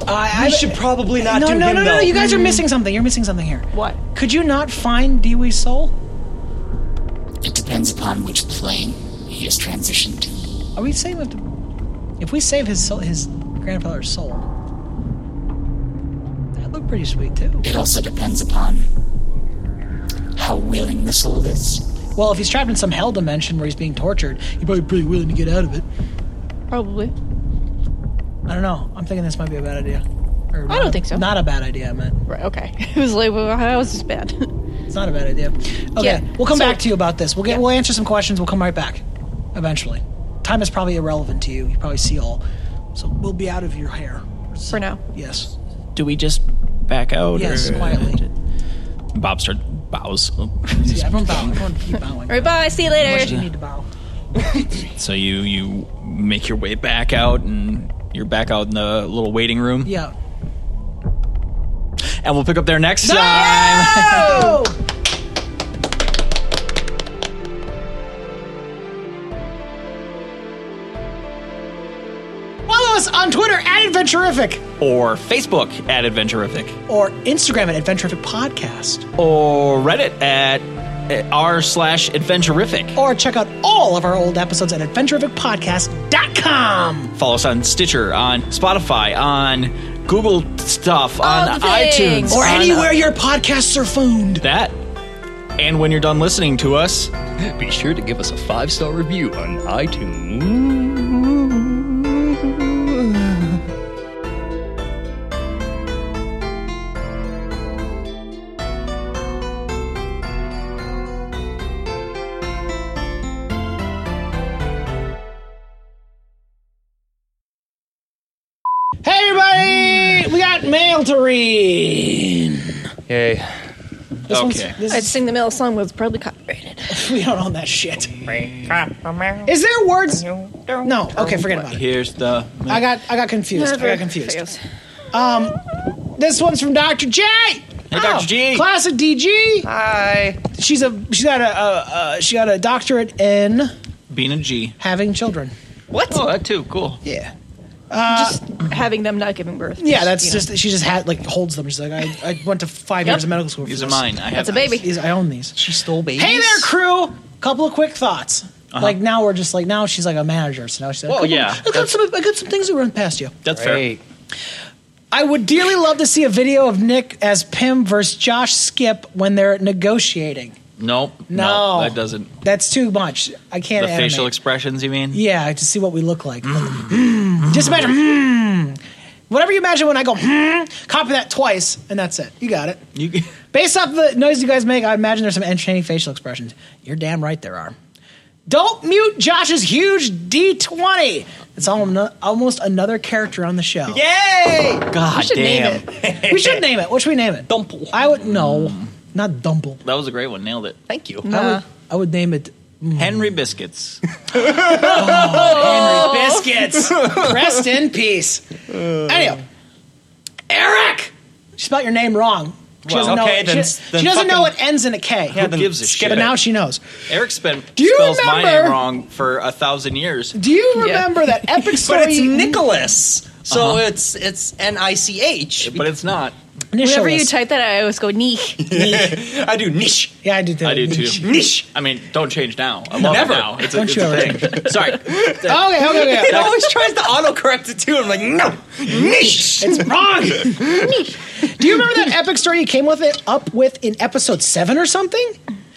S4: I,
S3: We should probably not
S4: no,
S3: do
S4: no,
S3: him
S4: no, no,
S3: though.
S4: You guys are missing something. You're missing something here.
S2: What?
S4: Could you not find Dewey's soul?
S5: It depends upon which plane he is transitioned to.
S4: Are we saying with the, if we save his soul, his grandfather's soul? That looked pretty sweet too.
S5: It also depends upon how willing the soul is.
S4: Well, if he's trapped in some hell dimension where he's being tortured, he's probably pretty willing to get out of it.
S2: Probably.
S4: I don't know. I'm thinking this might be a bad idea. Or
S2: I don't think so.
S4: Not a bad idea, I meant.
S2: Right. Okay. [laughs] It was like, well, how is this bad? [laughs]
S4: It's not a bad idea. Okay,
S2: Yeah.
S4: we'll come
S2: So-
S4: back to you about this. We'll get we'll answer some questions. We'll come right back, eventually. Time is probably irrelevant to you. You probably see all, so we'll be out of your hair.
S2: for now.
S4: Yes.
S1: Do we just back out?
S4: Yes,
S1: or-
S4: quietly.
S1: Bob starts bows.
S4: Yeah, everyone bow. Everyone keep bowing.
S2: [laughs] All right. Bye. See you
S4: How much do
S2: later.
S4: you need to bow?
S1: So you you make your way back out, and you're back out in the little waiting room.
S4: Yeah.
S1: And we'll pick up there next time.
S4: [laughs] Follow us on Twitter at Adventurific
S1: or Facebook at Adventurific.
S4: or Instagram at Adventurific Podcast.
S1: Or Reddit at uh, r slash Adventurific.
S4: Or check out all of our old episodes at adventurificpodcast.com.
S1: Follow us on Stitcher, on Spotify, on Google stuff, on
S6: the things.
S1: iTunes.
S4: Or
S1: on-
S4: anywhere your podcasts are found.
S1: That. And when you're done listening to us,
S3: Be sure to give us a five star review on iTunes.
S4: Hey, everybody! We got mail to read.
S3: Yay.
S4: This one's-
S1: Okay.
S4: this
S2: I'd
S4: is,
S2: sing the middle song, but it's probably copyrighted.
S4: [laughs] we don't own that shit. Is there words? No. Okay, forget about it.
S1: here's the.
S4: I got I got confused. I got confused. Um,
S2: Fails.
S4: This one's from Dr. J. Hey,
S1: Dr. G.
S4: Class of DG.
S3: Hi.
S4: She's a she's got a, a, a she got a doctorate in
S1: Being a G.
S4: having children.
S1: What? Oh, that too. Cool.
S4: Yeah.
S2: Just having them not giving birth.
S4: Uh, Yeah, that's
S2: you know.
S4: just she just had like holds them. She's like I, I went to five
S2: Yep.
S4: years of medical school. For
S1: These are
S4: this.
S1: mine. I have
S2: That's a baby.
S4: These I own these.
S3: She stole babies.
S4: Hey there, crew. Couple of quick thoughts. Like now we're just like now she's like a manager. So now she's like,
S1: Uh-huh. Well,
S4: "Couple-
S1: yeah,
S4: I got some I got some things that run past you.
S1: That's
S3: Great.
S1: fair.
S4: I would dearly love to see a video of Nick as Pim versus Josh Skip when they're negotiating.
S1: Nope.
S4: No,
S1: that doesn't.
S4: That's too much. I can't.
S1: The
S4: animate.
S1: facial expressions, you mean?
S4: Yeah, to see what we look like.
S1: Mm-hmm.
S4: Mm-hmm. Just imagine. "Mm." Whatever you imagine when I go, "Mm," copy that twice, and that's it. You got it.
S1: You, [laughs]
S4: Based off the noise you guys make, I imagine there's some entertaining facial expressions. You're damn right there are. Don't mute Josh's huge D20. It's almo- almost another character on the show.
S1: Yay! God
S2: should name
S1: damn. [laughs]
S4: We should name it. What should we name it?
S3: Dumple.
S4: I would, no,
S1: Mm-hmm.
S4: not Dumple.
S1: That was a great one. Nailed it.
S3: Thank you.
S4: I, would, I would name it
S1: Henry Biscuits.
S4: Biscuits. Rest in peace. Anyhow, Eric! She spelled your name wrong. She
S1: Well,
S4: doesn't,
S3: okay,
S4: know,
S3: then-
S4: it. she,
S3: then
S4: she doesn't know it
S3: fucking-
S4: ends in a K.
S1: Who then gives a skip shit?
S4: But
S1: it.
S4: now she knows.
S1: Eric spent,
S4: you
S1: spells my name
S4: remember-
S1: wrong for a thousand years.
S4: Do you remember
S3: [laughs]
S4: that epic story?
S3: But it's Nicholas. So
S1: Uh-huh.
S3: it's it's N I C H.
S1: But it's not.
S2: Whenever you
S4: Initialist.
S2: type that, I always go nee.
S3: I do niche.
S4: yeah, I do too.
S1: I do too.
S3: Niche.
S1: I mean, don't change now. I love
S3: Never.
S1: it now. It's a,
S4: Don't
S1: it's
S4: you
S1: a
S4: ever
S1: thing.
S4: [laughs]
S1: Sorry.
S4: Okay, okay, okay.
S3: [laughs] It always tries to autocorrect it too. I'm like, no, niche.
S4: It's wrong. [laughs] Do you remember that epic story you came with it up with in episode seven or something?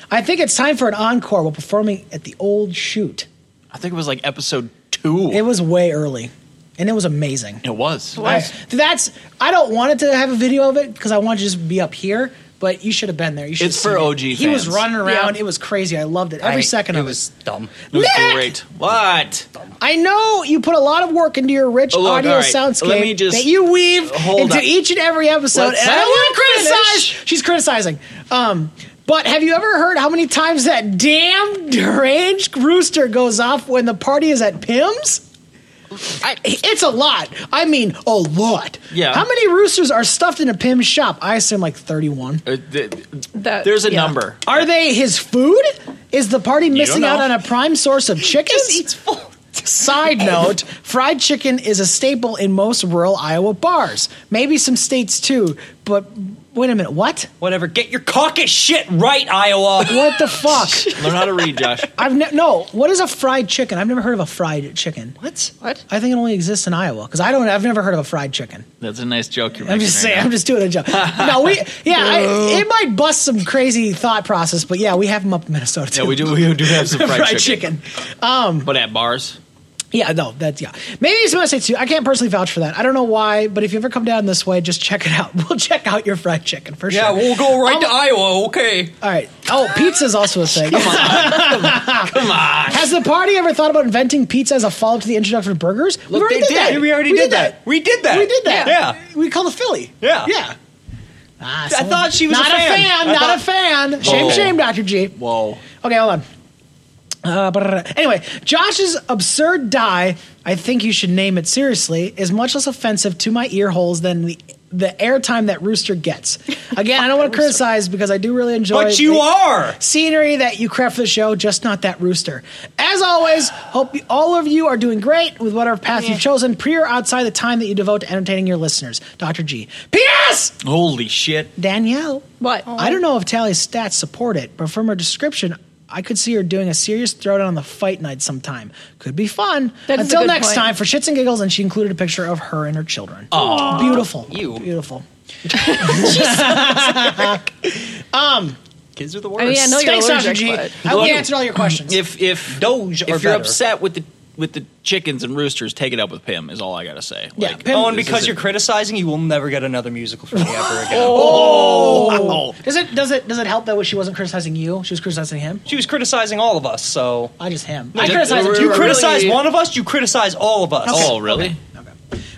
S4: I think it's time for an encore while performing at the old shoot.
S1: I think it was like episode two.
S4: It was way early, and it was amazing.
S1: It was.
S4: I- that's I don't want it to have a video of it because I want it to just be up here. But you should have been there. You should
S1: It's
S4: have
S1: for
S4: seen it.
S1: OG
S4: He was
S1: fans.
S4: running around.
S2: Yeah.
S4: It was crazy. I loved it. Every
S3: I-
S4: second
S3: it
S4: of
S3: was dumb.
S1: It was
S4: Nick!
S1: great. What?
S4: I know you put a lot of work into your rich
S1: Oh, look,
S4: audio
S1: all right.
S4: soundscape
S1: Let me just-
S4: that you weave
S1: Hold
S4: into
S1: on.
S4: each and every episode.
S1: Let's
S4: and I
S1: let
S4: don't want to
S1: him
S4: criticize.
S1: finish.
S4: She's criticizing. Um, but have you ever heard how many times that damn deranged rooster goes off when the party is at Pim's? I, it's a lot. I mean, a lot.
S1: Yeah.
S4: How many roosters are stuffed in a Pim's shop? I assume like 31.
S1: Uh, th-
S2: That,
S1: There's a
S2: yeah.
S1: number.
S4: Are they his food? Is the party missing out
S1: know.
S4: on a prime
S1: [laughs]
S4: source of chicken?
S3: It's full.
S4: Side note, fried chicken is a staple in most rural Iowa bars. Maybe some states too, but wait a minute, what?
S3: Whatever. Get your caucus shit right, Iowa.
S4: What the
S1: [laughs]
S4: fuck?
S1: Learn how to read, Josh.
S4: I've ne- no, what is a fried chicken? I've never heard of a fried chicken.
S3: what?
S2: What?
S4: I think it only exists in Iowa because I don't. I've never heard of a fried chicken.
S1: That's a nice joke you're making.
S4: I'm just
S1: right
S4: saying.
S1: now.
S4: I'm just doing
S1: [laughs]
S4: a joke. No, we. Yeah, I, it might bust some crazy thought process, but yeah, we have them up in Minnesota. Too.
S1: Yeah, we do. We do have some fried,
S4: [laughs] fried
S1: chicken.
S4: chicken.
S1: but at bars.
S4: Yeah, no, that's yeah. Maybe it's Moose too. I can't personally vouch for that. I don't know why, but if you ever come down this way, just check it out. [laughs] We'll check out your fried chicken for
S3: Yeah,
S4: sure.
S3: we'll go right to Iowa. Okay.
S4: All right. Oh, pizza's also a thing. come on. [laughs] Has the party ever thought about inventing pizza as a follow-up to the introduction of burgers? We
S3: Look, they did. We already did that. We did that.
S4: We did that.
S3: Yeah.
S4: We called it Philly.
S3: Yeah.
S4: Yeah. Ah,
S3: I
S4: someone-
S3: thought she was a
S4: not
S3: fan. I
S4: not
S3: thought-
S4: a fan. Shame,
S1: Whoa.
S4: shame, Dr. G.
S1: Whoa.
S4: Okay, hold on. Uh, but anyway, Josh's absurd die, I think you should name it seriously, is much less offensive to my ear holes than the the airtime that Rooster gets.
S3: [laughs]
S4: Again, I don't want to criticize because I do really enjoy
S3: But you
S4: the
S3: are!
S4: scenery that you craft for the show, just not that rooster. As always, hope you, all of you are doing great with whatever path you've chosen, pre or outside the time that you devote to entertaining your listeners. Dr. G. P.S.
S1: Holy shit.
S4: Danielle.
S6: What?
S4: I don't know if Tally's stats support it, but from her description, I could see her doing a serious throwdown on the fight night sometime. Could be fun.
S6: That is a
S4: Until
S6: good
S4: next
S6: point.
S4: time, for shits and giggles, and she included a picture of her and her children. Oh, beautiful.
S3: you.
S4: Beautiful.
S3: Kids are the
S6: I
S3: worst.
S6: mean, I know you're
S4: Thanks, Dr.
S6: allergic,
S4: G.
S6: but
S2: [laughs]
S4: I hope we answered all your questions.
S1: If if
S3: Doge
S1: if
S3: are
S1: you're
S3: better.
S1: upset with the with the chickens and roosters, take it up with Pim. Is all I gotta say.
S4: Yeah,
S1: Like,
S4: Pim-
S3: Oh, and
S1: this
S3: because
S1: is
S3: you're
S1: it.
S3: criticizing, you will never get another musical from me [laughs] ever again.
S4: Oh. Does it does it does it help that she wasn't criticizing you? She was criticizing him.
S3: She was criticizing all of us, so.
S4: I just him.
S1: I
S4: I
S1: just-
S4: criticize him.
S1: we're-
S4: too.
S3: You
S1: Really-
S3: criticize one of us, you criticize all of us.
S1: Oh, really?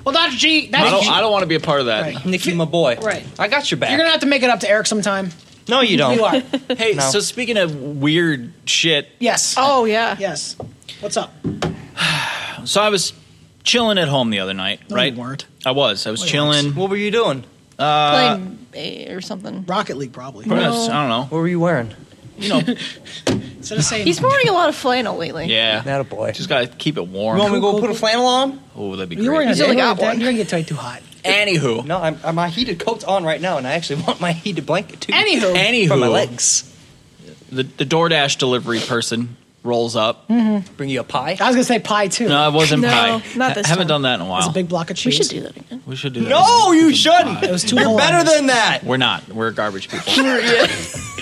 S4: Well, Dr. G, that's
S1: I don't. I don't want to be a part of that.
S4: Right.
S3: Nikki, my boy.
S6: Right.
S3: I got your back.
S4: you're gonna have to make it up to Eric sometime.
S3: no, you don't.
S4: You
S1: [laughs]
S4: are.
S1: Hey,
S3: No.
S1: so speaking of weird shit,
S4: yes.
S6: Oh yeah.
S4: Yes. What's up?
S1: so I was chilling at home the other night,
S4: No,
S1: right?
S4: you weren't.
S1: I was. I was chilling.
S3: [laughs] What were you doing?
S6: Playing eh, or something.
S4: Rocket League probably.
S1: I was- I don't know.
S3: What were you wearing?
S1: You know.
S4: Instead of saying
S6: He's been wearing a lot of flannel lately.
S1: yeah.
S3: Not a boy.
S1: Just gotta keep it warm.
S3: you want me to go
S4: Cool,
S3: put
S4: cool,
S3: a flannel on?
S1: Oh, that'd be
S4: you're
S1: great.
S4: wearing a
S6: He's only
S4: you're
S6: got
S4: gonna-
S6: one.
S4: You're gonna get way too hot.
S1: Anywho,
S3: No, I'm, I'm, my heated coat's on right now, and I actually [laughs] want my heated blanket too.
S4: Anywho.
S1: Anywho.
S3: For my legs.
S1: the the DoorDash delivery person rolls up.
S3: Bring you a pie?
S4: I was gonna say pie too.
S1: No, it wasn't
S6: No,
S1: pie.
S6: not this
S1: Haven't
S6: time.
S1: done that in a while.
S4: It's a big block of cheese.
S6: We should do that again.
S1: We should do that.
S3: No, you shouldn't.
S4: It was too
S3: You're
S4: whole
S3: better
S4: hours.
S3: than that.
S1: We're not. We're garbage people.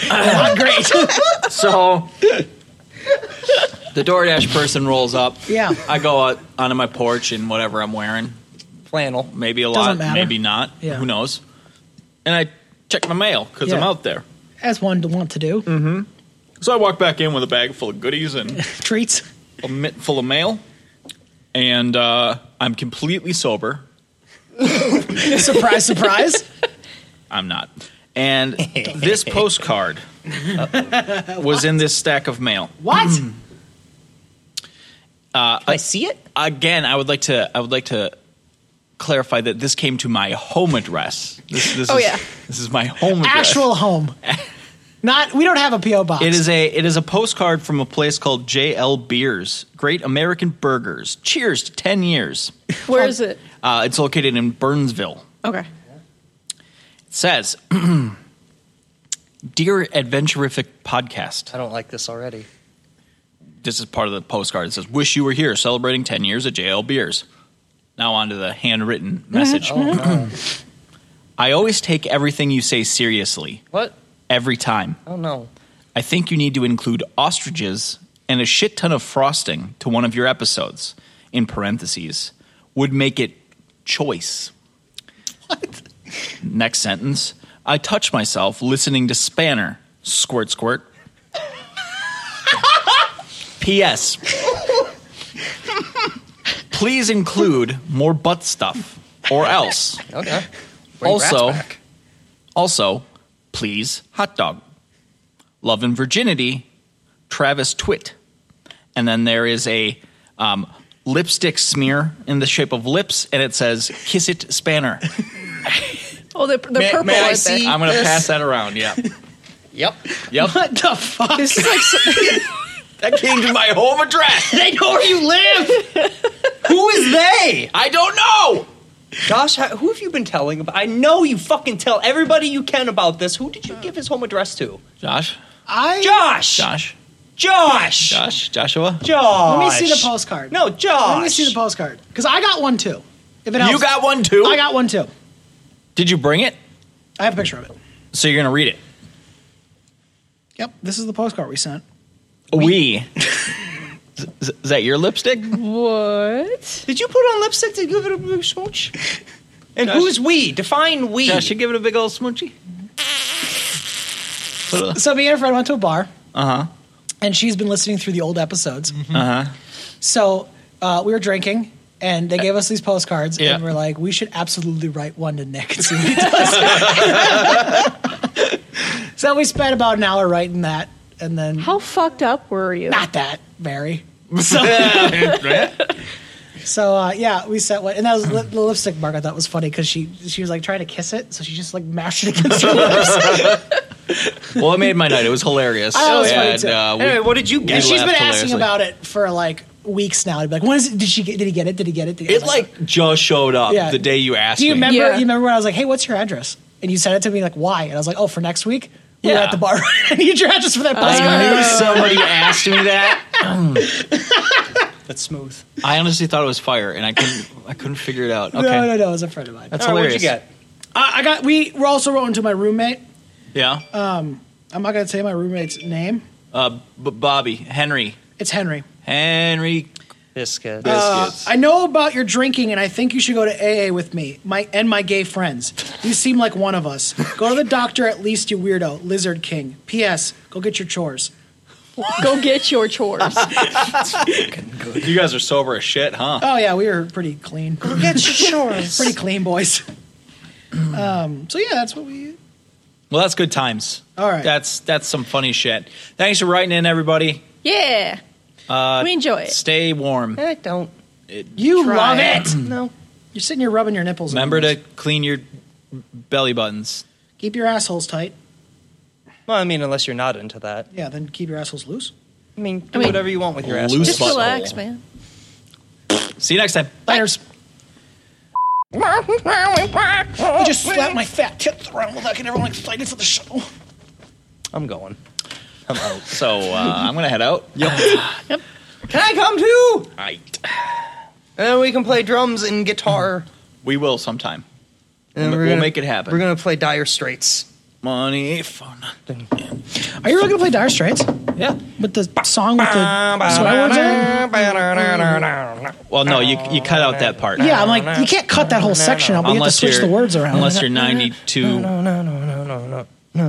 S4: Not great. [laughs]
S1: so the DoorDash person rolls up.
S4: Yeah.
S1: I go out onto my porch in whatever I'm wearing.
S3: Flannel.
S1: Maybe a lot,
S4: Doesn't matter.
S1: maybe not.
S4: Yeah.
S1: Who knows? And I check my mail because I'm
S4: Yeah.
S1: out there.
S4: As one to want to do
S1: Mm. So I walk back in with a bag full of goodies
S4: [laughs]
S1: and
S4: treats.
S1: a mitt full of mail, and uh, I'm completely sober. [laughs]
S4: surprise, surprise.
S1: I'm not. And
S4: [laughs]
S1: this postcard uh, was in this stack of mail.
S4: What?
S1: Uh,
S3: I see it.
S1: Again, I would like to. I would like to clarify that this came to my home address. This, this
S6: Oh,
S1: is,
S6: yeah.
S1: This is my home address.
S4: Actual
S1: [laughs]
S4: home. Not. We don't have a PO box.
S1: It is a it is a postcard from a place called JL Beers, Great American Burgers. Cheers to ten years.
S6: Where is it?
S1: Uh, it's located in Burnsville.
S6: Okay.
S1: It says, [clears throat] "Dear Adventurific Podcast."
S3: I don't like this already.
S1: This is part of the postcard. It says, "Wish you were here, celebrating ten years at JL Beers." Now on to the handwritten message. [laughs] I always take everything you say seriously.
S3: What?
S1: Every time.
S3: Oh no.
S1: I think you need to include ostriches and a shit ton of frosting to one of your episodes, in parentheses, would make it choice. What? Next sentence I touch myself listening to Spanner. Squirt, squirt. [laughs] P.S. Please include more butt stuff, or else.
S3: Okay.
S1: also, also, please hot dog. Love and Virginity, Travis Twitt, and then there is a um, lipstick smear in the shape of lips, and it says "Kiss It Spanner."
S6: Oh, they're, they're
S3: May-
S6: purple.
S3: may I
S6: bet.
S3: see?
S1: I'm gonna
S3: Yes.
S1: pass that around. Yeah,
S3: Yep.
S1: [laughs] yep.
S4: What the fuck?
S6: This is like so-
S4: [laughs]
S1: That came to my home address.
S4: they know where you live.
S1: [laughs]
S3: Who is they?
S1: I don't know.
S3: Josh, how, who have you been telling about? I know you fucking tell everybody you can about this. Who did you give his home address to?
S1: Josh,
S4: I.
S3: Josh.
S1: Josh,
S3: Josh.
S1: Josh, Joshua.
S3: Josh.
S4: Let me see the postcard.
S3: No, Josh.
S4: Let me see the postcard because I got one too. If it helps.
S1: You got one too.
S4: I got one too.
S1: Did you bring it?
S4: I have a picture of it.
S1: So you're gonna read it.
S4: Yep. This is the postcard
S1: [laughs]
S4: we sent.
S1: We. [laughs] is, is that your
S4: [laughs]
S1: lipstick?
S6: what?
S3: Did you put on lipstick to give it a big smooch? And who's we? Define we.
S1: Josh, you give it a big old smoochie.
S4: So me and a friend went to a bar. Uh
S1: Uh-huh.
S4: huh. And she's been listening through the old episodes.
S1: Mm-hmm.
S4: Uh huh. So uh, we were drinking, and they gave us these postcards,
S1: Yeah.
S4: and we're like, we should absolutely write one to Nick and see [laughs] what he does. so we spent about an hour writing that. and then
S6: How fucked up were you?
S4: not that very. So, so uh, yeah, we set one, and that was li- the lipstick mark. I thought was funny because she she was like trying to kiss it, so she just like mashed
S1: [laughs]
S4: it against her lips.
S1: Well, it made my night. It was hilarious.
S4: I always find it
S1: and
S4: too.
S1: uh, we,
S3: Anyway, what did you
S1: we
S3: get?
S4: And she's been
S1: laughed
S4: asking
S1: hilariously.
S4: about it for like weeks now. I'd be like, when is it? Did she get? Did he get it? Did he get it? Did he
S1: It like just showed up
S4: Yeah.
S1: the day you asked
S4: Do you
S1: me.
S4: remember?
S6: Yeah.
S4: You remember when I was like, "Hey, what's your address?" And you sent it to me like, "Why?" And I was like, "Oh, for next week." We were
S1: Yeah.
S4: at the bar. [laughs] I need your address for that postcard.
S1: I knew somebody asked me that.
S3: [laughs] That's smooth.
S1: I honestly thought it was fire, and I couldn't. I couldn't figure it out. Okay,
S4: No, no, no. It was a friend of mine.
S1: that's
S3: All right,
S1: hilarious.
S3: what'd you get?
S4: I, I got. We were also wrote into my roommate.
S1: Yeah, uh,
S4: I'm not gonna say my roommate's name.
S1: B- Bobby Henry
S4: It's Henry.
S1: Henry.
S3: Biscuit.
S4: Uh, I know about your drinking, and I think you should go to AA with me, my and my gay friends. You seem like one of us. Go to the doctor at least, you weirdo, lizard king. P.S. Go get your chores.
S6: Go get your chores.
S1: You guys are sober as shit, huh?
S4: Oh yeah, we were pretty clean. Go get [laughs] your chores. pretty clean, [clears throat] boys. Um. So yeah, that's what we.
S1: Well, that's good times.
S4: All right.
S1: that's that's some funny shit. Thanks for writing in, everybody.
S6: yeah. Uh, we enjoy it.
S1: Stay warm.
S3: I don't.
S4: You
S6: Try
S4: love
S6: it.
S4: [clears throat] it.
S3: No.
S4: You're sitting here rubbing your nipples.
S1: Remember to clean your belly buttons.
S4: keep your assholes tight.
S3: Well, I mean, unless you're not into that.
S4: Yeah, then keep your assholes loose.
S3: I mean, do
S6: I mean-
S3: whatever you want with your ass.
S1: Loose
S6: Just
S1: butthole.
S6: relax, man.
S1: See you next time.
S4: Fires. I just slapped my fat tits around without getting everyone excited for the show.
S3: I'm going. I'm out.
S1: So uh, I'm gonna head out.
S3: Can I come too?
S1: Right.
S3: And then we can play drums and guitar.
S1: We will sometime.
S3: And
S1: We'll-
S3: we're
S1: we'll
S3: gonna-
S1: make it happen.
S3: We're gonna play Dire Straits.
S1: Money for nothing.
S4: Are you really gonna play Dire Straits
S1: Yeah.
S4: with the song with the swear words in it?
S1: Well, no, you you cut out that part.
S4: Oh, Yeah, I'm like, you can't cut that whole section out. We have to
S1: Unless
S4: switch
S1: you're-
S4: the words around.
S1: Unless
S4: [laughs]
S1: you're 92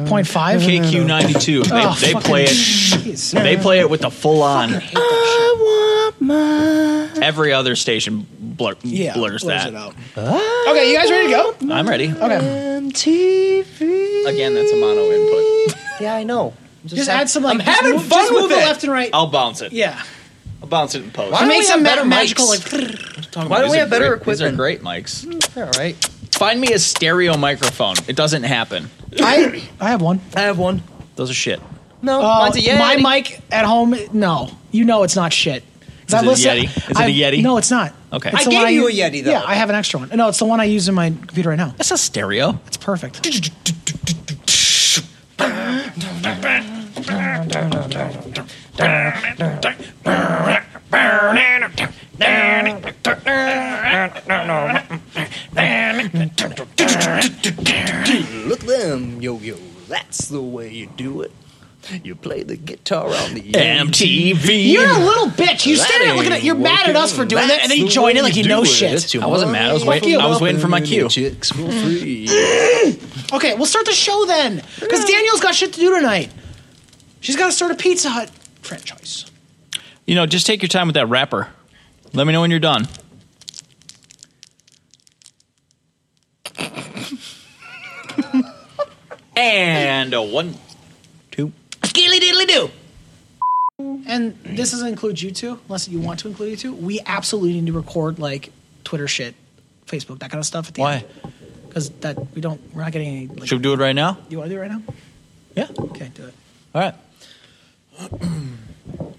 S4: point five.
S1: KQ 92. They,
S4: Oh,
S1: they
S4: fucking
S1: play it.
S4: jeez.
S1: [laughs] They play it with the full on.
S3: I want my.
S1: Every other station blur,
S4: Yeah,
S1: blurs
S4: blurs
S1: that.
S4: it out. Okay, you guys ready to go?
S1: I'm ready.
S4: Okay,
S3: MTV.
S1: Again, that's a mono input.
S3: Yeah, I know.
S4: just add some like.
S3: I'm
S4: just
S3: having
S4: move,
S3: fun
S4: just
S3: with
S4: move
S3: it.
S4: left and right.
S1: I'll bounce it.
S4: yeah,
S1: I'll bounce it in post.
S3: Why don't
S4: make
S3: we
S4: some
S3: have better
S4: ma- magical
S3: mics?
S4: like. [laughs]
S3: Why don't we
S1: These are
S3: have better
S1: great- These are
S3: equipment?
S1: great mics.
S3: All right.
S1: Find me a stereo microphone. It doesn't happen.
S4: I I have one.
S3: I have one.
S1: Those are shit.
S3: No,
S4: Oh,
S3: mine's a Yeti.
S4: my mic at home. No, you know it's not shit.
S1: Is
S4: 'Cause I
S1: it a
S4: listen-
S1: Yeti? Is it a
S4: I-
S1: Yeti?
S4: No, it's not.
S1: Okay.
S4: It's
S1: I
S4: the
S3: gave
S4: one
S3: you a
S4: u-
S3: Yeti, though.
S4: Yeah, I have an extra one. No, it's the one I use in my computer right now.
S1: That's a stereo.
S4: It's perfect.
S3: Look them, yo yo. That's the way you do it. You play the guitar on the
S1: MTV.
S4: You're a little bitch. You
S3: That
S4: stand there looking at. You're
S3: ain't
S4: mad at us for doing that, and then you
S3: That's
S4: join
S3: the
S4: in like
S3: way
S4: you
S3: you
S4: know
S3: do it.
S4: shit.
S3: That's your
S1: I wasn't mad. I was
S4: Fuck you.
S1: waiting. I was waiting for my cue.
S3: Chicks for free.
S4: Okay, we'll start the show then, because Danielle's got shit to do tonight. She's got to start a Pizza Hut franchise.
S1: You know, just take your time with that wrapper. Let me know when you're done. and a one, two.
S4: And this doesn't include you two, unless you want to include you two. We absolutely need to record like Twitter shit, Facebook, that kind of stuff at the
S1: Why?
S4: Because that we don't, we're not getting any. Like,
S1: Should we do it right now?
S4: you want to do it right now?
S1: Yeah.
S4: Okay, do it.
S1: All right.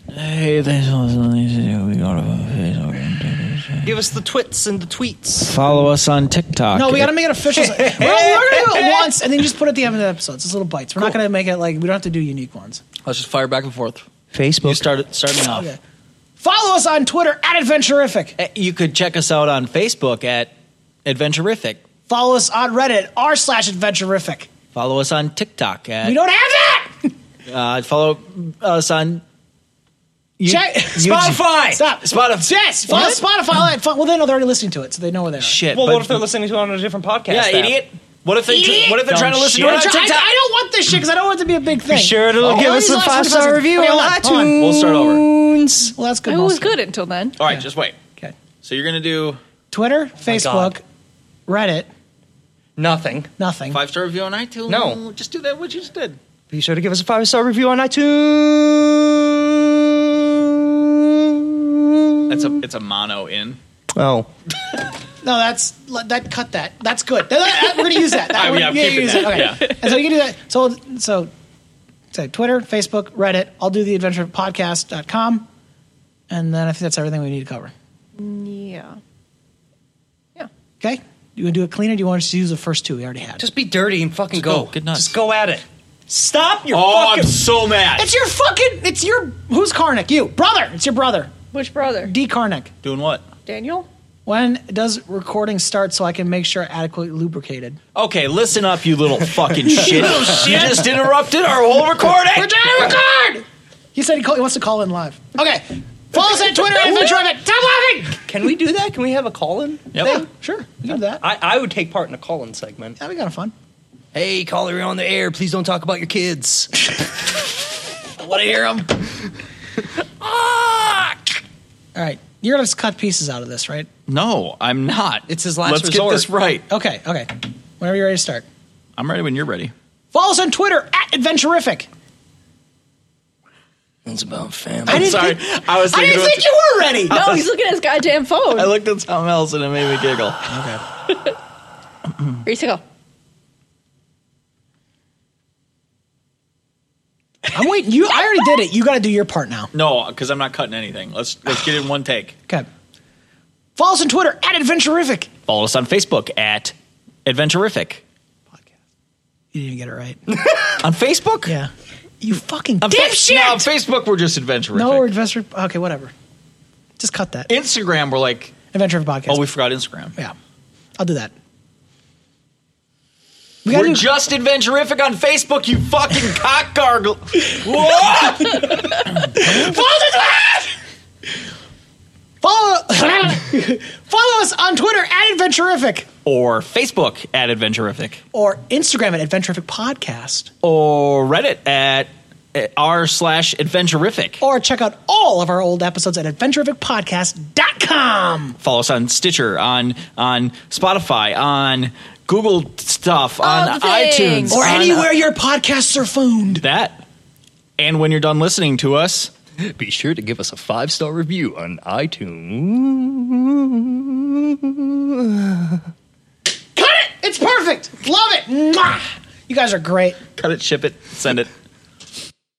S1: Hey, thanks so much for listening. We got to Facebook and Twitter.
S3: Give us the twits and the tweets.
S1: Follow us on TikTok.
S4: No, we got
S1: [laughs]
S4: to make it official. we're, we're gonna do it once, and then just put it at the end of the episodes. It's little bites. We're not gonna make it like we don't have to do unique ones.
S1: Let's just fire back and forth. You
S3: Facebook.
S1: started start me off.
S4: Okay. Follow us on Twitter at Adventurific.
S1: Eh, You could check us out on Facebook at Adventurific.
S4: Follow us on Reddit r slash Adventurific.
S1: Follow us on TikTok at
S4: We don't have that.
S1: Uh, follow us on you-
S4: Check-
S1: you-
S4: Spotify! Stop.
S1: Spotify.
S4: Yes, follow Spotify. all that fun- Well, they know they're already listening to it, so they know where they are.
S1: Shit.
S3: Well,
S1: but-
S3: what if they're listening to it on a different podcast?
S1: Yeah,
S3: app?
S1: idiot. What if they?
S4: Idiot.
S1: What if they're trying to
S4: Dumb
S1: listen to it
S4: shit.
S1: on
S4: I'm trying-
S1: TikTok?
S4: I, I don't want this shit because I don't want it to be a big thing.
S3: Sure, it'll
S4: Oh,
S3: give
S4: all
S3: us
S4: these
S3: a
S4: last
S3: five
S4: ones-
S3: star review
S4: Wait,
S3: on
S4: hold on, hold on.
S3: iTunes.
S1: We'll start over.
S4: Well, that's good.
S6: I was
S4: mostly.
S6: good until then.
S1: All right, just wait.
S4: Okay.
S1: So you're gonna do
S4: Twitter,
S1: Oh
S4: Facebook,
S3: God.
S4: Reddit,
S3: Nothing.
S4: nothing.
S1: five star review on iTunes.
S3: No.
S1: just do that. What you just did.
S3: Be sure to give us a five star review on iTunes.
S1: That's a it's a mono in.
S3: Oh.
S4: No, that's that. Cut that. That's good. That- that- we're gonna use that.
S1: [laughs]
S4: that
S1: I-
S4: we're,
S1: yeah, I'm keeping
S4: use
S1: that,
S4: Okay. And so you can do that. So so, so Twitter, Facebook, Reddit. I'll do the adventure podcast.com. and then I think that's everything we need to cover.
S6: Yeah. Yeah.
S4: Okay. You gonna do it cleaner? Do you want us to use the first two we already had?
S3: Just be dirty and fucking go.
S1: go. Good night.
S3: Just go at it. Stop your
S1: Oh, I'm
S3: fucking.
S1: so mad.
S4: it's your fucking. It's your. Who's Karnak? You, brother. It's your brother,
S6: Which brother?
S4: D Karnak.
S1: Doing what? [laughs]
S6: Daniel?
S4: When does recording start so I can make sure adequately lubricated?
S1: Okay, listen up, you little
S4: [laughs]
S1: fucking shit. You just interrupted our whole recording.
S4: We're trying to record. He said he, call, he wants to call in live. Okay. Follow us on Twitter at Adventure of It. Stop laughing.
S3: Can we do that? Can we have a call in?
S1: Yep.
S4: Thing? Sure. We can do that.
S3: I, I would take part in a call in segment.
S4: That'd be kind of fun.
S3: Hey, caller, you're on the air. Please don't talk about your kids. I want to hear them.
S4: All right. You're going to cut pieces out of this, right?
S1: No, I'm not.
S3: It's his last
S1: Let's
S3: resort.
S1: get this right.
S4: Okay. Okay. Whenever you're ready to start.
S1: I'm ready when you're ready.
S4: Follow us on Twitter at Adventurific.
S3: It's about family.
S1: I'm sorry. I was thinking.
S4: I didn't
S1: about-
S4: think you were ready.
S6: No, he's looking at his goddamn phone.
S1: I looked at something else and it made me giggle.
S6: Ready to go.
S4: I'm waiting. You, I already did it. You got to do your part now.
S1: No, because I'm not cutting anything. Let's let's get it in one take.
S4: Okay. Follow us on Twitter at Adventurific.
S1: Follow us on Facebook at Adventurific.
S4: You didn't get it right.
S1: On Facebook?
S4: [laughs] Yeah. You fucking
S1: On Fa-
S4: dipshit.
S1: No, on Facebook we're just Adventurific.
S4: No, we're Adventure. Okay, whatever. Just cut that.
S1: Instagram we're like,
S4: Adventure of Podcast.
S1: oh, we forgot Instagram.
S4: yeah. I'll do that. We
S1: We're
S4: gotta do-
S1: just Adventurific on Facebook, you fucking cock gargle. Whoa!
S4: follow, follow us on Twitter at Adventurific
S1: or Facebook at Adventurific.
S4: or Instagram at Adventurific Podcast.
S1: Or Reddit at uh, r slash Adventurific.
S4: Or check out all of our old episodes at adventurificpodcast.com.
S1: Follow us on Stitcher, on on Spotify, on Google stuff, on
S6: the things.
S1: iTunes.
S4: Or
S1: on-
S4: anywhere your podcasts are found.
S1: that. And when you're done listening to us,
S3: Be sure to give us a five star review on iTunes.
S4: Cut it! It's perfect. Love it. Mwah. You guys are great.
S1: cut it, ship it, send it.